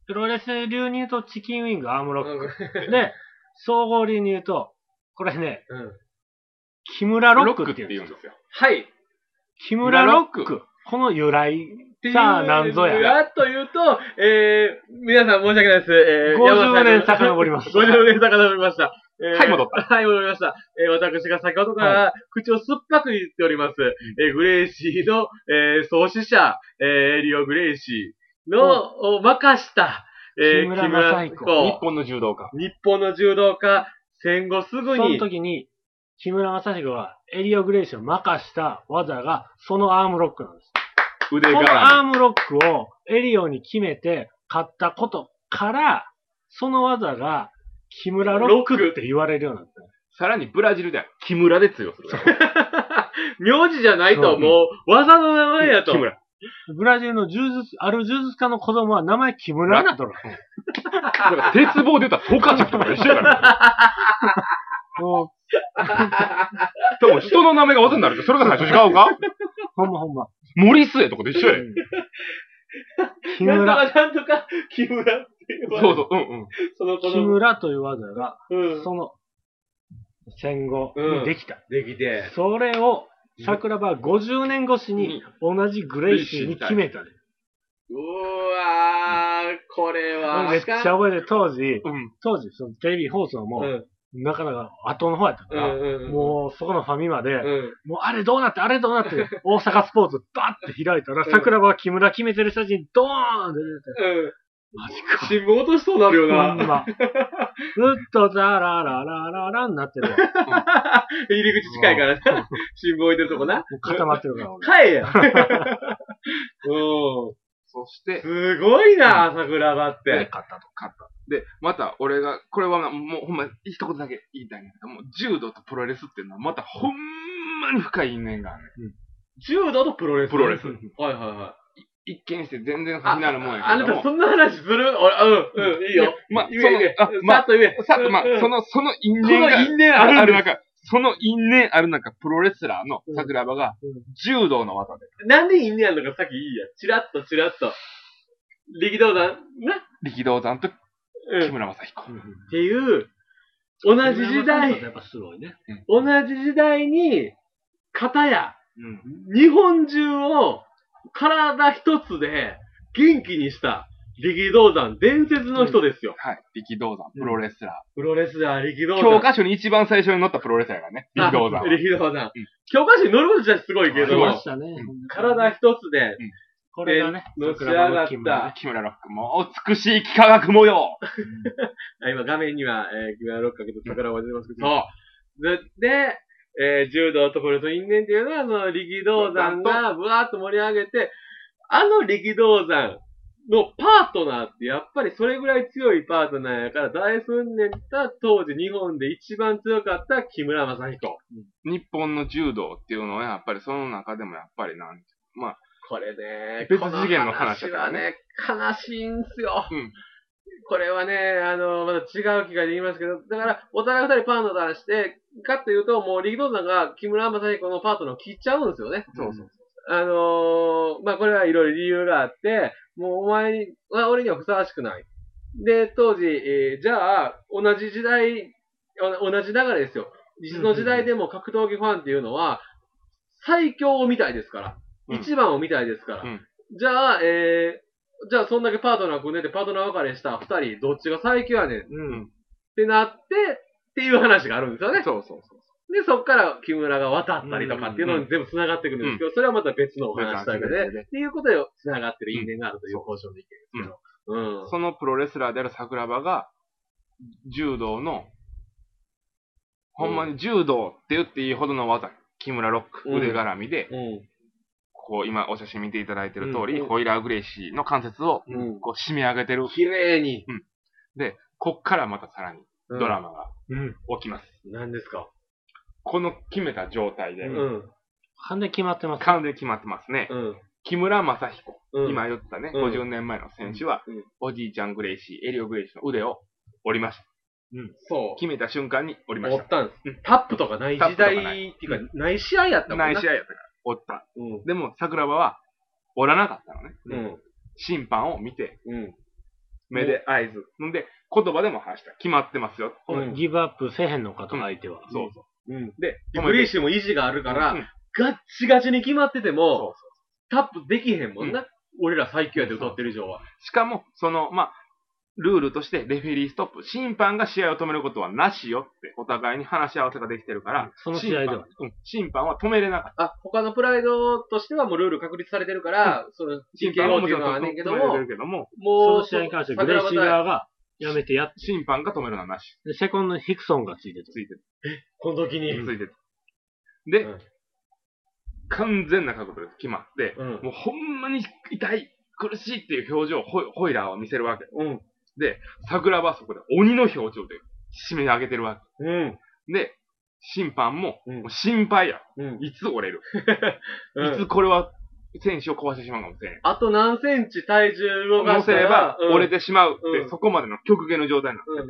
S3: プロレス流に言うとチキンウィング、アームロッ
S1: うん。
S3: ク。で、総合流に言うと、これね、
S1: うん。
S3: 木村ロ
S2: ロ
S3: ッ
S2: ック
S3: ク
S2: っ
S3: ってて
S2: 言
S3: 言
S2: う
S3: うんん
S2: で
S3: です
S2: すよ。
S1: はい。
S3: 木村ロッ
S2: 木村
S3: ク。この由来
S1: ってい、う
S3: さあ、なんぞや。
S1: やっと言うと、えー、皆さん申し訳ないです。えー、
S3: 50年遡りました。
S1: 50年遡りました。えー
S2: はい戻った
S1: はい、戻りました。えー私が先ほどから口を酸っぱく言っております、えーグレイシーの、えー創始者、えーリオ・グレイシーの、を任した、えー
S3: 木村正
S1: 木
S3: 彦
S2: 日
S1: 村彦
S2: 本の柔道家。
S1: 日本の柔道家、戦後すぐ
S3: その
S1: に、
S3: 時に、木村正彦がエリオ・グレイシーを任した技が、そのアームロックなんです。
S2: 腕
S3: こ
S2: が
S3: のアー
S2: らみ。
S3: ムロックをエリオに決めて勝ったことから、その技が木村ロックって言われるようになった。
S2: さらにブラジルでは木村で通用するから。
S1: 名字じゃない
S3: そう
S1: と、
S3: うん
S1: もう、技の名前やと
S2: 木。村。
S3: ブラジルの柔術、ある柔術家の子供は名前木村だとる。
S2: だから鉄棒で言ったらトカチェフとか一緒やからね。 [laughs]
S3: もう、
S2: でも人の名前が技になるとそれが最初違うか
S3: [laughs] ほんまほんま。
S2: 森末とかと一緒や。
S3: うん [laughs] 木
S1: なんと
S3: 村、
S1: か、なんとか、木村っていう
S2: そう
S1: 技
S2: そう、うんうん。
S1: その子
S3: 木
S1: 供。
S3: 村という技が、
S1: うん。
S3: その、戦後にできた。
S1: できて。
S3: それを桜庭は50年越しに同じグレイシーに決めたね。
S1: うわー、これは。
S3: めっちゃ覚えてる、当時、
S2: うん。
S3: 当時、そのテレビ放送も、
S1: うん。
S3: なかなか後の方やったから、
S1: うん。
S3: もうそこのファミマで、
S1: うん。うん。
S3: もうあれどうなって、あれどうなって、
S1: [laughs]
S3: 大阪スポーツバッて開いたら、
S1: うん
S3: 桜庭は木村決めてる写真、ドーンって出てて、
S1: うん。
S3: マジか。
S1: 新聞落としそうになるよ
S3: ほん
S1: な。
S3: ま。ずっとララララララになってるわ。
S1: 入り口近いからな。新聞置いてるとこな。
S3: もう固まってる
S1: [laughs]
S3: から、俺。
S1: 帰えや。うん。
S2: そして、
S1: すごいな、桜庭っ
S3: で
S1: て。
S3: 買ったと。
S2: 勝った。で、また俺が、これはもうほんま一言だけ言いたいんだけども、柔道とプロレスっていうのはまたほんまに深い因縁があるね。
S1: 柔道とプロレス。
S2: プロレス
S1: はいはいは
S2: 一見して全然
S1: い。
S2: 気になるもんや
S1: ああ
S2: け
S1: な
S2: ど
S1: た
S2: も。
S1: そんな話する俺、うん、うん、いいよ。
S2: まあ、
S1: 言え言え。
S2: そのあま
S1: さっと言え
S2: あ。さっとまあ
S1: うん、
S2: その、その因
S1: こ
S2: 縁
S1: の
S2: が
S1: 因縁あるん
S2: あ
S1: です
S2: る中、その因縁ある中、プロレスラーの桜庭が
S3: うん
S2: 柔道の技で。
S1: なんで因縁あるのかさっきいいや。チラッとチラッと。力道山、な。
S2: 力道山と
S1: う
S2: 木
S1: ん。っ
S2: 村正彦。
S1: ていう、同じ時代、
S3: やっぱすごいね。
S1: 同じ時代に、片や、
S2: うん。
S1: 日本中を体一つで元気にした力道山伝説の人ですよ。
S2: はい。力道山、プロレスラ
S1: プロレスラー力
S2: ー。
S1: 道
S2: 教
S1: 山。
S2: 科書に一番最初に載ったプロレスラーがね、力道山
S1: あ
S2: は。
S1: 力道山。教科書に載ることじゃすごいけ
S3: ありま
S1: ど
S3: し、たね。
S1: 体、一つで、
S3: これがね、
S1: のし上
S3: 桜庭
S1: が
S3: の
S1: っ
S3: 木村ね
S1: た。
S2: 木村ロックも、美しい幾何学模様
S1: あ今画面には、えー、グラロッカーと桜を出てますけど、そう。で、でえー柔道とこれと因縁っていうのは、その力道山がブワーッと盛り上げて、あの力道山のパートナーってやっぱりそれぐらい強いパートナーやから、大訓練た当時日本で一番強かった木村正彦。
S2: 日本の柔道っていうのは、やっぱりその中でもやっぱりなん、
S1: これね、
S2: 別次元の話
S1: この話は
S2: だからね
S1: ね、悲しいんすよ。
S2: うん
S1: これはね、あの、また違う機会で言いますけど、だから、お互い二人パートナーして、かっていうと、もう、力道山が木村正彦のパートナーを切っちゃうんですよね。
S2: そうそう。
S1: あのーまあ、これはいろいろ理由があって、もうお前に、は俺にはふさわしくない。で、当時、えーじゃあ、同じ時代、お同じ流れですよ。いつの時代でも格闘技ファンっていうのは、最強を見たいですから。
S2: うん
S1: 一番を見たいですから。
S2: うん
S1: じゃあ、えーじゃあそんだけパートナー組んでてパートナー別れした二人、どっちが最強やねんっ
S3: うん。
S1: てなって、っていう話があるんですよね。
S2: そうそうそう。
S1: で、そっから木村が渡ったりとかっていうのに全部繋がってくるんですけど、それはまた別のお話だけ
S2: 別の話
S1: で、っていうことで繋がってる因縁があるという交渉でいけるんですけど。うん。
S2: そのプロレスラーである桜庭が、柔道の、ほんまに柔道って言っていいほどの技、木村ロック、
S1: うん
S2: 腕絡みで、
S1: うん。
S2: こう今お写真見ていただいてる通り、
S1: うん
S2: ホイラーグレイシーの関節を
S1: うん。
S2: こう締め上げてる。
S1: 綺麗に。
S2: こっからまたさらに
S1: ド
S2: ドラマが
S3: うん。
S2: 起きます。
S1: 何ですか
S2: この決めた状態で
S1: う、ん。
S3: 半で決まってます。
S2: 完全に決まってますね。
S1: うん。
S2: 木村正彦、
S1: うん。
S2: 今言ったね、
S1: うん
S2: 50年前の選手は
S1: うん、
S2: おじいちゃんグレイシー、エリオグレイシーの腕を折りました。
S1: そう。
S2: 決めた瞬間に折りま
S1: お
S2: し
S1: ったんです
S2: うん。
S1: タップとかない時
S2: タップ
S1: 代
S2: とかな
S1: っていうか、ない試合やった
S2: た。
S1: もん
S2: ない
S1: な
S2: 試。合やったから、折った。
S1: うん。
S2: でも、桜庭は、おらなかったのね。
S1: うん。
S2: 審判を見て、
S1: うん。
S2: 目で合図。んで、言葉でも話した。決まってますよ。
S1: うん
S3: ギブアップせえへんのかと、相手は。
S2: そうそ
S1: うん。
S2: う。で、
S1: グリーシュも意志があるから、
S2: うん
S1: ガッチガチに決まってて
S2: そう
S1: も、タップできへんもんな。俺ら最強やで歌ってる以上は。
S2: しかも、その、まあ、ルールとして、レフェリーストップ、審判が試合を止めることはなしよって、お互いに話し合わせができてるから、
S3: その試合では
S2: 審判うん審判は止めれなかっ
S1: あ、他のプライドとしてはもうルール確立されてるから、その、
S2: た。審判
S1: TKO
S2: は
S1: って
S2: も
S1: い
S2: ち
S1: う
S2: ろ
S1: の
S2: ん
S1: はあんねんけども
S2: 止めれ、るけども、
S1: も、
S3: そうの試合に関して、グレイシー
S1: が
S3: 側がやめてやっ
S2: 審判が止めるのはなし。
S3: て、セコンドにヒクソンがついてて
S2: つ。いてる。
S1: この時に。
S2: ついてる。で、
S1: うん
S2: 完全な角度で決まって、
S1: うん。
S2: もうほんまに痛い、苦しいっていう表情をホイホイラーは見せるわけ。
S1: うん。
S2: 桜はそこで鬼の表情で締め上げてるわ
S1: うん。
S2: け。で、審判も、
S1: うん
S2: もう心配や。
S1: うん。
S2: いつ折れる、
S1: う
S2: いつ
S1: ん
S2: これは選手を壊してしまうかもしれん。
S1: あと何センチ体重を
S2: 乗せれば折れてしまうって、
S1: うん
S2: そこまでの極限の状態になっ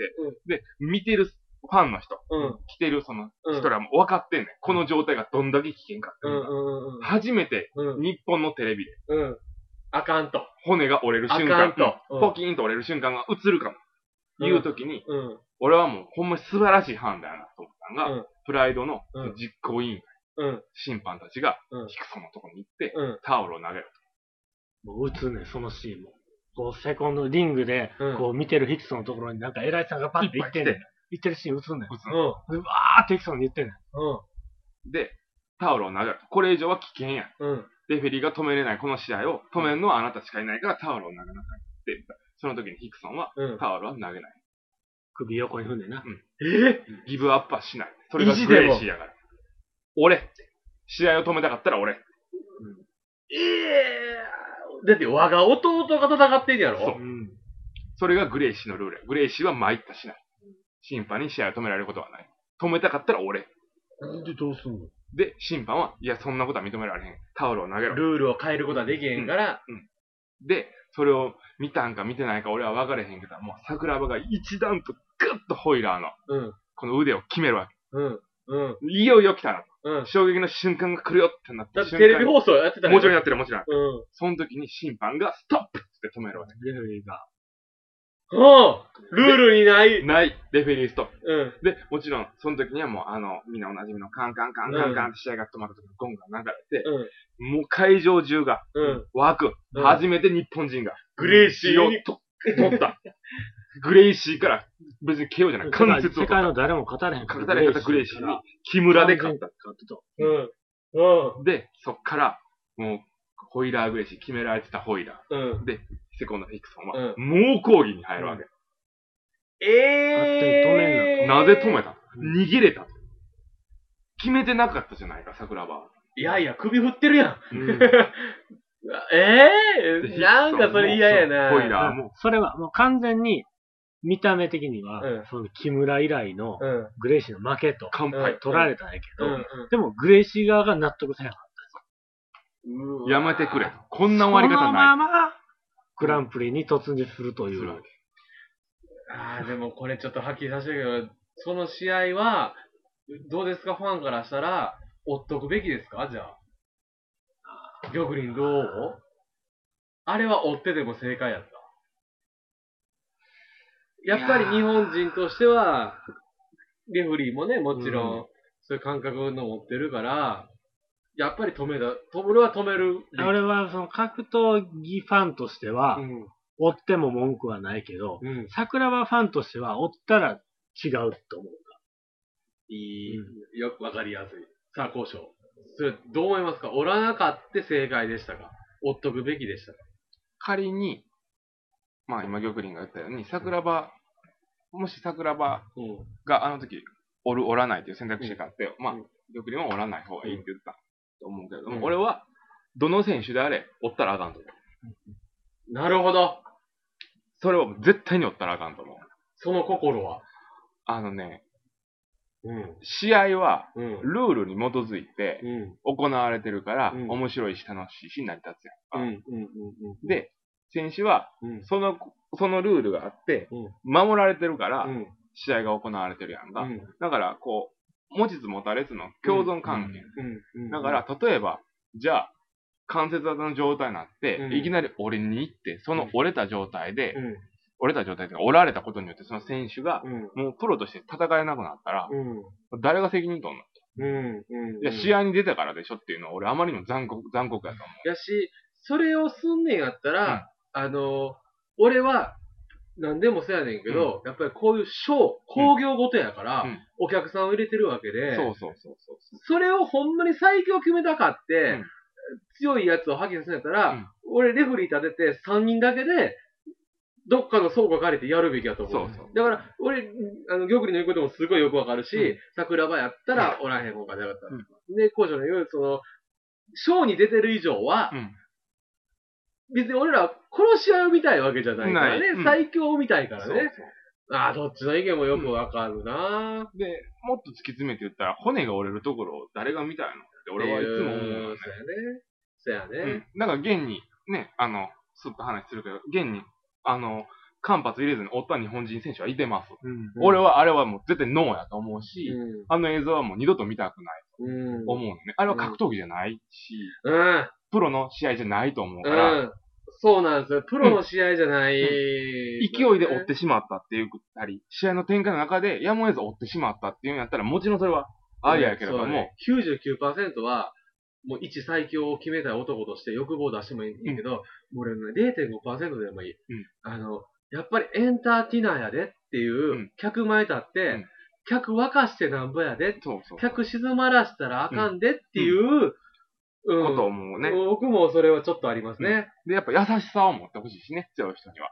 S2: てて、で、見てるファンの人、
S1: うん。うん。
S2: 来てるその
S1: うん。
S2: 人らも分かってんねん。この状態がどんだけ危険かって
S1: う
S2: い
S1: ん。
S2: う
S1: う
S2: のが。
S1: ん。
S2: 初めて
S1: うん。
S2: 日本のテレビで
S1: うん。うん。あかんと。
S2: 骨が折れる瞬
S1: あか
S2: 間
S1: んとうん
S2: ポキンと折れる瞬間が映るかも。いう時に、
S1: うん。
S2: 俺はもうほんまに素晴らしい判断だなと思ったのが、
S1: うん
S2: プライドの
S1: うん
S2: 実行委員
S1: うん。
S2: 審判たちが
S3: うん、
S2: ヒクソンのとこに行って、
S1: うん。
S2: タオルを投げる。
S3: もう打つね、そのシーンも。こう、セコンド、リングで、
S1: うん
S3: こう見てるヒクソンのところになんか偉いさんがパッて行ってんねん
S2: いっ。
S3: 行ってるシーン打つんだよ。
S2: 打つ
S1: う
S2: の。
S1: ん。
S3: うわーってヒクソンに言ってんねん。
S2: で、タオルを投げる。これ以上は危険や。
S1: うん。うん。
S2: レフェリーが止めれないこの試合を止めるのはあなたしかいないからタオルを投げなさいって言った。その時にヒクソンは
S1: うん。
S2: タオルは投げない。
S3: 首横に踏んでな。
S1: え
S2: ギブアップはしない。それが
S1: 意地
S2: グ
S1: でも
S2: レイシーやから。俺って。試合を止めたかったら俺って。
S1: えー、だって我が弟が戦ってんやろ
S2: そう
S3: うん。
S2: それがグレイシーのルールや。グレイシーは参ったしない。審判に試合を止められることはない。止めたかったら俺。
S3: で、どうすんの
S2: で、審判は、いや、そんなことは認められへん。タオルを投げろ。
S1: ルールを変えることはできへんから、
S2: で、それを見たんか見てないか俺は分かれへんけど、もう桜庭が一段とグッとホイラーの、
S1: うん、
S2: この腕を決めるわ
S1: うん、うん、
S2: け。いよいよ来たな。
S1: うん。
S2: 衝撃の瞬間が来るよってなっ
S1: だ
S2: た
S1: って
S2: 瞬
S1: テレ
S2: 間
S1: ビ
S2: に
S1: 放送やってた
S2: もちろん
S1: ん。
S2: やってるもちろん。
S1: うん。
S2: その時に審判がストップって止めるわけ。
S3: レフェリーが。
S1: うんルールにない。
S2: ない、レフェリーストップ。
S1: うん。
S2: で、もちろん、その時にはもう、あの、みんなおなじみのカンカンカンカンカンって試合が止まった時にゴンが流れて、
S1: うん。
S2: もう会場中が、
S1: うん。
S2: 湧く。
S1: うん
S2: 初めて日本人が、
S1: グレイシーを
S2: 血と取った。グレイシーから、別に KO じゃない、関節を取
S3: 世
S2: った
S3: 界。の誰も語れへん
S2: かけたれ方グレイシーに
S3: が、
S2: 木村で勝った。
S3: 勝ってと。
S1: うん。うん。
S2: で、そっから、もう、ホイラーグレイシー、決められてたホイラ
S1: うん。
S2: ー、セコンドヒクソンは、
S1: う
S2: 猛抗議に入るわけ。
S1: えー。
S2: なぜ止めた
S3: う
S2: 逃げれた決めてなかったじゃないか、桜庭は。
S1: いやいや、首振ってるやん。
S2: うん
S1: え
S2: で
S1: えなんかそれ嫌やな。
S2: そうホイラーも。
S3: それはもう完全に、見た目的には、
S1: うん
S3: その木村以来の
S1: うん。うん。
S3: グレイシーの負けと
S2: 乾
S1: う
S2: 杯
S1: ん。
S3: 取られたんやけど、
S1: う
S3: でもグレイシー側が納得せなかっ
S1: ん。うん
S2: やめてくれ。。こん
S3: た。
S2: な終わり
S3: そ
S2: 方
S3: のま
S2: ない。
S3: ま、グランプリに突入するとい
S2: する
S3: う
S2: わ。け
S1: ああ、でもこれちょっとはっきりさせてるけど、その試合は、どうですか、ファンからしたら、追っとくべきですかじゃあ。玉林どうあれは追ってでも正解やった。やっぱり日本人としては、レフェリーもね、もちろん、
S3: う
S1: そういう感覚の持ってるから、やっぱり止めた、と俺は止める。
S3: 俺はその格闘技ファンとしては、
S1: うん。
S3: 追っても文句はないけど、
S1: うん。
S3: 桜庭ファンとしては追ったら違うと思う。
S1: いい、よくわかりやすい。さあ、交渉。それ、どう思いますかおらなかって正解でしたかおっとくべきでしたか
S2: 仮に、まあ今、玉林が言ったように、桜庭、もし桜庭
S1: うん。
S2: があの時、おる、おらないという選択肢があって、まあ
S1: うん、
S2: 玉林はおらない方がいいって言ったと思うけれど
S1: うん
S2: も、俺は、どの選手であれ、おったらあかんと思う。
S1: なるほど。
S2: それは絶対におったらあかんと思う。
S1: その心は。
S2: あのね、
S1: うん。
S2: 試合は、
S1: うん。
S2: ルールに基づいて
S1: うん。
S2: 行われてるから、
S1: うん
S2: 面白いし楽しいし成り立つ
S1: う
S2: や
S1: ん。う
S2: ん。
S1: ん。うん。
S2: で、選手は、
S1: うん。
S2: その、そのルールがあって、
S1: うん
S2: 守られてるか
S1: う
S2: ら、
S1: ん。
S2: 試合が行われてるやん
S1: う
S2: か。
S1: ん。
S2: だから、こう、持ちつ持たれつの共存関係。
S1: うん。
S2: だから、例えば、じゃあ、関節技の状態になって、
S1: うん
S2: いきなり折りに行って、その折れた状態で、
S1: うん。
S2: 折れた状態というか、折られたことによって、その選手が、
S1: うん。
S2: もうプロとして戦えなくなったら、
S1: うん。
S2: 誰が責任取んの
S1: うん。うん。
S2: いや、試合に出たからでしょっていうのは、俺あまりにも残酷、残酷やと思
S1: やし、それをすんねんやったら、あの、俺は、何でもそうやねんけど、やっぱりこういうショー、工業ごとやから、
S2: うん
S1: お客さんを入れてるわけで、
S2: う。そうそうそうそうそう。
S1: それをほんまに最強決めたかって、
S2: ん
S1: 強いやつを破棄させんやったら、
S2: うん
S1: 俺レフリー立てて3人だけで、どっかの倉庫借りてやるべきやと思う。
S2: そうそう
S1: だから、俺、あの、玉林の言うこともすごいよくわかるし、
S2: うん
S1: 桜庭やったらおらへん方がよかった。
S2: うん
S1: で、校長の言う、その、ショーに出てる以上は、
S2: うん
S1: 別に俺ら、この試合を見たいわけじゃないからね、
S2: ないうん
S1: 最強を見たいから
S2: そう
S1: ね。
S2: そう
S1: ああ、どっちの意見もよくわかるな
S2: で、もっと突き詰めて言ったら、骨が折れるところを誰が見たいのって俺はいつも思うのね。
S1: そうやね。そうやね。
S2: うん。だから、現に、ね、あの、すっと話するけど、現に、あの、間髪入れずに折った日本人選手はいてます。
S3: うん
S1: うん
S2: 俺は、あれはもう絶対ノーやと思うし、
S1: うん
S2: あの映像はもう二度と見たくない
S1: うん。
S2: と思うのね。あれは格闘技じゃないし、
S1: うん。
S2: プロの試合じゃないと思うから、
S1: うん。そうなんですよ。プロの試合じゃない。
S2: 勢いで追ってしまったっていうたり、試合の展開の中でやむを得ず追ってしまったっていうんやったら、もちろんそれはありやけれど
S1: そう
S2: も
S1: ね、99%は、もう一最強を決めたい男として欲望を出してもいいんやけど、もう俺ね、0.5%でもいい、
S2: ん、
S1: あの、やっぱりエンターテイナーやでっていううん客前立って、
S2: ん
S1: 客沸かしてなんぼやで、
S2: そうそう。
S1: 客静まらしたらあかんでっていう、うん
S2: ことをもうね。
S1: 僕もそれはちょっとありますね。
S2: で、やっぱ優しさを持ってほしいしね、強い人には。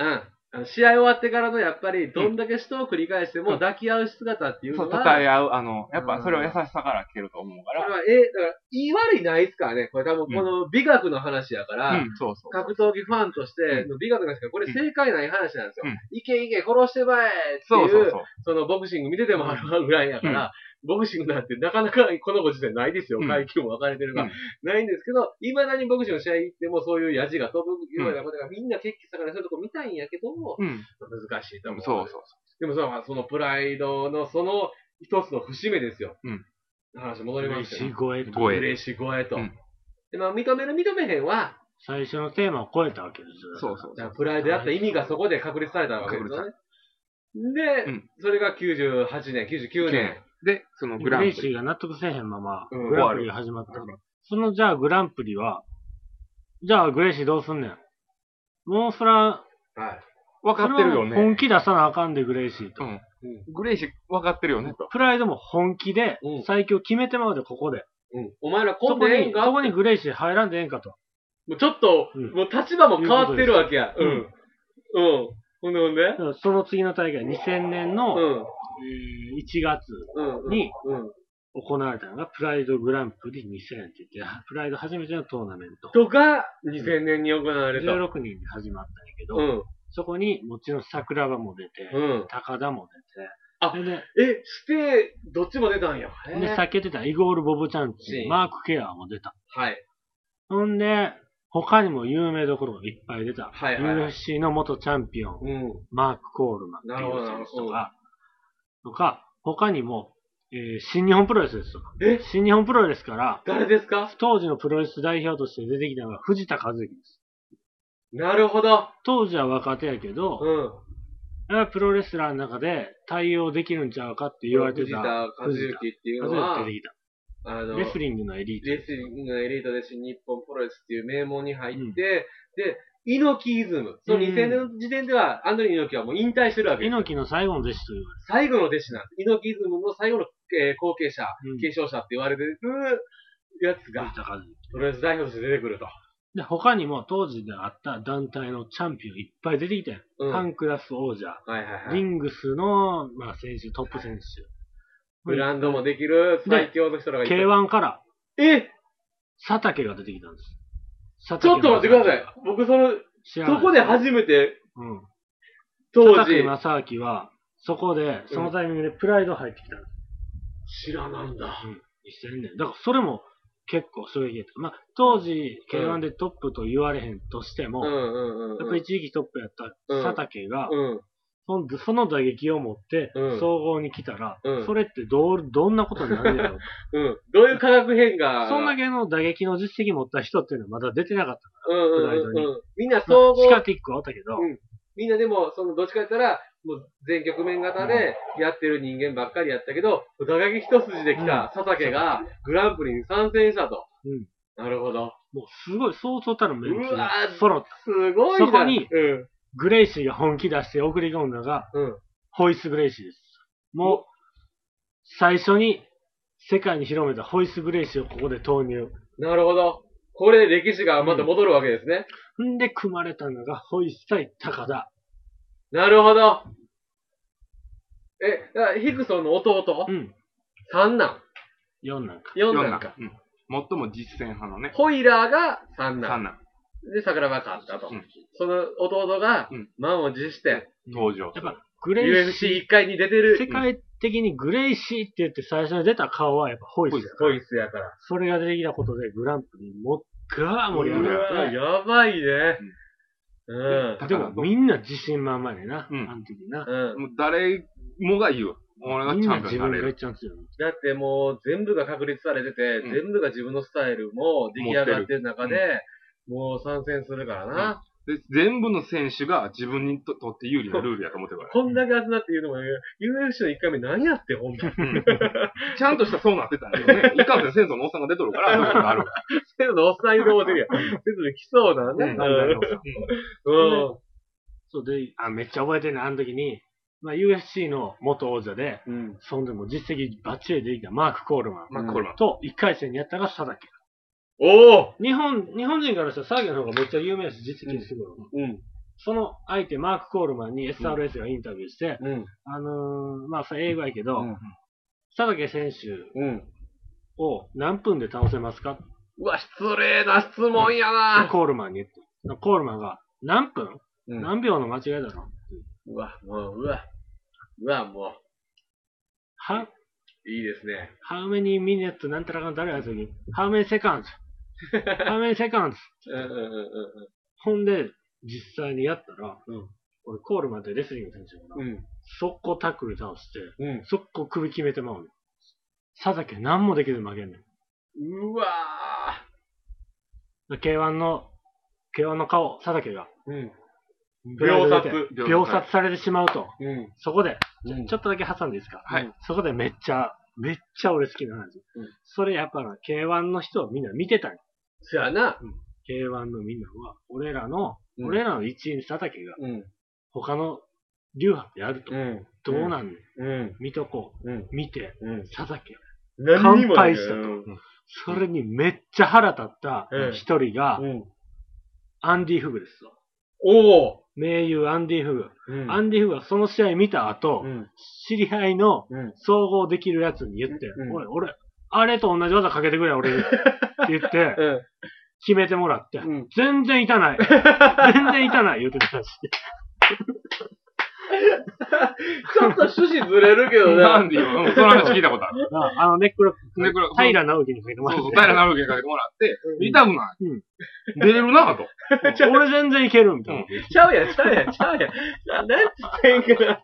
S1: うん。あの試合終わってからのやっぱり、どんだけ死闘を繰り返しても
S2: うん
S1: 抱き合う姿っていう
S2: そう、
S1: の
S2: 称
S1: は、
S2: え合う、あの、やっぱそれは優しさから来てると思うか
S1: これ
S2: ら。
S1: はえだから、言い悪いないですからね。これ多分この美学の話やから、
S2: うん、そうそう。
S1: 格闘技ファンとしての美学なんですけど、これ正解ない話なんですよ。
S2: うん
S1: いけいけ殺してばえってい
S2: そううそうそう。
S1: そのボクシング見ててもあるわぐらいやから、ボクシングなんてなかなかこのご時世ないですよ。
S2: うん
S1: 階級も分かれてるから、
S2: うん
S1: ないんですけど、いまだにボクシングの試合行ってもそういうヤジが飛ぶようなことがみんな血気盛らそういうとこ見たいんやけど、
S2: うん、
S1: 難しいと
S2: そう
S1: 思う。
S2: そうそう。
S1: でもさ、そのプライドのその一つの節目ですよ。
S2: うん
S1: 話戻りま
S3: 嬉
S1: す
S3: し
S1: けど
S3: い。声と。
S2: 声
S1: 嬉しい声と。
S2: うん
S1: でまあ、認める認めへんは、
S3: 最初のテーマを超えたわけですよ。
S2: そうそう
S1: だからプライドやった意味がそこで確立されたわけですよね。で、
S2: うん
S1: それが98年、99年。
S2: で、そのグラン
S3: レイ
S2: プ
S3: シ
S2: リ。
S3: ーが納得せえへんまま、
S1: うん
S3: グランプリが始まった。その、じゃあグランプリは、じゃあグレイシーどうすんねん。もうそら、
S1: はい。
S2: 分かってるよ
S3: それは本
S2: ね。
S3: 気出さなあかんで、グレイシーと。
S2: うんグレイシー分かってるよね、と。
S3: プライドも本気で
S1: うん、
S3: 最強決めてまうで、ここで。
S1: うん、お前ら
S3: そ
S1: こん
S3: こ
S1: でええ
S3: に、
S1: ん
S3: そ
S1: か
S3: こにグレイシー入らんでええんかと。
S1: もうちょっと、
S3: うん
S1: もう立場も変わってるわけや。う
S3: うんん。
S1: うん。ほんでほんで
S3: だからその次の大会、2000年の、
S1: う
S3: えー
S1: ん。
S3: 1月
S1: うん。うん
S3: に
S1: うん。
S3: 行われたのが、プライドグランプリ2000って言って、プライド初めてのトーナメント。
S1: とか、2000年に行われた。
S3: 16人で始まったんやけど、
S1: うん。
S3: そこにもちろん桜庭も出て、
S1: うん。
S3: 高田も
S1: あ
S3: 出て、で
S1: え、して、どっちも出たんや。
S3: で、で、避けてたイゴール・ボブチャン
S1: シ
S3: チ
S1: ー、ン
S3: マーク・ケアーも出た。
S1: はい。
S3: ほんで、他にも有名どころがいっぱい出た。
S1: はいはいはい
S3: UFC の元チャンピオン、
S1: うん。
S3: マーク・コールマンって
S1: なるほ
S3: い
S1: ど
S3: う
S1: なる
S3: 選手
S1: ほど
S3: とか、とか、他にも、えー新日本プロレスですとか。
S1: え
S3: 新日本プロレスから、
S1: 誰ですか
S3: 当時のプロレス代表として出てきたのが藤田和之です。
S1: なるほど。
S3: 当時は若手やけど、
S1: うん。
S3: やっぱりプロレスラーの中で対応できるんちゃうかって言われて
S1: 藤
S3: た。
S1: 田和之っていうのは
S3: 和之が出、てきた。
S1: あの、
S3: レスリングのエリート。
S1: レスリングのエリートでし、日本プロレスっていう名門に入って、で、猪木イズム。その2000年の時点では、アンドリー猪木はもう引退してるわけです。
S3: 猪木の最後の弟子と言わ
S1: 最後の弟子なんです。猪木イズムの最後の、えー後継者、
S3: れて
S1: 継
S3: る。
S1: 承者って言われてるやつ
S3: うん、
S1: が、
S3: 藤田和之
S1: プロレス代表として出てくると。
S3: で、他にも当時であった団体のチャンピオンいっぱい出てきたよ。
S1: うん。
S3: パ
S1: はい
S3: ンクラス王者、
S1: はいは
S3: リ
S1: い。
S3: ングスの、まあ、選手、トップ選
S1: ブランドもできる最強の人らが
S3: 手。
S1: いる。
S3: K1 から
S1: え
S3: 佐竹が出てきたんです。佐
S1: ち
S3: 竹
S1: ょっと待ってください。僕その、
S3: 知らない。
S1: そこで初めて、
S3: うん。
S1: 当
S3: 佐
S1: 時
S3: 竹、正明は、そこで、そのタイミングでプライド入ってきたんです。
S1: 知らなんだ。
S3: うん。2000年。だからそれも結構衝撃だった。まあ、当時、
S1: うん
S3: K1 でトップと言われへんとして
S1: うんうん
S3: も、
S1: うん
S3: やっ
S1: う
S3: ぱ
S1: ん。
S3: 一時期トップやった佐竹が、
S1: うん。
S3: そのその打撃を持って
S1: うん、
S3: 総合に来たら、
S1: うん
S3: それってどう、どんなことになるんだろ
S1: [laughs]
S3: う。
S1: うん。どういう化学変化
S3: そんだけの打撃の実績持った人っていうのはまだ出てなかっ
S1: う
S3: た。
S1: んうんうんうん。みんな
S3: ま
S1: 総
S3: あ
S1: 合
S3: シ、カティックはあったけど、
S1: うんみんなでも、その、どっちかやったら、もう全局面型でやってる人間ばっかりやったけど、打撃一筋で来た佐竹がグランプリに参戦したと。
S3: うん
S1: なるほど。
S3: もうすごい、そうそうたるメンツ
S1: うわ
S3: が
S1: ー
S3: 揃った。
S1: すごいな
S3: そこに
S1: うん。
S3: グレイシーが本気出して送り込んだのが、
S1: うん。
S3: ホイス・グレイシーです。もう、最初に世界に広めたホイス・グレイシーをここで投入。
S1: なるほど。これで歴史がまた戻るわけですね。
S3: んで、組まれたのが、ホイス対高田。
S1: なるほど。え、だからヒクソンの弟、
S3: うん。
S1: 三男。
S3: 4なんか。
S1: 四
S2: 世の
S1: 男
S2: 中
S1: か。。
S2: うん。最も実践派のね、
S1: ホイラーが三
S2: 三
S1: 男。
S2: 男。
S1: で、桜庭勝ったと。
S2: うん
S1: その弟が
S2: うん
S1: 満を持して、
S2: 登場
S3: やっぱ、グレイシー
S1: UFC1 回に出てる
S3: 世界的にグレイシーって言って最初に出た顔はやっぱホイス
S2: ホイス
S3: だから
S1: ボイスやから。
S3: それが出てきたことでグランプリもっかー盛り上がって、
S1: うわやばいね。うん。
S2: や
S3: でもみんな自信満々やな、
S2: うん
S3: あの時な。
S1: うん。
S2: もう誰もが言う。俺が
S3: みん
S2: チャ
S3: な
S2: ン
S3: 自
S2: ピオン
S3: 分
S2: になれ
S3: がめ
S2: る
S3: っ。ちゃ強い。
S1: だってもう全部が確立されてて、
S2: うん
S1: 全部が自分のスタイルも出来上がってる中で、もう参戦するからな。
S2: で、全部の選手が自分にととって有利なルールやと思ってるから。
S1: こんだけ集まって言うのも、UFC の1回目何やってん、ほんま。
S2: ちゃんとしたそうなってたんだ [laughs] よね。いかんせん戦争のおっさんが出とるから、そういうことがあるから。
S1: セドのおっさん言うと思ってるやん。セドに来そうなね。
S2: なんだろうな
S1: うん
S3: そうで、あ、めっちゃ覚えてるね、あの時に、まあ、UFC の元王者で、
S1: うん。
S3: そんでもう実績バッチリできたマーク・コールマン
S2: まあ、これは。
S3: と1回戦にやったが佐竹。
S1: おお
S3: 日本、日本人からしたら佐竹の方がめっちゃ有名だし、実績すごい。
S1: うん。
S3: その相手、マーク・コールマンに SRS がインタビューして、
S1: うん。
S3: あのーまあ、それ英語やけど、
S1: うん
S3: 佐竹選手
S1: うん。
S3: を何分で倒せますか
S1: うわ、失礼な質問やな。
S3: コールマンに言って。コールマンが、何分、
S1: うん
S3: 何秒の間違いだろ
S1: うわ、もう、うわ。うわ、も
S3: ?How,
S1: う、いいですね。
S3: how many minutes なんたらかんたらやつに、how many
S1: [laughs]
S3: seconds? how many seconds?
S1: うんうんうん
S3: ほんで、実際にやったら、俺、コールマンってレスリングの選手だから、
S1: うん。
S3: 速攻タックル倒して、
S1: うん。
S3: 速攻首決めてまうの。佐竹何もできず負けんねん。
S1: うん。うわ
S3: K1 の、K1 の顔、佐竹が、
S1: ーうん。
S3: 秒殺
S2: 秒
S3: 秒
S2: 殺
S3: 殺されてしまうと。
S1: うん。
S3: そこで、
S1: うん
S3: ちょっとだけ挟んでいいですか、
S2: はい
S3: そこでめっちゃ、めっちゃ俺好きな話。
S1: うん
S3: それやっぱな、K1 の人はみんな見てたんよ
S1: そやな。
S3: K1 のみんなは、俺らの、
S1: うん
S3: 俺らの一員佐竹が
S1: うん。
S3: 他の流派でやると、
S1: ん。
S3: どうなんねん、
S1: うん。
S3: 見とこう。
S1: うん。
S3: 見て、
S1: うん。
S3: 佐竹。
S1: 何に
S3: 乾
S1: もない
S3: 杯
S1: け
S3: した
S1: ど
S3: と。それにめっちゃ腹立った
S1: うん
S3: 一人が、
S1: うん。
S3: アンディ・フグですよ。
S1: おお
S3: 名優アンディ・フグ。
S1: うん
S3: アンディ・フグはその試合見た後、
S1: うん。
S3: 知り合いの
S1: うん。
S3: 総合できるやつに言って、
S1: うん
S3: おい、俺、あれと同じ技かけてくれ、
S1: [laughs]
S3: 俺に。って言って、
S1: うん。
S3: 決めてもらって、
S1: うん
S3: 全然痛ない。全然痛ない、言
S1: [laughs]
S3: ってたし。
S1: ちょっと趣旨ずれるけど
S2: な
S1: な。
S2: んでよ。うんその話聞いたことある。
S3: ああの、ネックロック、
S2: ネックロック
S3: 平直樹にかけても
S2: そう
S3: らっ
S2: そう、
S3: て、。
S2: 平直樹にかけてもらって、
S1: うん
S2: 痛くないう出れるなぁと。
S3: 俺全然いける、みたいな。
S1: ちゃうやん、ちゃうやん、ちゃうやん。ななんつってんかな。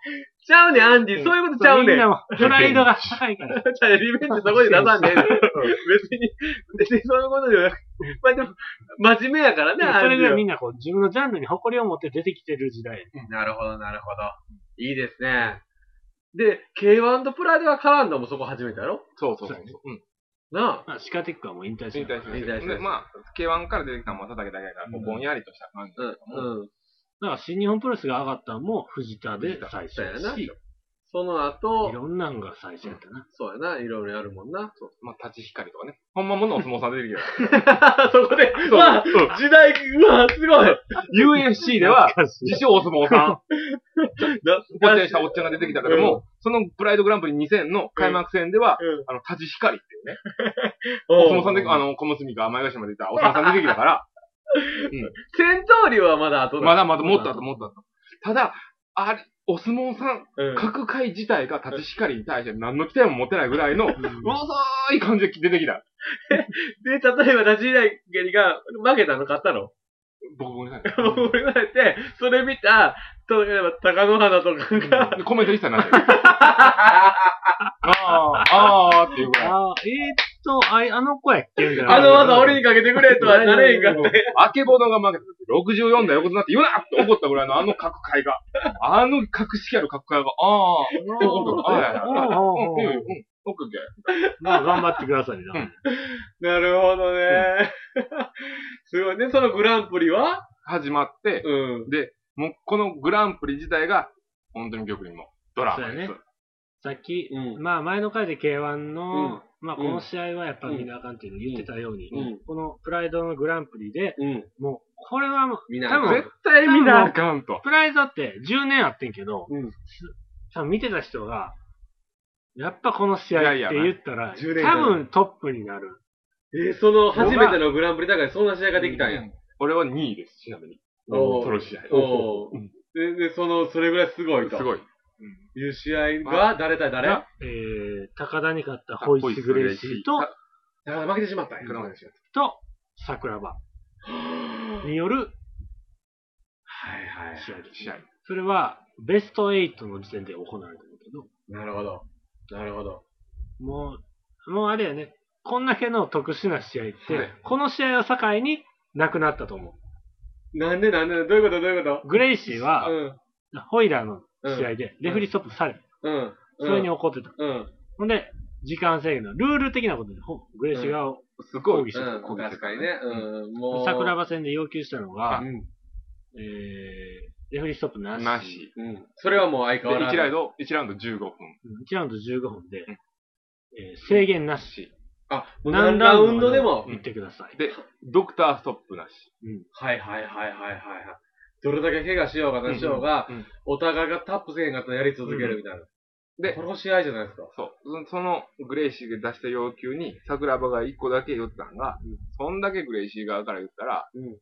S1: ちゃうねん、アンディ。そういうことちゃうね
S3: みん
S1: ん。
S3: な
S1: ち
S3: もプライドが高いから。
S1: ゃうねんリベンジそこで出さんねん。別に、別にそういうことではなくまあでも、真面目やからね、ア
S3: そ
S1: ンデ
S3: れ
S1: ィ
S3: ぐらい
S1: は
S3: みんなこう、自分のジャンルに誇りを持って出てきてる時代。
S1: なるほど、なるほど。いいですね。で、K1 とプライドが絡んだのもそこ初めてやろ
S2: そうそう
S3: そ
S2: そうう
S3: やね。
S2: うん。
S1: なあ。
S3: まあ、シカテックはもう引退して
S2: 引退
S3: る。
S2: し
S1: 引
S2: ま
S1: 退
S2: し。
S1: したま
S2: で、
S1: した
S2: まあ、K1 から出てきたのは叩けだけだから、こうぼんやりとした感じ
S1: う
S2: だ
S1: ん
S2: けども。、
S1: うん。
S3: だから新日本プロレスが上がったのも藤田で最初
S1: そうや
S3: だ
S1: な
S3: し、い
S1: その後、
S3: ろんなんが最初やったな。
S1: そうやな、いろいろやるもんな。 [laughs]
S2: そうまあ、立ち光とかね。ほんまものお相撲さん出てきたか
S1: そこで、うわ、時代、うわ、すごい。
S2: ら。UFC では、
S3: 懐かしい
S2: 自称お相撲さん、ぽっちゃりしたおっちゃんが出てきたけども、そのプライドグランプリ2000の開幕戦では、
S1: うん
S2: あの、立ち光っていうね、
S1: お
S2: お相撲さんで、あの、小結が前頭までいたお相撲さん出てきた [laughs] から、
S1: 戦闘竜はまだ後だ。
S2: まだまだもっとあともっとあと。ただ、あれ、お相撲さん、
S1: うん、
S2: 各界自体が立ち光に対して何の期待も持てないぐらい [laughs] の、うざい感じで出てきた。
S1: で、例えば、ラジーダイゲリが負けたの買ったの
S2: 僕ごめんなさい。
S1: [laughs] 僕言われて、それ見た、例えば、高野花とかが、
S2: でコメント一切 [laughs] ない。ああ、ああっていうぐらい。
S3: あーえーっと、あいあの子やっけみたいな。
S1: [laughs] あの技俺にかけてくれとはなれへんかった。
S2: あけぼのが負けた時、64代横綱って言うなって怒ったぐらいのあの角界 [laughs] が、あの格式ある角界が、ああ、
S3: うん
S2: ああ、やや、
S3: う
S2: う
S3: ん
S2: ん、うん、うん、オッケ
S3: まあ、頑張ってくださいな。
S2: うん
S1: なるほどね。 [laughs] すごいね。そのグランプリは
S2: ー。始まって、
S1: うん。
S2: もうこのグランプリ自体が、本当に極にも、ドラマです。
S3: そうさっき、
S1: うん
S3: まあ、前の回で K1 の、まあ、この試合はやっぱ
S1: うん
S3: 見なあかんっていうの言ってたように、
S1: うん
S3: このプライドのグランプリで、
S1: うん。
S3: もう、これはもう、
S1: みんな、
S3: 多分
S2: 絶対見なあかんと。
S3: プライドって10年あってんけど、
S1: うん
S3: 多分見てた人が、やっぱこの試合って言ったら、
S1: いやいや
S3: 多分トップになる。
S1: えーその、初めてのグランプリ大会、そんな試合ができたんや。
S2: 俺は2位です、ちなみに。
S1: おー
S2: トロ試合。
S1: おー
S2: うん
S1: で、で、その、それぐらいすごいと。
S2: すごい。
S1: いう試合が、誰対誰
S2: あ
S3: えー、高田に勝ったホイッシグレイシーと、
S1: あ負けてしまったんや。
S2: 車でしょ
S3: と、桜庭による
S1: はいはい。
S3: 試合です。
S2: 試合。
S3: それは、ベスト8の時点で行われたんだけど、
S1: なるほど。なるほど。
S3: もう、もうあれやね、こんだけの特殊な試合って、
S2: はい
S3: この試合を境になくなったと思う。
S1: なんでなんでどういうことどういうこ
S3: グレイシー
S1: と
S3: は、ホイラーの試合で、レフェリーストップされ、
S1: うん。うん。
S3: それに怒ってた。
S1: うん。うん。
S3: ほんで、時間制限のルール的なことで、ほグレイシーが
S2: すご
S3: 抗
S2: い
S3: 議し、てた。
S1: うん。確かにね。うん。もう。
S3: 桜庭戦で要求したのが、
S1: うん。
S3: えー、レフェリーストップなし。
S2: なし。
S1: うん。それはもう相
S2: で、
S1: 変わらず。
S2: 1ラウンド、1ラウンド15分。
S3: うん1ラウンド15分で、
S2: うん
S3: えー制限なし。
S1: あ、もう何ラウンドでも。
S3: 言ってください。
S2: で、ドクターストップなし。
S1: はいはいはいはいはいはい。どれだけ怪我しようがなしようが、
S2: うんうん
S1: お互いがタップせえへんかったらやり続けるみたいな。
S2: で、
S1: 殺し合いじゃないですか。
S2: そう。そのグレイシーが出した要求に、桜庭が1個だけ言ったのが、そんだけグレイシー側から言ったら、
S1: うん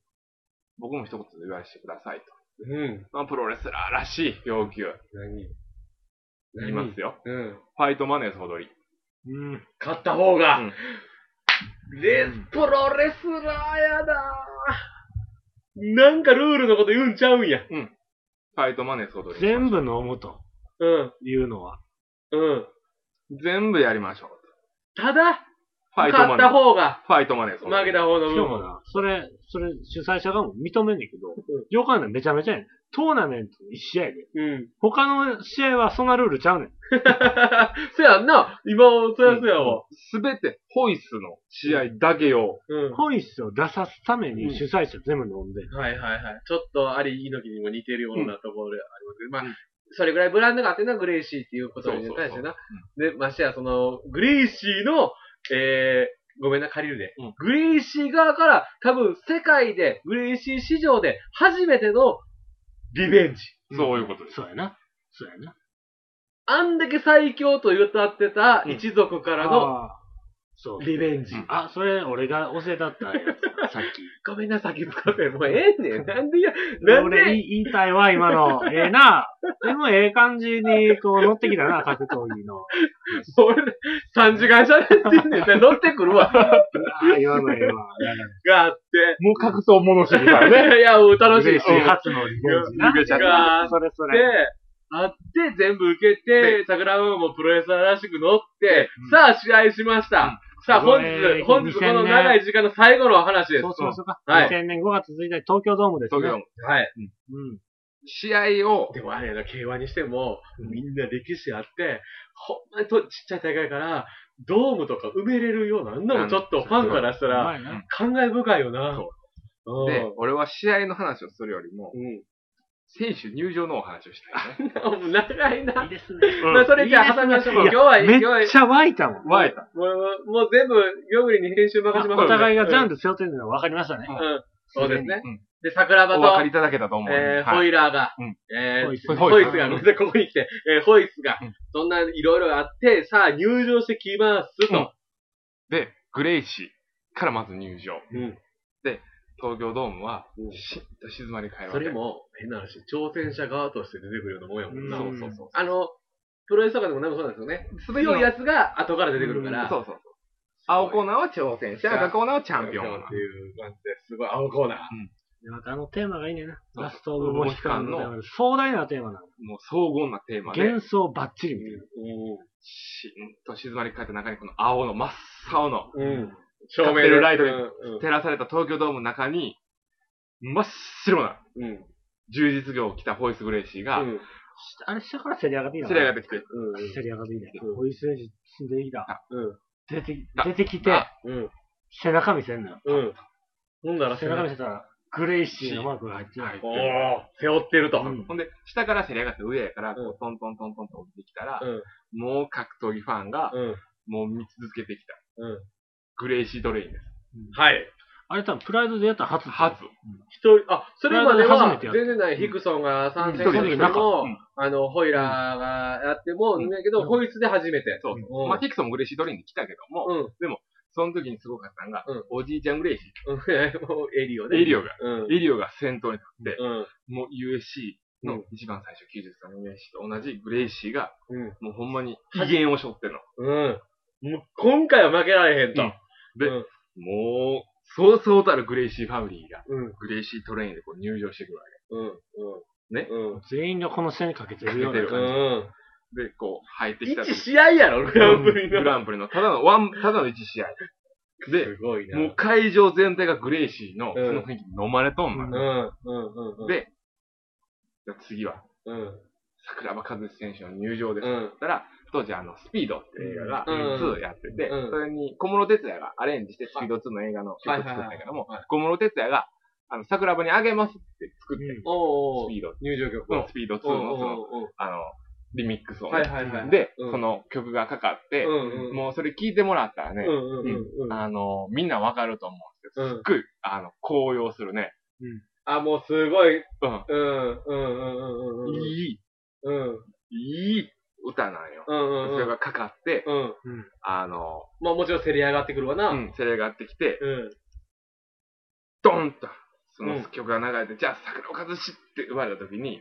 S2: 僕も一言言わせてくださいと。
S1: うん。
S2: まあ、プロレスラーらしい要求。
S1: 何
S2: 言いますよ。
S1: うん。
S2: ファイトマネーズ踊り。
S3: うん。
S1: 勝った方が、
S2: うん
S1: レス、プロレスラーやだーなんかルールのこと言うんちゃうんや。
S2: ファイトマネーズ踊り。
S3: 全部飲むと
S1: うん。
S3: いうのは、
S1: うん。
S2: 全部やりましょう。
S1: ただ、
S2: ファイト
S1: 勝
S2: マ
S1: っ
S2: ネー
S1: た
S2: ズ。
S1: 方が、
S2: ファイトマネーズ踊り。
S1: 負けた方の
S3: し
S1: 分
S3: かもな、それ、それ、主催者がも認めんねんけど
S1: ん、
S3: よくあるのめちゃめちゃやねん。トーナメント1試合で。
S1: うん。 [laughs]
S3: 他の試合はそんなルールちゃうねん。
S1: そやんな。今、そやそやわ。
S2: すべてホイスの試合だけを、
S1: うん。
S3: 本質を出さすために主催者全部飲んで、
S1: はいはいはい。ちょっとあり猪木にも似てるようなところでありますけど、まあ、それぐらいブランドがあってな、グレイシーっていうことに対してな。で、ましてや、その、グレイシーの、えー、ごめんな、借りるで、
S2: うん
S1: グレイシー側から、多分世界で、グレイシー史上で初めてのリベンジ。
S2: そういうことです。
S3: そうやな。そうやな。
S1: あんだけ最強と歌ってた一族からの
S3: あーそう。
S1: リベンジ。
S2: うん
S3: あ、それ、俺が教えたったや [laughs] つ。さっき。
S1: ごめんな、先使って。もうええねん。なんでや、なん
S3: 俺、
S1: で、
S3: い言いたいわ、今 [laughs] の。ええな。でも、ええ感じに、こう、乗ってきた [laughs] な、格闘技の。
S1: 俺、3時間喋ってんねん。で乗ってくるわ。
S3: ああ、言わないわ。
S1: があって。
S2: もう格闘物知りから
S1: [laughs]
S2: ね。 [laughs]
S1: いや、もう楽しい。
S3: 嬉しい。初のリベンジな。
S1: リベンジだ
S3: それそ
S1: で
S3: れ。、
S1: あって、全部受けて、桜川もプロレスラーらしく乗って、さあ、試合しました。さあ、
S3: そ
S1: 本
S3: れ
S1: 日、本日
S3: 2000
S1: こ
S3: 年
S1: の長い時間の最後のお話です。
S3: そうしましょうか。
S1: はい
S3: 2000年5月1日、東京ドームです
S2: 東
S3: ね
S2: 京。ドーム
S1: はい。
S3: うん。
S2: 試合を、
S1: でもあれやな、K1 にしても、みんな歴史あって、ほんまにとちっちゃい大会から、ドームとか埋めれるような、あんなのちょっとファンからした
S3: う
S1: ら、
S3: まいな。
S1: 感慨深いよな。う
S2: で、俺は試合の話をするよりも、
S1: ん。 [laughs]
S2: 選手入場のお話をしたいね。
S1: うん。長い
S3: いい
S1: な。
S3: ですね。
S1: まあそれじゃあ挟みましょう。今日は、
S3: め
S1: 今
S3: っ
S1: 日は、
S3: ちゃ湧いたもん。
S2: わえた。
S1: もう、もう全部、ヨグリに編集任せます。
S3: お互いがジャン
S1: ル。
S3: ル背負ってるのが分かりましたね。
S1: うん。そうですね
S2: うん。
S1: で、桜
S2: お
S1: 庭
S2: 分かり
S1: と、
S2: いただけたと思うね。
S1: えー
S2: は
S1: ホ
S2: い
S1: イラーが
S2: うん、
S1: え
S3: ホイ
S1: ー
S3: ス
S2: ホイ
S1: ホイスが、
S3: うん
S1: ごめんなさいここに来て、えーホイスが
S2: うん、
S1: そんないろいろあって、さあ入場してきますと。
S2: で、グレイシーからまず入場。
S1: うん。
S2: 東京ドームは
S1: うん、
S2: しっと静まり返るわ
S1: そ
S2: け。
S1: れも、変な話、挑戦者側として出てくるようなもんやもん
S2: そ
S1: な。
S2: うそうそう。
S1: あの、プロレスとかでもなんかそうなんですよね。強いやつが後から出てくるから。
S2: そうそうそう。青コーナーは挑戦者、赤コーナーはチャンピオン。
S1: っていう感じですごい青コーナー。
S3: でまたあのテーマがいいねんな。
S2: そう
S3: ラストオブモヒカンのテーマで壮大なテーマなの。
S2: もう荘厳なテーマで、
S3: 幻想バッチリみたいな。
S2: しんと静まり返った中にこの青の真っ青の、
S1: うん。照
S2: 照明で
S1: うん
S2: 照らされた東京ドームの中に、真っ白な、
S1: うん。うん。
S2: 充実業を着たホイス・グレイシーが、
S3: あれ、下から競り上がっていいの
S2: せり上がってきて、
S1: うん。
S3: 競り上がっていいね
S1: う。ん
S3: おいしいし、死んでいいだ。
S1: うん。
S3: 出てき
S2: あ
S3: 出てきて、
S2: あ
S1: うん。
S3: 背中見せんのよ。
S1: うん。ほんだら
S3: 背中見せたら、グレイシーのマークが入ってな
S2: はいい。
S1: おお背負ってると。
S3: うん
S2: ほんで、下からせり上がって上やから、
S1: うん
S2: こうトントントントンと降りてきたら、
S1: うん
S2: もう格闘技ファンが、
S1: うん。
S2: もう見続けてきた、
S1: うん。
S2: グレイシー・ドレインです。
S1: はい。
S3: あれ多分プライドでやったら初。
S2: 初。。
S1: 一人、あ、それまでは、全然ない、ヒクソンが参戦して
S3: うん一人で
S1: る
S3: な
S1: の
S3: か
S1: も、
S2: うん
S1: あの、ホイラーがやっても、
S2: うん
S1: だけど、
S3: うん
S1: ホイツで初めて。
S2: そうそう
S1: うん
S2: まあ、ヒクソンもグレイシー・ドレインに来たけども、
S1: うん。うん
S2: その時にすごかったのが、
S1: うん
S2: おじいちゃんグレイシ
S1: もうエリオ
S2: ー、
S1: ね。
S2: エリオが、
S1: うん。
S2: エリオが先頭に立って、
S1: うん。
S2: もう USC
S1: う
S2: の
S1: ん
S2: 一番最初、93の USC と同じグレイシーが、
S1: うん
S2: もうほんまに威厳を背負ってんの。
S1: うん。もう今回は負けられへんと。
S2: で、
S1: うん
S2: もう、そうそうたるグレイシーファミリーが、
S1: うん。
S2: グレイシートレインでこう入場してくるわ
S1: うん。うん。
S2: ね
S1: うん。
S3: 全員がこの線にかけてるような
S2: かけて
S3: 感
S2: る
S1: うん。
S2: け。で、こう入ってきた時
S1: 一試合やろ、グランプリ
S2: グ
S1: の。
S2: ランプリの、ただのワン、ただの1試合。で、
S1: すごいな。
S2: もう会場全体がグレイシーの、そ
S1: うん
S2: の雰囲気に飲まれとんの
S1: う
S2: よ。
S1: ん、うん、うん、うん。、
S2: で、じゃあ次は、
S1: うん、
S2: 桜庭和志選手の入場です。
S1: う
S2: だっ
S1: ん。
S2: たら、当時あの、スピードっていう映画が
S1: うん
S2: 2やってて、
S1: うん
S2: それに小室哲也がアレンジしてスピード2の映画の曲作ったんやけども
S1: はいはいはいは、
S2: 小室哲也が、あの、桜庭にあげますって作って、
S1: おーお
S2: ス
S1: ー
S2: ピード、
S1: 入場曲
S2: の
S1: を。
S2: スピード2
S1: おー
S2: のその、
S1: おーおー
S2: あの、リミックスをね、
S1: はいはいはい。
S2: で、
S1: うん
S2: そ、の曲がかかって、
S1: うんうん
S2: もうそれ聞いてもらったらね、
S1: うんうんうんうん。
S2: あの、みんなわかると思うんですけ
S1: う
S2: ど、
S1: ん
S2: すっごい、あの、高揚するね。
S1: あ、もうすごい、
S2: うん。
S1: うん、うん、うん、うん、うん。うん、
S2: い
S1: うん、
S2: い、いい歌なんよ。
S1: うん、
S2: それ
S1: うん。
S2: がかかって、
S1: うん。
S2: あの、
S1: まあもちろん競り上がってくるわな。
S2: う
S1: うん。
S2: ん、それがやってきて、
S1: うん。
S2: ドンと、そ
S1: うん
S2: の曲が流れて、じゃあ桜を和しって言われた時に、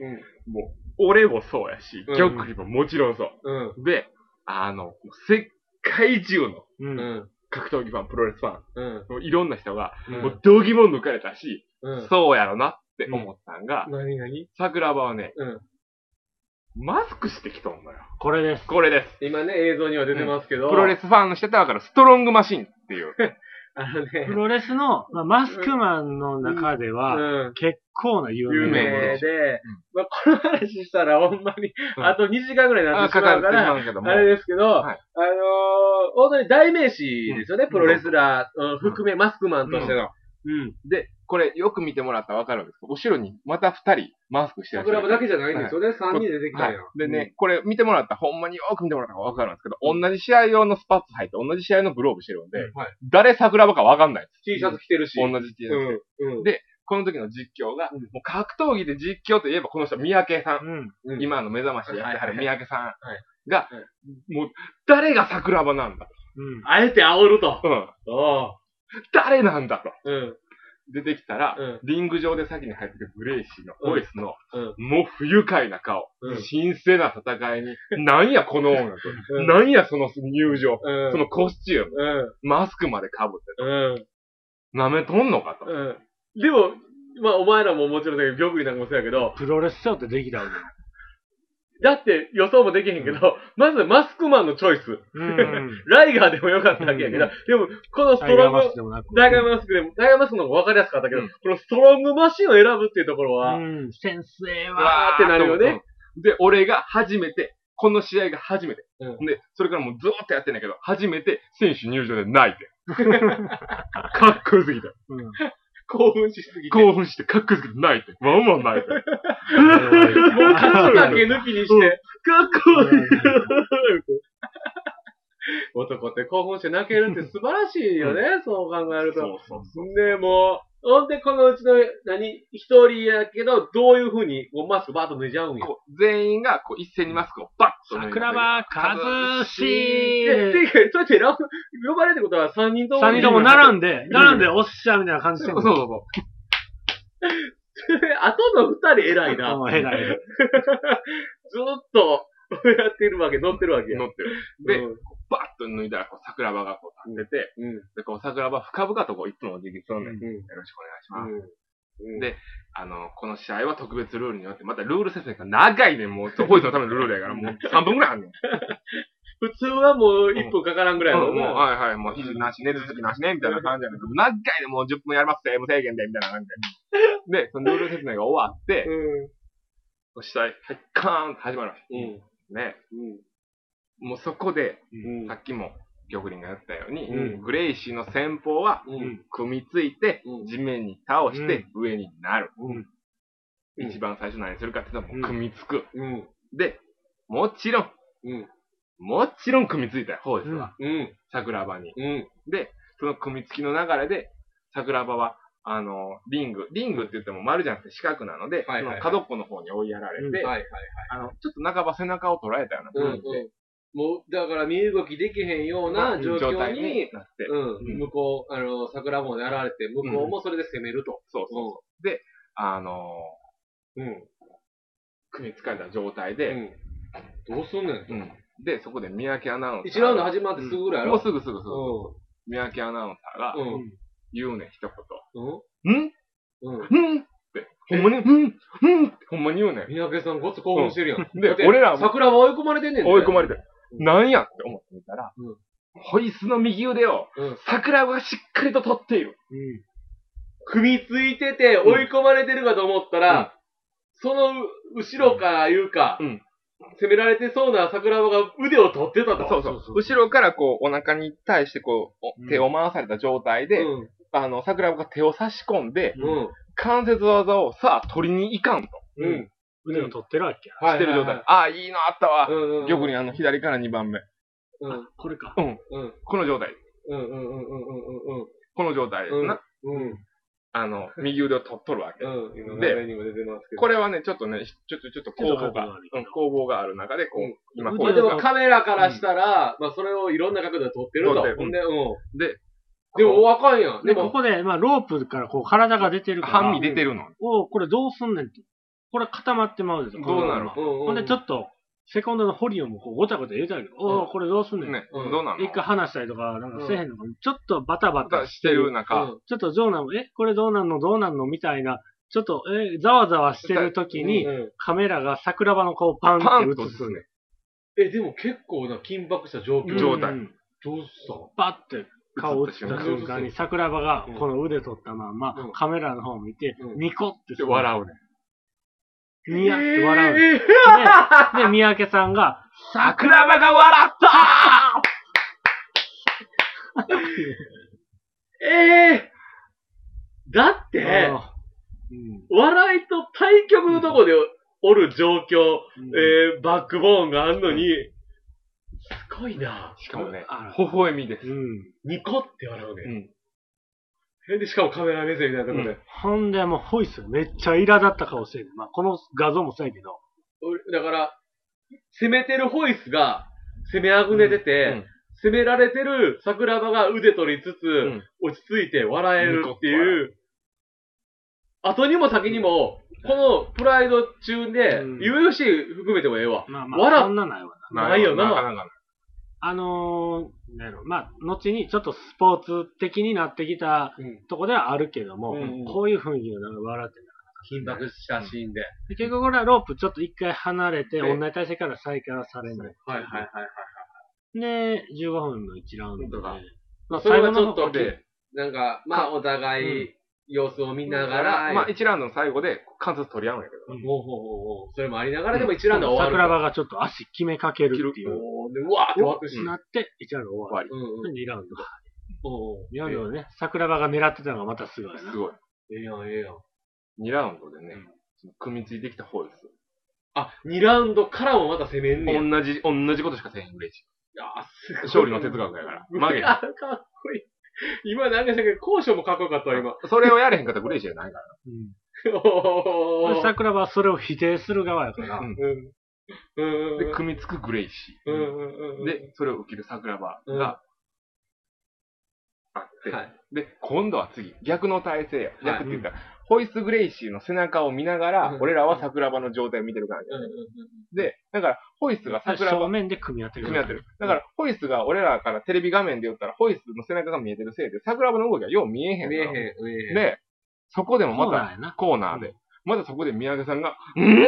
S2: もう、俺もそうやし
S1: う、ん
S2: 曲にももちろんそ
S1: うん。
S2: う。で、あの、世界中の
S3: うん。
S1: う
S3: うん。
S1: ん。
S2: 格闘技ファン、プロレスファン、
S1: うん。
S2: もういろんな人が、
S1: うん
S2: もう、度肝抜かれたし、
S1: うん。
S2: そうやろなって思ったんが、
S1: なになに
S2: 桜庭はね、
S1: うん
S2: マスクしてきとんのよ。
S3: これです。
S2: これです。
S1: 今ね、映像には出てますけど。
S2: プロレスファンの人だからストロングマシンっていう。
S1: あのね
S3: プ。ロレスの、まあ、マスクマンの中では、
S1: うん。
S3: 結構な有
S1: 有
S3: 名な
S1: 名で、まあ、この話したらほんまに、
S2: うん
S1: [laughs] あと2時間ぐらいにな
S2: あ
S1: ってし
S2: か
S1: ま
S2: か
S1: う
S2: っ
S1: か
S2: てし
S1: ら、
S2: まうけども
S1: あ。れですけど、
S2: はい
S1: あのー、本当に代名詞ですよね、プロレスラー、うん含めマスクマンとしての。うん。
S2: で、これよく見てもらったらわかるんですけど、後ろにまた二人マスクしてらっしゃ
S1: 桜
S2: る。
S1: 庭だけじゃないんですよね、3人出てきた
S2: は
S1: ん
S2: い
S1: や。、
S2: でね、これ見てもらったら、ほんまによく見てもらったらわかるんですけど、同じ試合用のスパッツ履いて、同じ試合のグローブしてるんで、
S1: うんはい
S2: 誰桜庭かわかんないです。
S1: T シャツ着てるし。
S2: 同じ T シャツ。
S1: うん。うん。
S2: でこの時の実況が、もう格闘技で実況といえばこの人、三宅さん。
S3: うん。
S1: うん、
S2: 今の目覚ましでやってはる
S1: はい
S2: 三宅さんが、
S1: は
S2: もう、誰が桜庭なんだ
S3: うん。
S1: あえて煽ると。 [laughs]
S2: と。うん。
S1: お
S2: 誰なんだと。
S1: ううん。
S2: 出てきたら、
S1: うん
S2: リング上で先に入ってくるグレイシーのボイスの、
S1: うん
S2: もう不愉快な顔、
S1: うん
S2: 神聖な戦いに、なんやこの音楽、
S1: うん
S2: なんやその入場、
S1: うん。
S2: そのコスチューム、
S1: うん。
S2: マスクまで被って、
S1: うん。
S2: 舐めとんのかと。
S1: うん。でも、まあ、お前らももちろんだけど、玉木なんかもそうやけど、
S3: プロレスショーってできたわけ。
S1: だって予想もできへんけど、まずマスクマンのチョイス。
S3: うん。
S1: ライガーでもよかったわけやけど、
S3: う
S1: でも、このスト
S3: タイガ
S1: ロ
S3: ー
S1: ン
S3: マスク
S1: グ、
S3: でもなく。
S1: ダイガーマスクでも、ダイガーマスクの方が分かりやすかったけど、
S2: うん
S1: このストロングマシンを選ぶっていうところは、
S3: うん。先生
S1: う
S3: は、
S1: わーってなるよね
S2: うん。で、俺が初めて、この試合が初めて。
S1: う
S2: で、それからもうずーっとやってんだけど、初めて選手入場で泣いて。かっこよすぎた。
S3: うん。
S1: 興奮しすぎて。
S2: 興奮してかっこよすぎて泣いて。ワンワン
S1: [laughs]
S2: 泣いて。
S1: もう肩だけ抜きにして、かっこいい。男って興奮して泣けるって素晴らしいよね、そう考える
S2: そ
S1: と。
S2: うそうそう。
S1: で、もう、ほんで、このうちの、何、一人やけど、どういう風に、こうマスクバーッと脱いじゃうんや。
S2: こう全員がこう一斉にマスクをバッと脱いだ
S3: 桜庭和
S1: え、
S3: 志
S1: ていうか、そうやって選ぶ呼ばれるってことは3人とも。
S3: 三人とも並んで、並んでおっしゃみたいな感じで
S2: そう
S3: も
S2: そうそ
S1: [laughs] あとの二人偉いな。
S3: うん [laughs] 偉い。
S1: ずーっと、こうやってるわけ、乗ってるわけ
S2: う。
S1: や
S2: 乗。ってる。で、
S1: うん
S2: バッと脱いだらこう桜庭がこう立ってて、
S1: うん。
S2: で、こう桜庭深々とこういつもお辞儀するんで、よ
S1: う
S2: ろしくお願いします。
S1: ん。うん
S2: であの、この試合は特別ルールによって、またルール説明が長いねん、もう、ホイズのためのルールやから、もう3分くらいあんねん。
S1: 普通はもう1分かからんぐらいの
S2: うんもう、
S1: な。
S2: はいはい、もう、肘なしね、続きなしね、みたいな感じやねんけど、長いねん、もう10分やりますって、無制限で、みたいな感じで。で、そのルール説明が終わって、
S1: うん。
S2: そしたら、はい、カーンと始まるわけ。
S1: うん。
S2: ね。
S1: うん。
S2: もうそこで、
S1: うん
S2: さっきも、玉林が言ったように、
S1: うん
S2: グレイシーの戦法は、
S1: うん
S2: 組みついて
S1: うん、
S2: 地面に倒して、上になる。
S1: うん
S2: 一番最初何するかっていうと、もう
S3: うん
S2: 組みつく。
S1: うん。
S2: で、もちろん、
S1: うん。
S2: もちろん組みついたよ、ホイズは。
S1: うん。
S2: 桜庭に。
S1: うん。
S2: で、その組み付きの流れで、桜庭は、あの、リング、リングって言っても丸じゃなくて四角なの
S1: は
S2: で、
S1: いはいはい
S2: その角っこの方に追いやられて、
S1: はいはい。
S2: あの、ちょっと半ば背中を捉えたよう
S1: う
S2: な
S1: ん。う
S2: 感
S1: ん
S2: じで、
S1: もう、だから身動きできへんような状況に、
S2: なって、
S1: うん。向こう、あの、桜もやられて、向こうもそれで攻めると。
S2: そうそう。あの、
S1: うん。
S2: 組み付かれた状態で、
S1: うん。どうすんねん。
S2: うんで、そこで三宅アナウンサーが。
S1: 一ラウンド始まってすぐぐらいや
S2: もう
S1: ろ。
S2: すぐすぐすぐ。
S1: う
S2: 三宅アナウンサーが
S1: ん。うん。
S2: 言うねん、一
S1: うん。
S2: 言。ん
S1: うん。
S2: んって、ほんまに、んんって、ほんまに言うねん。
S1: 三宅さんごっつ興奮してるやん。
S2: で
S1: だって
S2: 俺らも
S1: 桜は追い込まれてんねんで。
S2: 追い込まれて、
S1: うん
S2: なんやって思ってみたら、
S1: うん
S2: ホイスの右腕を、
S1: うん
S2: 桜庭がしっかりと取っている。
S3: うん。
S1: 組みついてて追い込まれてるかと思ったら、
S2: うん
S1: そのう後ろからいうか、
S2: うん
S1: 攻められてそうな桜庭が腕を取ってたと。
S2: そうそ
S3: そううそ。う
S2: 後ろからこう、お腹に対してこう
S3: う
S2: お、
S3: ん
S2: 手を回された状態で、
S1: うん。
S2: あの、桜庭が手を差し込んで、
S1: うん。
S2: 関節技をさあ取りに行かんと。
S1: う
S3: うん
S1: ん。。
S3: 腕を取ってるわけや。
S1: は
S2: してる状態。
S1: はい
S2: ああ、いいのあったわ。
S1: はいうんうんうん。
S2: 玉にあの、左から2番目。
S1: うん。
S3: あこれか。
S1: うん。
S2: この状態。
S1: うん。うん。うん。うん。うん。
S2: この状態です
S1: うん。
S2: な。
S1: うん。うん。
S2: あの、右腕を取っとるわけ。
S1: うん。今、
S2: で
S1: 画面にも出てますけど。
S2: これはね、ちょっとね、ちょっと、ちょっと
S3: ちょ
S2: 攻
S3: っと
S2: 防
S3: 角度
S2: が
S3: がある、
S2: うん、攻防がある中で、こう、
S1: うん
S2: 今こ
S1: ま
S2: う
S1: あ
S2: や
S1: で
S2: っ
S1: もカメラからしたら、まあそれをいろんな角度で撮ってると。
S2: 撮ってる
S1: ほんで、うん。
S2: で、
S1: でも、わかんやん。で
S3: で、こ
S1: も、
S3: こで、まあ、ロープからこう、体が出てるから。
S2: 半身出てるの。
S3: おうこれどうすんねんと。これ固まってまうでと。
S2: どうなる
S1: うんうん。
S3: ほんで、ちょ
S1: っ
S3: っと、セコンドのホリオンもこう、ごたごた言うたんやけど、おうこれどうすんねん。
S2: ね、
S1: うん
S2: どうなの
S3: 一回離したりとか、なんかせえへんのか、ちょっとバタバタ
S2: してる中、
S1: うん
S3: ちょっとどうなのえ、これどうなんのどうなんのみたいな、ちょっと、え、ざわざわしてる時に、
S1: うん
S3: カメラが桜庭の顔をパン
S2: パ
S3: っ
S2: ン
S3: て
S2: と
S3: 映
S2: ですすね、
S1: え、でも結構な緊迫した状況。
S2: 状態
S3: うん
S1: どうした
S3: パッて顔を映った
S2: 映った
S1: 瞬間
S3: 瞬間に、桜庭がこの腕取ったまんま、
S1: うん
S3: カメラの方を見て、
S1: うん
S3: ニコって
S2: で笑うね。
S3: う。ニヤって笑う。で
S1: えー
S3: で、三宅さんが、
S2: 桜庭が笑った
S1: ええだって、
S3: あーうん
S1: 笑いと対局のとこでおる状況、
S3: うん
S1: えー、バックボーンがあんのに、すごいな。
S2: しかもね
S3: あ、
S2: 微笑みです。
S3: うん。
S1: ニコって笑う
S2: う
S1: ね。
S2: ん。
S1: えで、しかもカメラ目線みたいなとこで。
S2: うん
S3: ほんで、もう、ホイスめっちゃ苛立った顔してる。まあ、この画像もそうやけど、
S1: 俺だから、攻めてるホイスが、攻めあぐねてて、攻められてる桜庭が腕取りつつ、
S2: ん
S1: 落ち着いて笑えるっていう、後にも先にも、このプライド中で、
S3: うん
S1: UFC 含めてもええわ。
S3: まあまあ、
S1: 笑っ
S3: そんなないわな。
S1: ないよな
S2: なかなか
S3: あのー、なんやろ、まあ、後にちょっとスポーツ的になってきたとこではあるけども、
S1: うんうん
S3: こういう雰囲気のなんか笑ってな
S1: 緊迫したシーンで。
S3: で結局これはロープちょっと一回離れて、
S1: え
S3: 同じ体勢から再開はされない。
S1: はいはいはいはい。
S3: で、15分の1ラウン
S1: 本当
S3: ドで
S1: だ。
S3: まあ
S1: それはちょっ
S3: 最後の
S1: と
S3: 方
S2: で、
S1: なんか、まあお互
S2: う
S1: い様子を見なが
S2: な
S1: ら、
S2: か。まあ、1ラウンドの最後で、関節取り合うんやけど。
S1: ほうほうほうほうそれもありながらでも一ラウンドは終わ
S3: 桜
S1: る。
S3: 庭がちょっと足決めかけるっていう。
S1: おーで、うわーって湧くし。
S3: なって、1ラウンド終わり。
S1: うん
S3: で
S1: うん。
S3: 2ラウンド。
S1: おうおう
S3: 2ラウンドでね、桜庭が狙ってたのがまたすごいな。
S2: すごい。
S1: ええやん、ええやん。
S2: 2ラウンドでね
S3: うん、
S2: その組みついてきた方です。
S1: あ、2ラウンドからもまた攻めんねや。い
S2: 同じ、同じことしかせへん、嬉しい。
S1: やーすごい
S2: 勝利の哲学やから。曲げへん
S1: あ、かっこいい。今なんかしたけど、交渉もかっこよかったわ、今。
S2: それをやれへんかったら嬉しいじゃないか
S3: うん
S1: お
S3: で
S1: ー
S3: 桜庭はそれを否定する側やから
S2: ら。。うん
S1: うん。うん。
S2: で、組みつくグレイシ
S1: うん
S2: ー。
S1: うんうん。
S2: で、それを受ける桜庭があって、
S1: はい。
S2: で、今度は次、逆の体勢や。
S1: はい
S2: 逆っていうか、ホイス・グレイシーの背中を見ながら、
S1: うん
S2: 俺らは桜庭の状態を見てる感じ。
S1: うんうんうん
S2: で、だから、ホイスが桜
S3: 正
S2: 庭を
S3: 面で組み合ってる。
S2: 組み合ってる。だから、ホイスが俺らからテレビ画面で言ったら、ホイスの背中が見えてるせいで、桜庭の動きがよう見えへんの
S1: 見え
S2: よ。
S1: へん、見えへん。
S2: で、そこでも
S3: そ
S2: ま
S3: うなん
S2: た
S3: やな。
S2: コーナー
S3: う
S2: で、またそこで宮城さんが、んーんっ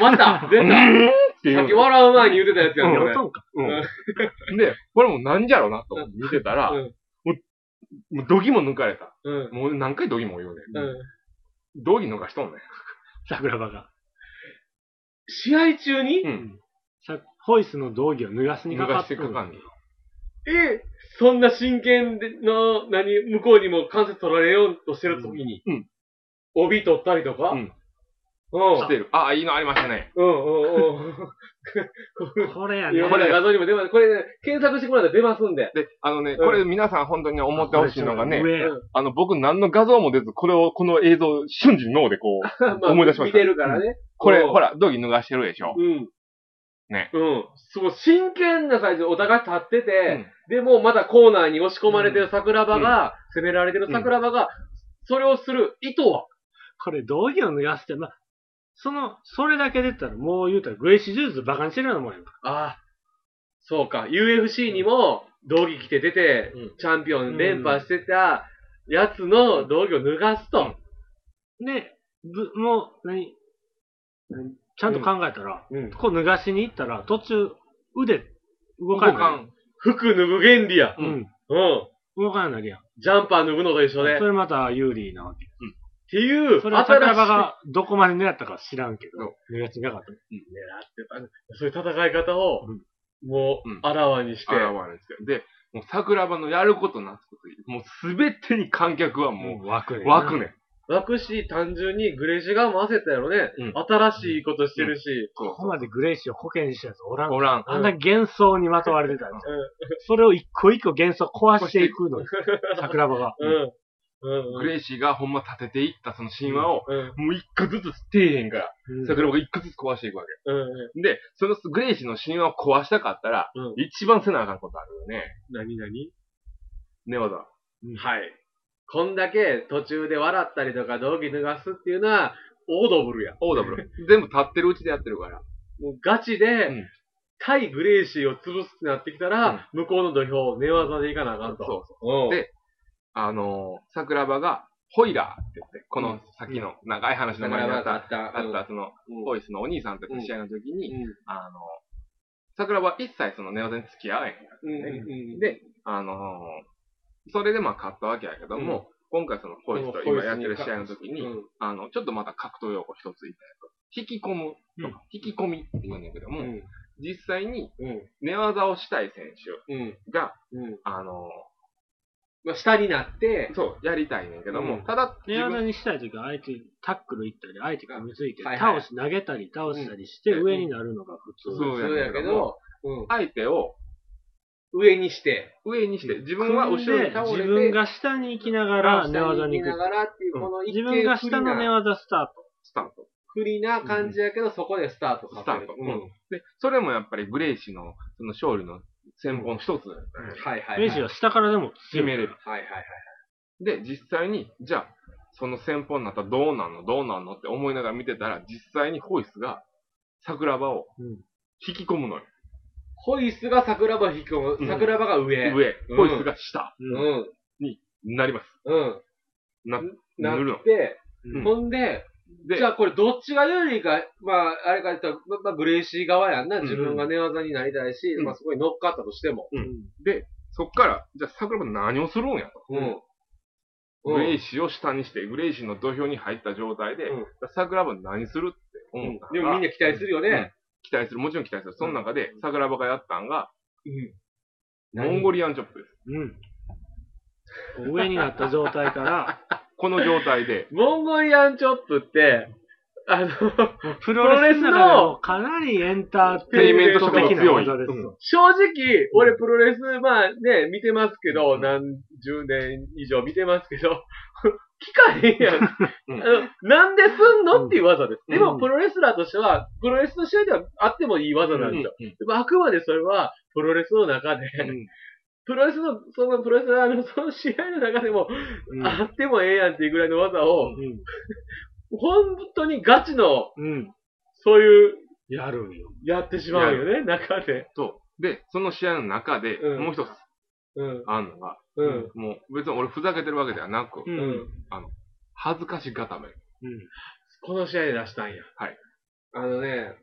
S1: また出た
S2: て言
S1: さ
S2: う
S1: っ
S2: の
S1: き笑う前に言ってたやつや
S3: い
S1: ん、
S3: や
S1: こ
S3: お
S1: れ。
S3: とんか。
S2: うん。で、これもなんじゃろうなと思って見てたら、
S1: うん
S2: もうドギも抜かれた。
S1: うん。
S2: もう何回ドギも言うね、。
S1: うんん。
S2: ドギ抜かしとんねん。
S3: 桜庭が。
S1: 試合中に
S2: うん
S3: さホイスの道着を脱がすにかかって
S2: 脱がしてかかんねん
S1: え、そんな真剣での、何、向こうにも関節取られようとしてる時に
S2: うんうん、
S1: 帯取ったりとか
S2: う
S1: うんん。
S2: してる。あ、いいのありましたね。
S1: うんうんうん。 [laughs]
S3: これや
S1: い
S3: ね。
S1: ろんな画像にも出ます。これね、検索してもらったら出ますんで。 [laughs]
S2: で、あの
S1: う
S2: ね、
S1: ん
S2: これ皆さん本当に思ってほしいのがね、
S3: 上や
S1: うん
S2: あの、僕何の画像も出ず、これを、この映像を瞬時に脳でこう、
S1: まあ
S2: 思い出しました
S1: 見てるからね。
S2: これ、
S1: うん
S2: ほら、道着脱がしてるでしょ。
S1: うん。
S2: ね。
S1: うん。そう、真剣な最初、お互い立ってて、でもまだコーナーに押し込まれてる桜庭が、攻められてる桜庭が、それをする意図は、
S3: これ道着を脱がすって、まあ、その、それだけ出たら、もう言うたら、グレイシージューズバカにしてるようなもんやんか。
S1: ああ、そうか、UFC にも、道着着て出て、チャンピオン連覇してた、やつの道着を脱がすと。
S3: で、ぶもう、何何ちゃんと考えたら、
S1: うん。
S3: こう脱がしに行ったら、途中、腕、動
S2: 動
S3: か
S2: か
S3: ない。
S2: ん。
S1: 服脱ぐ原理や。
S2: うん
S3: うん。
S1: うん。
S3: 動かんようになるやん。
S1: ジャンパー脱ぐのと一緒で。っ
S3: それまた有利なわけ。
S1: ていう、
S3: それは桜庭
S1: 新しい
S3: がどこまで狙ったか知らんけど、狙ってなかった。
S1: 狙ってたそういう戦い方を、も
S2: うん
S1: う、あらわにして。
S2: 現れるんですけど。で、もう桜庭のやることなすこと、もうすべてに観客はも
S3: もう枠ね。
S2: う湧くねん。
S1: 楽し、単純にグレイシーがも焦ったやろね。
S2: うん
S1: 新しいことしてるし。
S2: そう
S3: ここまでグレイシーを保険にしたやつおらん。
S2: おらん。
S3: あんな幻想にまとわれてたんですよそれを一個一個幻想壊していくのよ。桜庭が。
S1: うん。うん。うん。
S2: グレイシーがほんま立てていったその神話を、
S1: うん。
S2: もう一個ずつ底辺から、
S3: うん
S2: 桜庭が一個ずつ壊していくわけ。
S1: うん。
S2: で、そのグレイシーの神話を壊したかったら、
S1: うん
S2: 一番せなあかんことあるよね。
S1: 何何
S2: 寝技。
S1: はい。こんだけ途中で笑ったりとか道着脱がすっていうのは、オードブルや。
S2: オーダ
S1: [laughs]
S2: ブル。全部立ってるうちでやってるから。
S1: もうガチ
S2: う
S1: で
S2: ん、
S1: 対グレイシーを潰すってなってきたら、向こうの土俵、寝技でいかなあかんと。
S2: そうそ
S1: う
S2: う。
S1: ん。
S2: であのー、桜庭が、ホイラーって言って、この先の長い話
S1: だ
S2: の
S1: か
S2: 前
S1: ら
S2: にあ
S1: ま
S2: った、
S1: たあ
S2: あっ
S1: った。
S2: たその、
S1: うん
S2: ホイスのお兄さんと試合の時に、
S1: うん
S2: あの、桜は一切その寝技に付き合わへん。
S1: うんうん。
S2: で、あのーそれでまあ勝ったわけやけども、今回そのホイスと今やってる試合の時に、
S1: うん
S2: あの、ちょっとまた格闘用語一つ言いたいと。引き込むとか、引き込みって言うんだけど
S1: う
S2: も、
S1: ん
S2: 実際に
S1: うん
S2: 寝技をしたい選
S1: うん
S2: 手が、
S1: うん。
S2: あの
S1: まあ、下になって
S2: ー、そう、やりたいねんけども、
S1: うん
S2: ただ、
S3: 寝
S2: 自
S3: 技
S2: 分
S3: にしたいときは、相手にタックル行ったり、相手が見ついて、
S1: はいはい
S3: 倒し、投げたり、倒したりして、
S2: うん
S3: 上になるのが普通。
S2: そう
S1: そうやけど、うん
S2: 相手を
S1: 上にして、
S2: 上にして、自
S3: 組ん
S2: 分は後ろ
S3: で
S2: に倒れて、
S3: 自分が下に行きながら寝技に
S1: 下行
S3: 行
S1: きな
S3: く。
S1: がらっていう、
S2: うん
S1: この一
S3: 自分が
S1: 見不
S3: 下
S1: 利
S3: の寝
S1: な、
S3: 技スタート。
S2: スタート。
S1: 不利な感じやけど、そこでスタート
S2: スタート。
S1: う。
S2: うんん。で、それもやっぱりグレイシーの、その勝利の戦法の一つだよね
S1: はいはいはい。
S3: グレイシーは下からでも
S2: 決
S3: 強
S2: め
S3: い。
S2: れる。
S1: はいはいはい。
S2: で、実際に、じゃあ、その戦法になったらどうなんのどうなんのって思いながら見てたら、実際にホイスが桜庭を
S3: うん
S2: 引き込むのよ。
S1: ホイスが桜庭引き込
S2: う
S1: む、
S2: ん
S1: 桜庭が上。
S2: 上、
S1: うん
S2: ホイスが下、
S1: うん。
S2: なります。
S1: うん。
S2: な、
S1: な
S2: 塗るの
S1: って、
S2: うん
S1: ほんで、
S2: で
S1: じゃあこれどっちが有利か、まあ、あれか言ったら、ままあ、グレイシー側やんな。自分が寝技になりたいし、
S2: うん
S1: まあ、そこに乗っかったとしても。
S2: そっから、じゃあ桜庭何をするんやと。
S1: うん。
S2: グレ
S1: イシ
S2: イシーを下にして、グレイシーの土俵に入った状態で、
S1: うん
S2: 桜庭何するって思った
S1: で
S2: の
S1: も
S2: が
S1: みんな期待するよね。
S2: 期待する、もちろん期待する。その中で、桜庭がやったんが、
S1: うん。
S2: モンゴリアンチョップです。
S3: うん。上になった状態から、
S2: この状態で、
S1: モンゴリアンチョップって、あの、
S3: もうプロレスの中でもかなりエンターテインメント的な技ですよ。
S1: 正直、俺プロレス、まあね、見てますけど、何十年以上見てますけど、 [laughs] 聞かへんやん。
S2: うん
S1: あのなんですんのっていう技です。
S3: うん
S1: で
S3: う
S1: も、
S3: ん
S1: プロレスラーとしては、プロレスの試合ではあってもいい技なんですよ。
S2: うん
S1: でも、あくまでそれは、プロレスの中で、プロレスの、そのプロレスラーのその試合の中でも、
S3: うん
S1: あってもええやんっていうぐらいの技を、
S3: うん
S1: 本当にガチの、
S3: うん。
S1: そういう、
S3: やるんよ。
S1: やってしまうよね、中で。
S2: そう。で、その試合の中で、
S1: うん
S2: もう一つ
S1: うん。
S2: あんのが、
S1: うん。
S2: もう別に俺ふざけてるわけではなく、
S3: う。
S1: うんん。
S2: 恥ずかしがため。
S3: うん。
S1: この試合で出したんや。
S2: はい。
S1: あのね、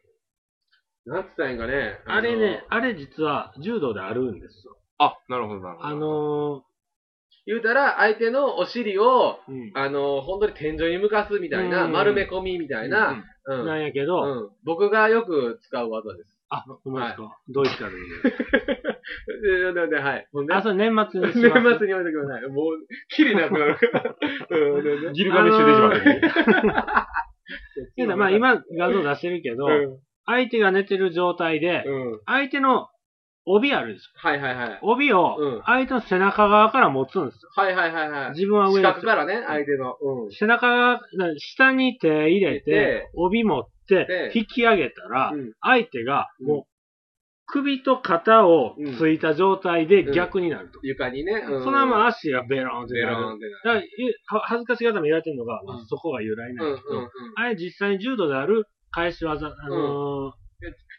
S1: なんつったらいいんかね。
S3: あれ
S1: の
S3: ね、。あれ実は柔道であるんですよ。
S2: あ、なるほど、なるほど。
S3: あの
S1: 言うたら、相手のお尻を、
S3: ー、うん
S1: あの、本当に天井に向かすみたいな、
S3: うん
S1: 丸め込みみたいな、う。
S3: なんんやけ
S1: う
S3: ど、
S1: ん。僕がよく使う技です。
S3: あ、ほんまですか。どういったらいいの
S1: で、で、で、はい。ほんで
S3: [laughs] あ、、そう、年末にし
S1: 年末
S3: ま
S1: に
S3: す。
S1: 置いてください。もう、きりなくな
S3: [laughs]
S1: るから。うん。で
S2: うんギルガメッシュ出しましたね。
S3: けどまあ、今画像出してるけど
S1: う、ん。
S3: 相手が寝てる状態で、
S1: うん。
S3: 相手の帯あるでし
S1: はいはいはい。
S3: ょ。帯
S1: うん
S3: を相手の背中側から持つんですよ。
S1: はいはいはいはい。
S3: 自分は上
S1: 四
S3: です
S1: 角からね、相手の。うん。
S3: 背中側、な下に手入れ
S1: で
S3: て、帯持って
S1: で、
S3: 引き上げたら
S1: うん、
S3: 相手が
S1: うん
S3: もう、首と肩をついた状態で逆になると。
S1: 床にね。うん
S3: そのまま足がベローンって
S1: ベ
S3: な
S1: ローン
S3: る。
S1: って
S3: だから、いは恥ずかしがため言われてるのが、まあ
S1: うん
S3: そこが由来
S1: なる。
S3: な
S1: うんん
S3: ですけど、
S1: うんうん。
S3: あれ実際に柔道である返し技、あのー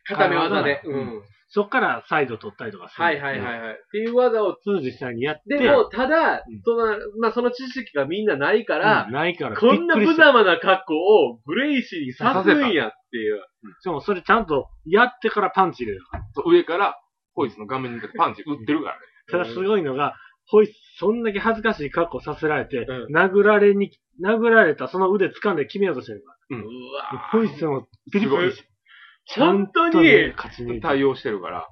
S1: 片目技で。う。
S3: うんそっからサイド取ったりとかする。
S1: はいはいはいはい。っていう技を、
S3: そう実際にやって、
S1: でも、ただ
S3: うん、
S1: その、まあ、その知識がみんなないか
S3: う
S1: ら
S3: ん、ないから、
S1: こんな
S3: びっくり
S1: 無
S3: した
S1: 様な格好をグレイシーにさすんやっていう。
S3: しかもそれちゃんとやってからパンチ入れる。
S2: そう上からホイスの画面に向けてパンチ打ってるからね。
S3: ただすごいのが、ほい、そんだけ恥ずかしい格好させられて、
S1: う
S3: 殴られに、殴られたその腕掴んで決めようとしてるか
S1: う
S3: ら。
S1: わ
S3: ホイッスンもピリピリしちゃん
S1: 本当
S3: と
S1: に
S3: ね勝ち抜いた。
S2: 対応してるから。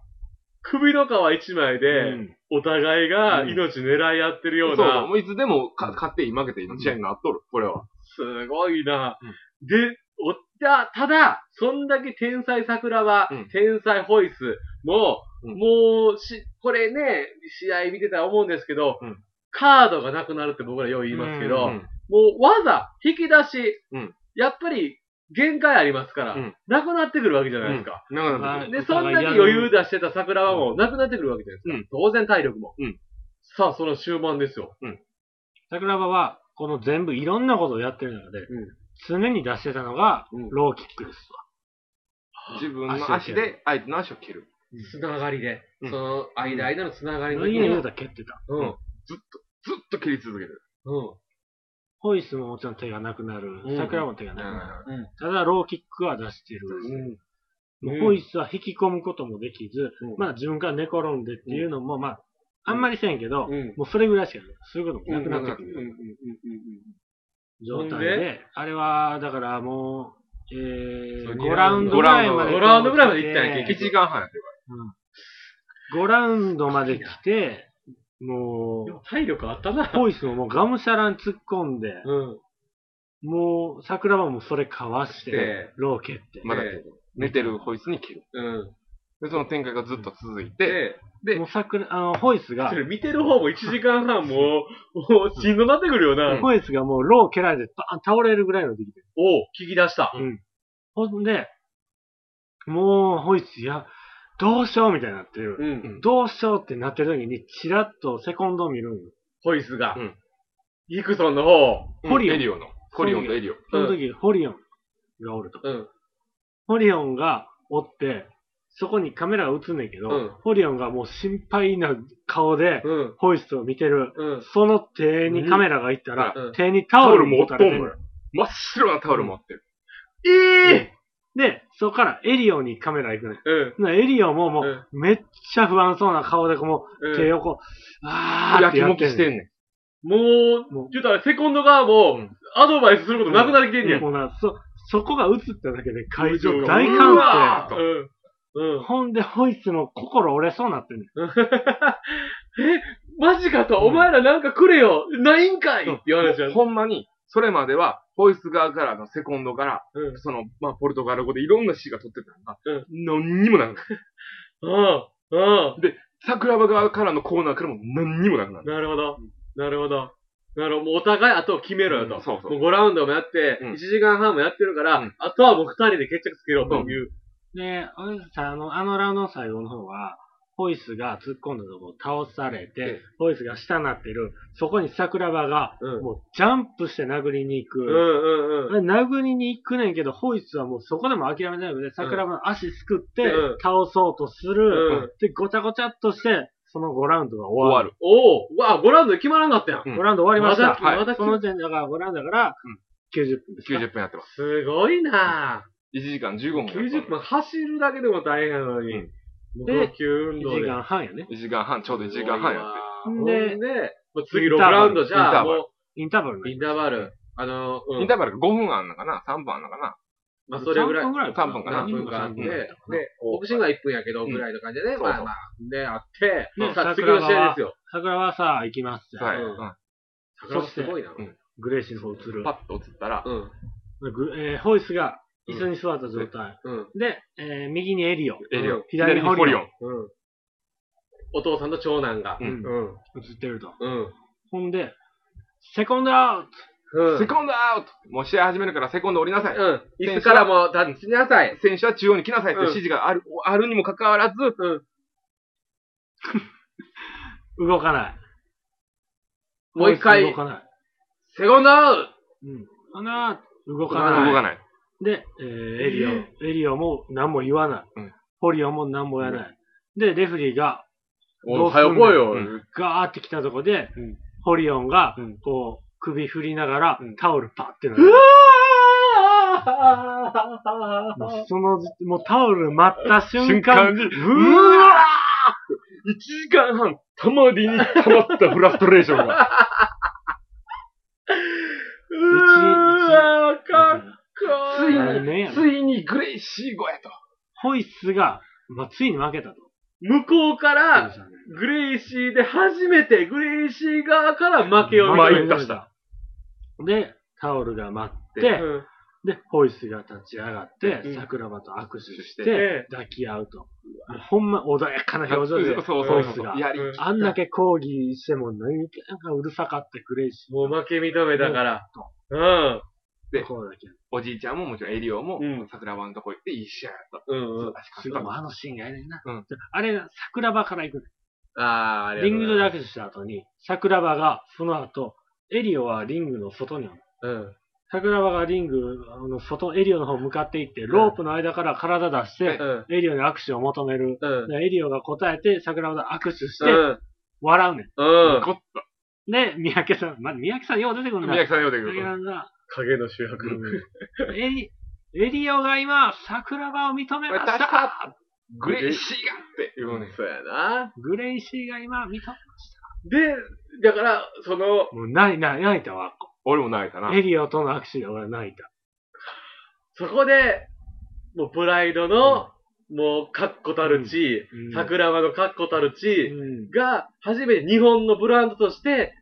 S1: 首の皮一枚で、
S3: うん
S1: お互いが命狙い合ってるよ
S2: そうう、
S1: な、
S2: もういつでもか勝っていい負けていいの試合になっとる、これは。
S1: すごいな。
S2: うん
S1: で、おった、ただ、そんだけ天才桜は、
S2: うん
S1: 天才ホイスも、
S2: うん
S1: もうし、これね、試合見てたら思うんですけど、
S2: うん
S1: カードがなくなるって僕らよう言いますけど、
S2: うん
S1: もう技、引き出し、
S2: うん
S1: やっぱり限界ありますから、
S2: うん
S1: なくなってくるわけじゃないですか。
S2: なかな
S3: ま
S2: か
S3: あ
S1: で、
S3: お
S1: そ
S3: 互
S1: ん
S3: い
S1: だけ余裕出してた桜はもうなくなってくるわけじゃないですか。
S2: うん
S1: 当然体力も。
S2: うん
S1: さあ、その終盤ですよ。
S3: 桜庭は、この全部いろんなことをやってる中で、
S1: うん
S3: 常に出してたのが
S1: うん、
S3: ローキックです
S2: 自分の足で相手の足を蹴る。
S1: つながりで、
S2: うん
S1: その間間のつながり
S3: わ。
S1: の
S3: ル
S1: 時
S3: イ
S1: に
S3: ネ・ユータ蹴ってた。
S1: うん。うん。
S2: ずっと、ずっと蹴り続けてる。
S3: ホイッスンももちろん手がなくなる
S1: うん。
S3: 桜庭も手がなくなる。
S1: うん。
S3: ただ、ローキックは出してる。
S1: うん
S3: ホイッスンは引き込むこともできず、
S1: うん
S3: まあ自分から寝転んでっていうのも、まあ、あんまりせんけど、
S1: うん。
S3: もうそれぐらいしかそういうこともなくなって
S1: う
S3: く
S1: んうんうん
S3: る
S1: うん
S3: 状態
S1: ほん
S3: で、あれは、だからもう、え
S2: そう
S3: ー、
S2: 二
S3: 5ラウンドぐらいまで。
S1: 五ラウンドぐらいまで行ったんや
S2: 1
S1: 結
S2: 時間半やってる
S3: 5ラウンドまで来て、も
S1: で
S3: う
S1: も、体力あったな。
S3: ホイスももうがむしゃらに突っ込んで、
S1: うん。
S3: もう桜庭もそれかわし
S1: で
S3: て、ロー蹴って。
S2: まだ蹴る寝てるホイスに蹴る。
S1: うん。
S2: で、その展開がずっと続いて、
S1: で、
S2: で
S3: もう桜、あの、ホイスが
S1: そ、れ見てる方も1時間半も [laughs] う、もう、しんどなってくるよな。
S3: ホイスがもうロー蹴られてバーン倒れるぐらいの時で。
S1: おう聞き出した。
S3: ほんで、もう、ホイッス、いや、どうしようみたいになってる。
S1: うん。
S3: どうしようってなってる時に、チラッとセコンドを見るんよ。
S1: ホイスが
S2: うん。
S1: イクソンの方。
S2: うん
S3: ホリオン
S2: エリオの。ホリオンとエリオ。
S3: その時、ホリオンがおると。
S1: うん。
S3: ホリオンがおって、そこにカメラが映んねんけど、
S1: うん
S3: ホリオンがもう心配な顔で、
S1: うん。
S3: ホイッスを見てる。
S1: うん。
S3: その手にカメラがいったら、
S1: うんうん
S3: 手に
S2: タ
S3: タ
S2: オ
S3: オ
S2: ル
S3: ル
S2: 持
S3: 持
S2: ったと
S3: れて
S2: んの
S3: る
S2: よ。。真っ白なタオル持ってる。
S1: ええ
S3: で、そこからエリオンにカメラ行くねん。
S1: うん。
S3: ほなエリオンもも
S1: う
S3: う、めっちゃ不安そうな顔で、もう、手をこう、あーっ
S2: 焼
S3: て
S2: き
S3: や
S2: も
S3: っ
S2: き
S3: て
S2: し
S3: ん
S2: て
S3: ねん
S2: んね
S1: も
S3: も
S1: う、言うたら、セコンド側
S2: う
S1: も
S2: ん、
S1: アドバイスすることなくなってきてんねや。
S3: もうな、そ、そこが映っただけで会場
S1: うん
S3: 大
S1: う
S3: 歓
S1: わ
S3: 声。
S1: ーうん。うん。
S3: ほんで、ホイッスも心折れそうになってんねん。
S1: え、マジかと、お前らなんかくれよないんかいっていう話や
S2: ん。ほんまに、それまでは、ホイス側からのセコンドから、
S1: うん。
S2: その、まあ、ポルトガル語でいろんな詩が取ってたのが、
S1: う
S2: 何にもなくなる。
S1: うん。うん。
S2: 桜庭側からのコーナーからも何にもなくなる。
S1: なるほど。なるほど。なるほど。もうお互いあと決めろよと。
S2: うんそうそう
S1: もう5ラウンドもやって、
S2: うん
S1: 1時間半もやってるから、
S2: うん
S1: あとはもう2人で決着つけろという。
S3: で、ホイッスあの、あのラウンドの最後の方は、ホイッスが突っ込んだとこ倒され
S2: うん
S3: て、ホイッスが下になってる、そこに桜庭が、
S1: うん
S3: もうジャンプして殴りに行
S1: うん
S3: く。
S1: うんうん。
S3: で殴りに行くねんけど、ホイッスはもうそこでも諦めないので、桜庭の足すくって
S1: うん、
S3: 倒そうとする。で、ごちゃごちゃっとして、その5ラウンドが終わる
S2: 終わ。
S1: おお
S2: る。
S1: うわ、5ラウンド決まらんかったやん。
S2: うん
S3: 5ラウンド終わりまし
S1: ま
S3: た。
S1: だ
S3: はい
S1: まだ
S3: その時点でだから5ラウンドだから
S2: うん、
S3: 90分ですか。
S2: 90分やってます。
S1: すごいな
S2: 1時間15分
S1: ぁ。
S2: やってます。
S1: 90分走るだけでも大変なのに。
S2: うん
S1: もう
S3: で
S1: 呼吸運動
S3: 1
S1: で
S3: 時。間半やね。
S2: 1時間半、ちょうど1時間半やって。
S1: ほん
S3: で
S1: で、もう次6ラウンドじ
S2: イン
S1: ゃ
S2: タ
S1: あ、
S2: ーバル
S1: も
S3: インターバル
S1: う、イ
S3: ね
S1: ンターバル。あの、うん
S2: インターバルが5分あんのかな ?3 分あんのかな
S1: まあ、それぐらい
S3: 3。分ぐらい
S2: 3分かな
S1: 何分かあって、
S2: うん
S1: で、
S2: こう
S1: ボクシングは1分やけど、ぐらいの感じでね、
S2: うん
S1: まあまあ、で、あって、
S3: ね
S1: さあ、次の試合ですよ。
S3: 桜はさ、行きます。
S2: はい。
S1: う
S2: うんん
S1: 桜はすごいな。
S2: うん
S3: グレイシーの方映る。
S2: パッと映ったら、
S1: うん。
S3: グえーホイスが椅子に座った状態。
S1: うん。
S3: で、えー右にエリオ。
S2: エリ
S1: う
S2: オ
S1: ん
S2: ン。
S3: 左に
S2: にホリオン。
S1: うん。お父さんと長男が。
S2: う
S1: うんん。
S3: 映ってると。
S1: うん。
S3: ほんで、セコンドアウト
S1: うん。
S2: セコンドアウトもう試合始めるからセコンド降りなさい。
S1: うん。椅子からも立ちなさい。
S2: 選手は中央に来なさいという指示がある、あるにもかかわらず、
S1: うん。
S3: 動かない。
S1: もう一回
S3: ホイス動かない。
S1: セコンドアウ
S3: うん。かな動か
S1: は
S3: ない。
S2: 動かない。
S3: で、えーエリオ、エリオも何も言わない。
S2: うん
S3: ホリオも何も言わない。で、レフェリーが
S1: お
S3: どうすん
S1: 早
S3: ねん
S1: 来いよ。
S2: うん
S3: ガーって来たとこで、
S1: うん
S3: ホリオンが
S1: うん、
S3: こう、首振りながら、
S1: うん
S3: タオルパッてな
S1: う
S3: る。
S1: わ
S3: もうその時、もうタオル待った瞬
S2: 瞬
S3: 間
S2: 間
S3: に、
S2: に、
S3: うわ
S4: 1時間半、たまりに溜まったフラストレーションが。
S1: うーわー、かっこいい。
S3: 来年やな
S2: ついにグレイシーゴやと。
S3: ホイッスが、まあ、ついに負けたと。
S1: 向こうから、グレイシーで初めて、グレイシー側から負けを
S4: まあ
S1: 認
S4: い
S1: め
S4: い
S1: た。
S4: とした。
S3: で、タオルが待って、
S1: うん
S3: で、ホイッスが立ち上がって、
S1: うん
S3: 桜庭と握手し
S1: え
S3: て、抱き合うと。もうほんま穏やかな表情で、
S2: そうそう
S3: ホ
S2: そ
S3: イ
S2: う
S3: ッス
S2: そう
S3: が。
S2: やりきった
S3: あんだけ抗議しても、なんかうるさかってくれし、
S1: もう負け認めたから。
S2: で
S3: こうだけど。
S2: おじいちゃんももちろんエリオも
S1: うん、
S2: 桜庭のとこ行って一緒やと。
S1: うん。うんうん。
S2: 確か
S3: しかもあのシーンがええねんな。
S2: うん
S3: あれ、桜庭から行くね
S1: あー、ありがと
S3: リ
S1: う
S3: ン
S1: ご
S3: グ
S1: ざ
S3: 上
S1: い
S3: で
S1: ます。
S3: 握手した後に、桜庭がその後、エリオはリングの外におる。
S1: うん。
S3: 桜庭がリングの外、エリオの方向かっていって、ロープの間から体出して、
S1: うん。
S3: エリオに握手を求める。
S1: うん。
S3: でエリオが答えて、桜庭と握手し
S1: う
S3: て、
S1: ん。
S3: 笑うね
S1: うん。
S2: こっ
S3: ん。で、三宅さん、まあ、三宅さんよう出てく
S2: と
S3: るな。
S2: 宮城
S3: 三
S2: さんようだけど。
S3: 宅さんが、
S1: 影の主役。
S3: うんエリ、エリオが今、桜庭を認めました
S2: グレイシーがって言うねん。
S1: そうやな。
S3: グレイシーが今、認めました
S1: で、だから、その、
S3: もう、ない、ない、泣いたわ。
S2: 俺も泣いたな。
S3: エリオとの握手で俺は泣いた。
S1: そこで、もうプライドの、もう、確固たる地
S3: うんう、ん
S1: 桜庭の確固たる
S3: う
S1: 地
S3: ん。
S1: が、初めて日本のブランドとして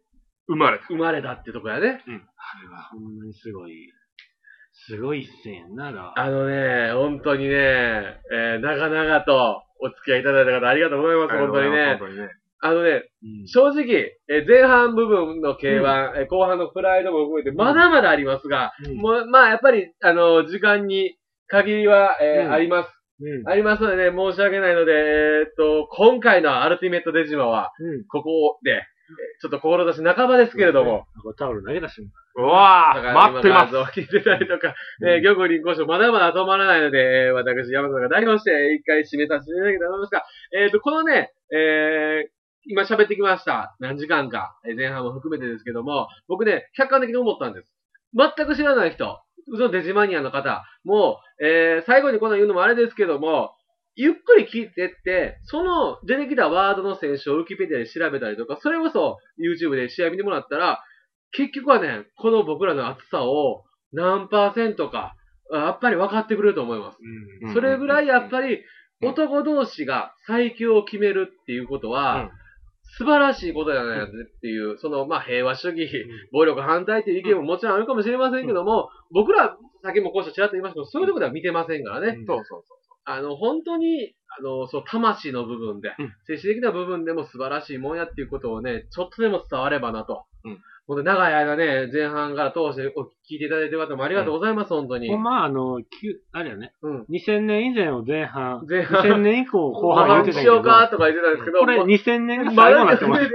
S2: 生まれた。
S1: 生まれたってとこやね。
S2: あれは。
S3: ほんまにすごい、すごい一戦やんな、だから
S1: あのね、本当にね、えー長々とお付き合いいただいた方ありがとうございます、本当にね
S2: 本。当にね。
S1: あのね、
S3: うん
S1: 正直、えー前半部分の K1、えー後半のプライドも含めて、まだまだありますが、
S3: うん
S1: もうまあ、やっぱり、あの、時間に限りは、えー
S3: うん
S1: あります。
S3: うん。
S1: ありますのでね、申し訳ないので、えーっと、今回のアルティメットデジマは、
S3: うん。
S1: ここで、えーちょっと志半ばですけれども、
S3: こうタオル投げた瞬間。
S2: うわ
S1: だか
S2: ぁ、
S1: ら
S2: 待ってま
S1: 今の
S2: す。
S1: 画像を聞いてたりとか、えー、玉林交渉まだまだ止まらないので、えー私、山田が代表して、えー一回締めさせていただきたいと思いますが、えっ、と、このね、えー今喋ってきました。何時間か、えー前半も含めてですけども、僕ね、客観的に思ったんです。全く知らない人、そのデジマニアの方、もう、えー最後にこんなの言うのもあれですけども、ゆっくり聞いてって、その出てきたワードの選手をウィキペディアで調べたりとか、それこそ YouTube で試合見てもらったら、結局はね、この僕らの熱さを何パーセントか、あやっぱり分かってくれると思います。
S3: う
S2: うん
S1: それぐらいやっぱり
S2: うん
S1: 男同士が最強を決めるっていうこと
S2: う
S1: は
S2: ん、
S1: 素晴らしいことじゃないっていう、その、まあ、平和主義、暴力反対っていう意見ももちろんあるかもしれませんけども、僕ら、先もこうしてちらっと言いましたけど、そういうところでは見てませんからね。
S3: うん
S2: そうそう
S1: あの、本当に、あの、そう、魂の部分で、
S2: うん
S1: 精神的な部分でも素晴らしいもんやっていうことをね、ちょっとでも伝わればなと。
S2: うん
S1: ほんで、長い間ね、前半から通してお聞きいただいてる方もありがとうございます、本当に。
S3: ほんま、あの、旧あれやね。
S1: うん
S3: 2000年以前を前半、
S1: 前
S3: 2000
S1: 半、
S3: 年以降を後
S1: 後
S3: 半言
S1: 半
S3: うてた
S1: し
S3: んや
S1: よう
S3: け
S1: かと
S3: ど、
S1: か言ってたんですけど、
S3: これ
S1: もう
S3: 2000年が
S1: ま
S3: 最後にな
S1: だ
S3: ってます。
S1: で、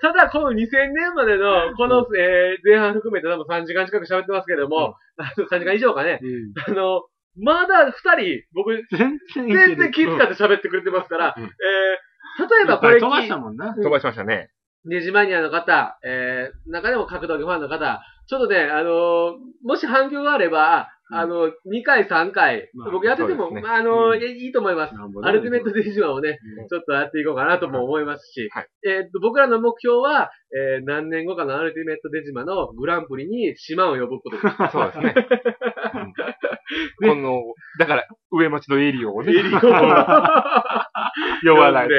S1: ただこの2000年までの、この、えー前半含めて多分3時間近く喋ってますけれども、あの3時間以上かね、
S3: うん
S1: あの、まだ2人、僕、
S3: 全然い
S1: 全
S3: け
S1: 然
S3: る。
S1: 気遣って喋ってくれてますから、
S2: うん
S1: えー例えばこ
S3: い
S1: れ
S3: っぱい飛ばした
S1: 聞い、
S3: もんな。
S2: 飛ばしましたね。
S1: ネジマニアの方、えー中でも格闘技ファンの方、ちょっとね、あのーもし反響があれば、
S3: うん
S1: あの、2回、3回、
S3: まあ
S1: 僕やってて
S2: そ
S1: も、
S2: うですね
S1: まああのー
S3: うん
S1: いいと思います。
S3: なんぼでも
S1: アルティメットデジマをね、
S3: うん
S1: ちょっとやっていこうかなとも思いますし、
S2: はい
S1: えーっと、僕らの目標は、えー何年後かのアルティメットデジマのグランプリに島を呼ぶことです。
S2: そうです
S1: [laughs]
S2: ね。うんこの、だから、上町のエリ [laughs] オをね、
S1: 呼ば
S2: 呼ばな
S1: で、
S2: いと。
S1: はい。上町プロレ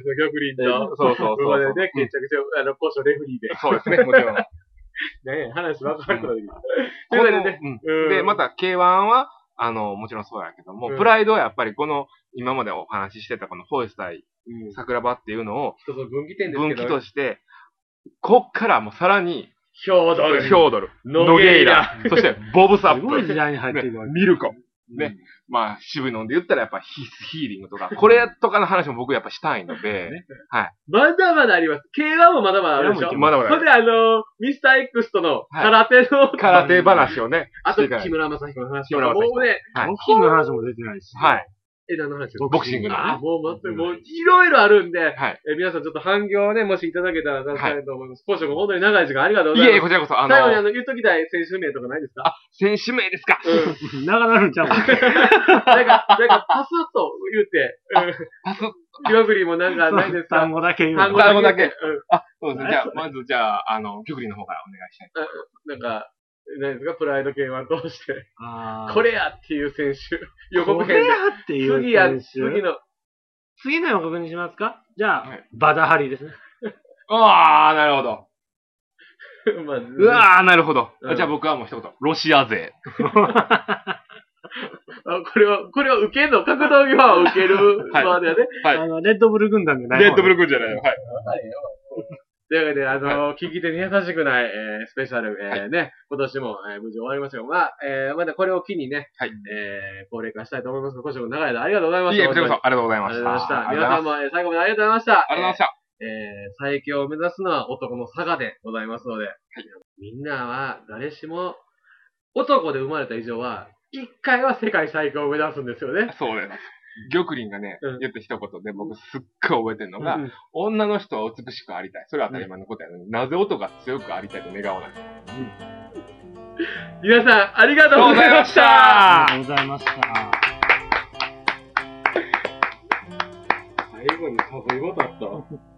S1: スの玉林と、
S2: そうそうそ
S1: こ
S2: う
S1: こで
S2: そう。
S1: ね、決着して、あの、交渉レフリーで。
S2: そうですね、もち
S1: [laughs]
S2: ろん。
S1: ね、話分からなくなる。
S2: こと
S1: いう
S2: の
S1: わけでね
S2: うん
S1: うん
S2: で、ま、た K1 は、あの、もちろんそうやけども、
S1: うん
S2: プライドはやっぱりこの、今までお話ししてたこのホイス対
S1: うん。ちょ
S2: 桜庭っていうのを
S1: っと分岐点です
S2: 分
S1: け
S2: 岐
S1: ど
S2: と、して、こっからもうさらに、
S1: ヒョードル
S2: ヒョードル、
S1: ノ
S2: ノ
S1: ゲ
S2: ゲ
S1: イ
S2: イ
S1: ラ
S2: ラ、そしてボブ
S1: [laughs]
S2: サ
S3: す
S2: ッ
S3: ごい時
S2: プ、
S3: 代に入っていくわけ。
S2: ミルコ。
S3: ね
S2: ね。まあ、渋野で言ったらやっぱヒスヒーリングとか、 [laughs] これとかの話も僕やっぱしたいの
S1: [laughs]
S2: で、
S1: まだまだあります。K1 もまだまだあるでしょ。
S2: まだま
S1: それで、あ
S2: だ
S1: の、ミスター X との空手の、
S2: 空手話をね、
S1: あ
S2: して
S1: と
S2: いか、ない
S1: 木村正彦の話
S2: 木
S1: とか、
S2: 村正彦
S1: もうね、
S2: はい
S3: ボクシングの話も出てないし。
S2: はい。
S1: え、何の話
S2: ボクシングの
S1: あ、
S2: ね。
S1: もう全く、もう、いろいろあるんで、
S2: はい。
S1: え皆さんちょっと反響をね、もしいただけたら、助かると思います。交渉も本当に長い時間ありがとうござ
S2: いえいえ、
S1: いま
S2: こちらこそ、あ
S1: す。最後にあ
S2: の、
S1: の、言っときたい選手名とかないですか
S2: [laughs] 選手名ですか
S1: うん。
S3: 長なるんちゃうもん。
S1: なんか、なんか、パスッと言うて、
S2: パスッ
S1: キョグリもなんかないですか
S3: 単語だけ言う
S1: 単
S3: の
S1: 語。
S2: 単語だけ
S1: うん。
S2: あ、そうですね。
S3: 何
S2: じゃあ
S3: そ、
S2: まずじゃあ、あの、曲の方からお願いしたい。
S1: なんか、ないですかプライド系はどうして。
S3: あー
S1: これやっていう選手。予告
S3: こ
S1: 編
S3: れ
S1: で。
S3: やっていう
S1: 次や、
S3: 選手
S1: 次の。 [laughs]
S3: 次の予告にしますかじゃあ、
S2: はい
S3: バダハリーですね。
S2: ああ、なるほど。
S1: まあ、
S2: うわあ、なるほど
S1: う。ん
S2: じゃあ僕はもう一言。ロシア勢。
S1: あこれは、これは受けんの格闘技は受ける
S2: はい
S1: ワードやね。
S2: はい
S3: あの、レッドブル軍団じゃない方
S2: レッドブル君じゃないよ。はい。
S1: [laughs] というわけで、あの、聞き手に優しくない、えースペシャル、えーね、今年も、えー無事終わりましたが、まあ、えーまだこれを機にね、
S2: はい
S1: えー高齢化したいと思いますが、今週も長い間ありがとうございまし
S2: いえ、
S1: た。
S2: こちらこ
S1: 本
S2: そありがとうござい
S1: 当
S2: ま
S1: にあ
S2: し
S1: り
S2: た。
S1: がとうございました。
S2: あり
S1: 皆
S2: がと
S1: さ
S2: う
S1: も、えー最
S2: んございました。
S1: 後までありがとうございました。
S2: ありがとうございました。
S1: えー最強を目指すのは男の差がでございますので、みんなは誰しも男で生まれた以上は、一回は世界最強を目指すんですよね。
S2: そうです。玉林がね
S1: うん、
S2: 言った一言で僕すっごい覚えてるのが、
S1: うん
S2: 女の人は美しくありたい。それは当たり前のことやのに、なぜ男が強くありたいと願わない
S1: 皆さん、ありがとうございました
S3: ありがとうございました。
S4: 最後に誘い事あった。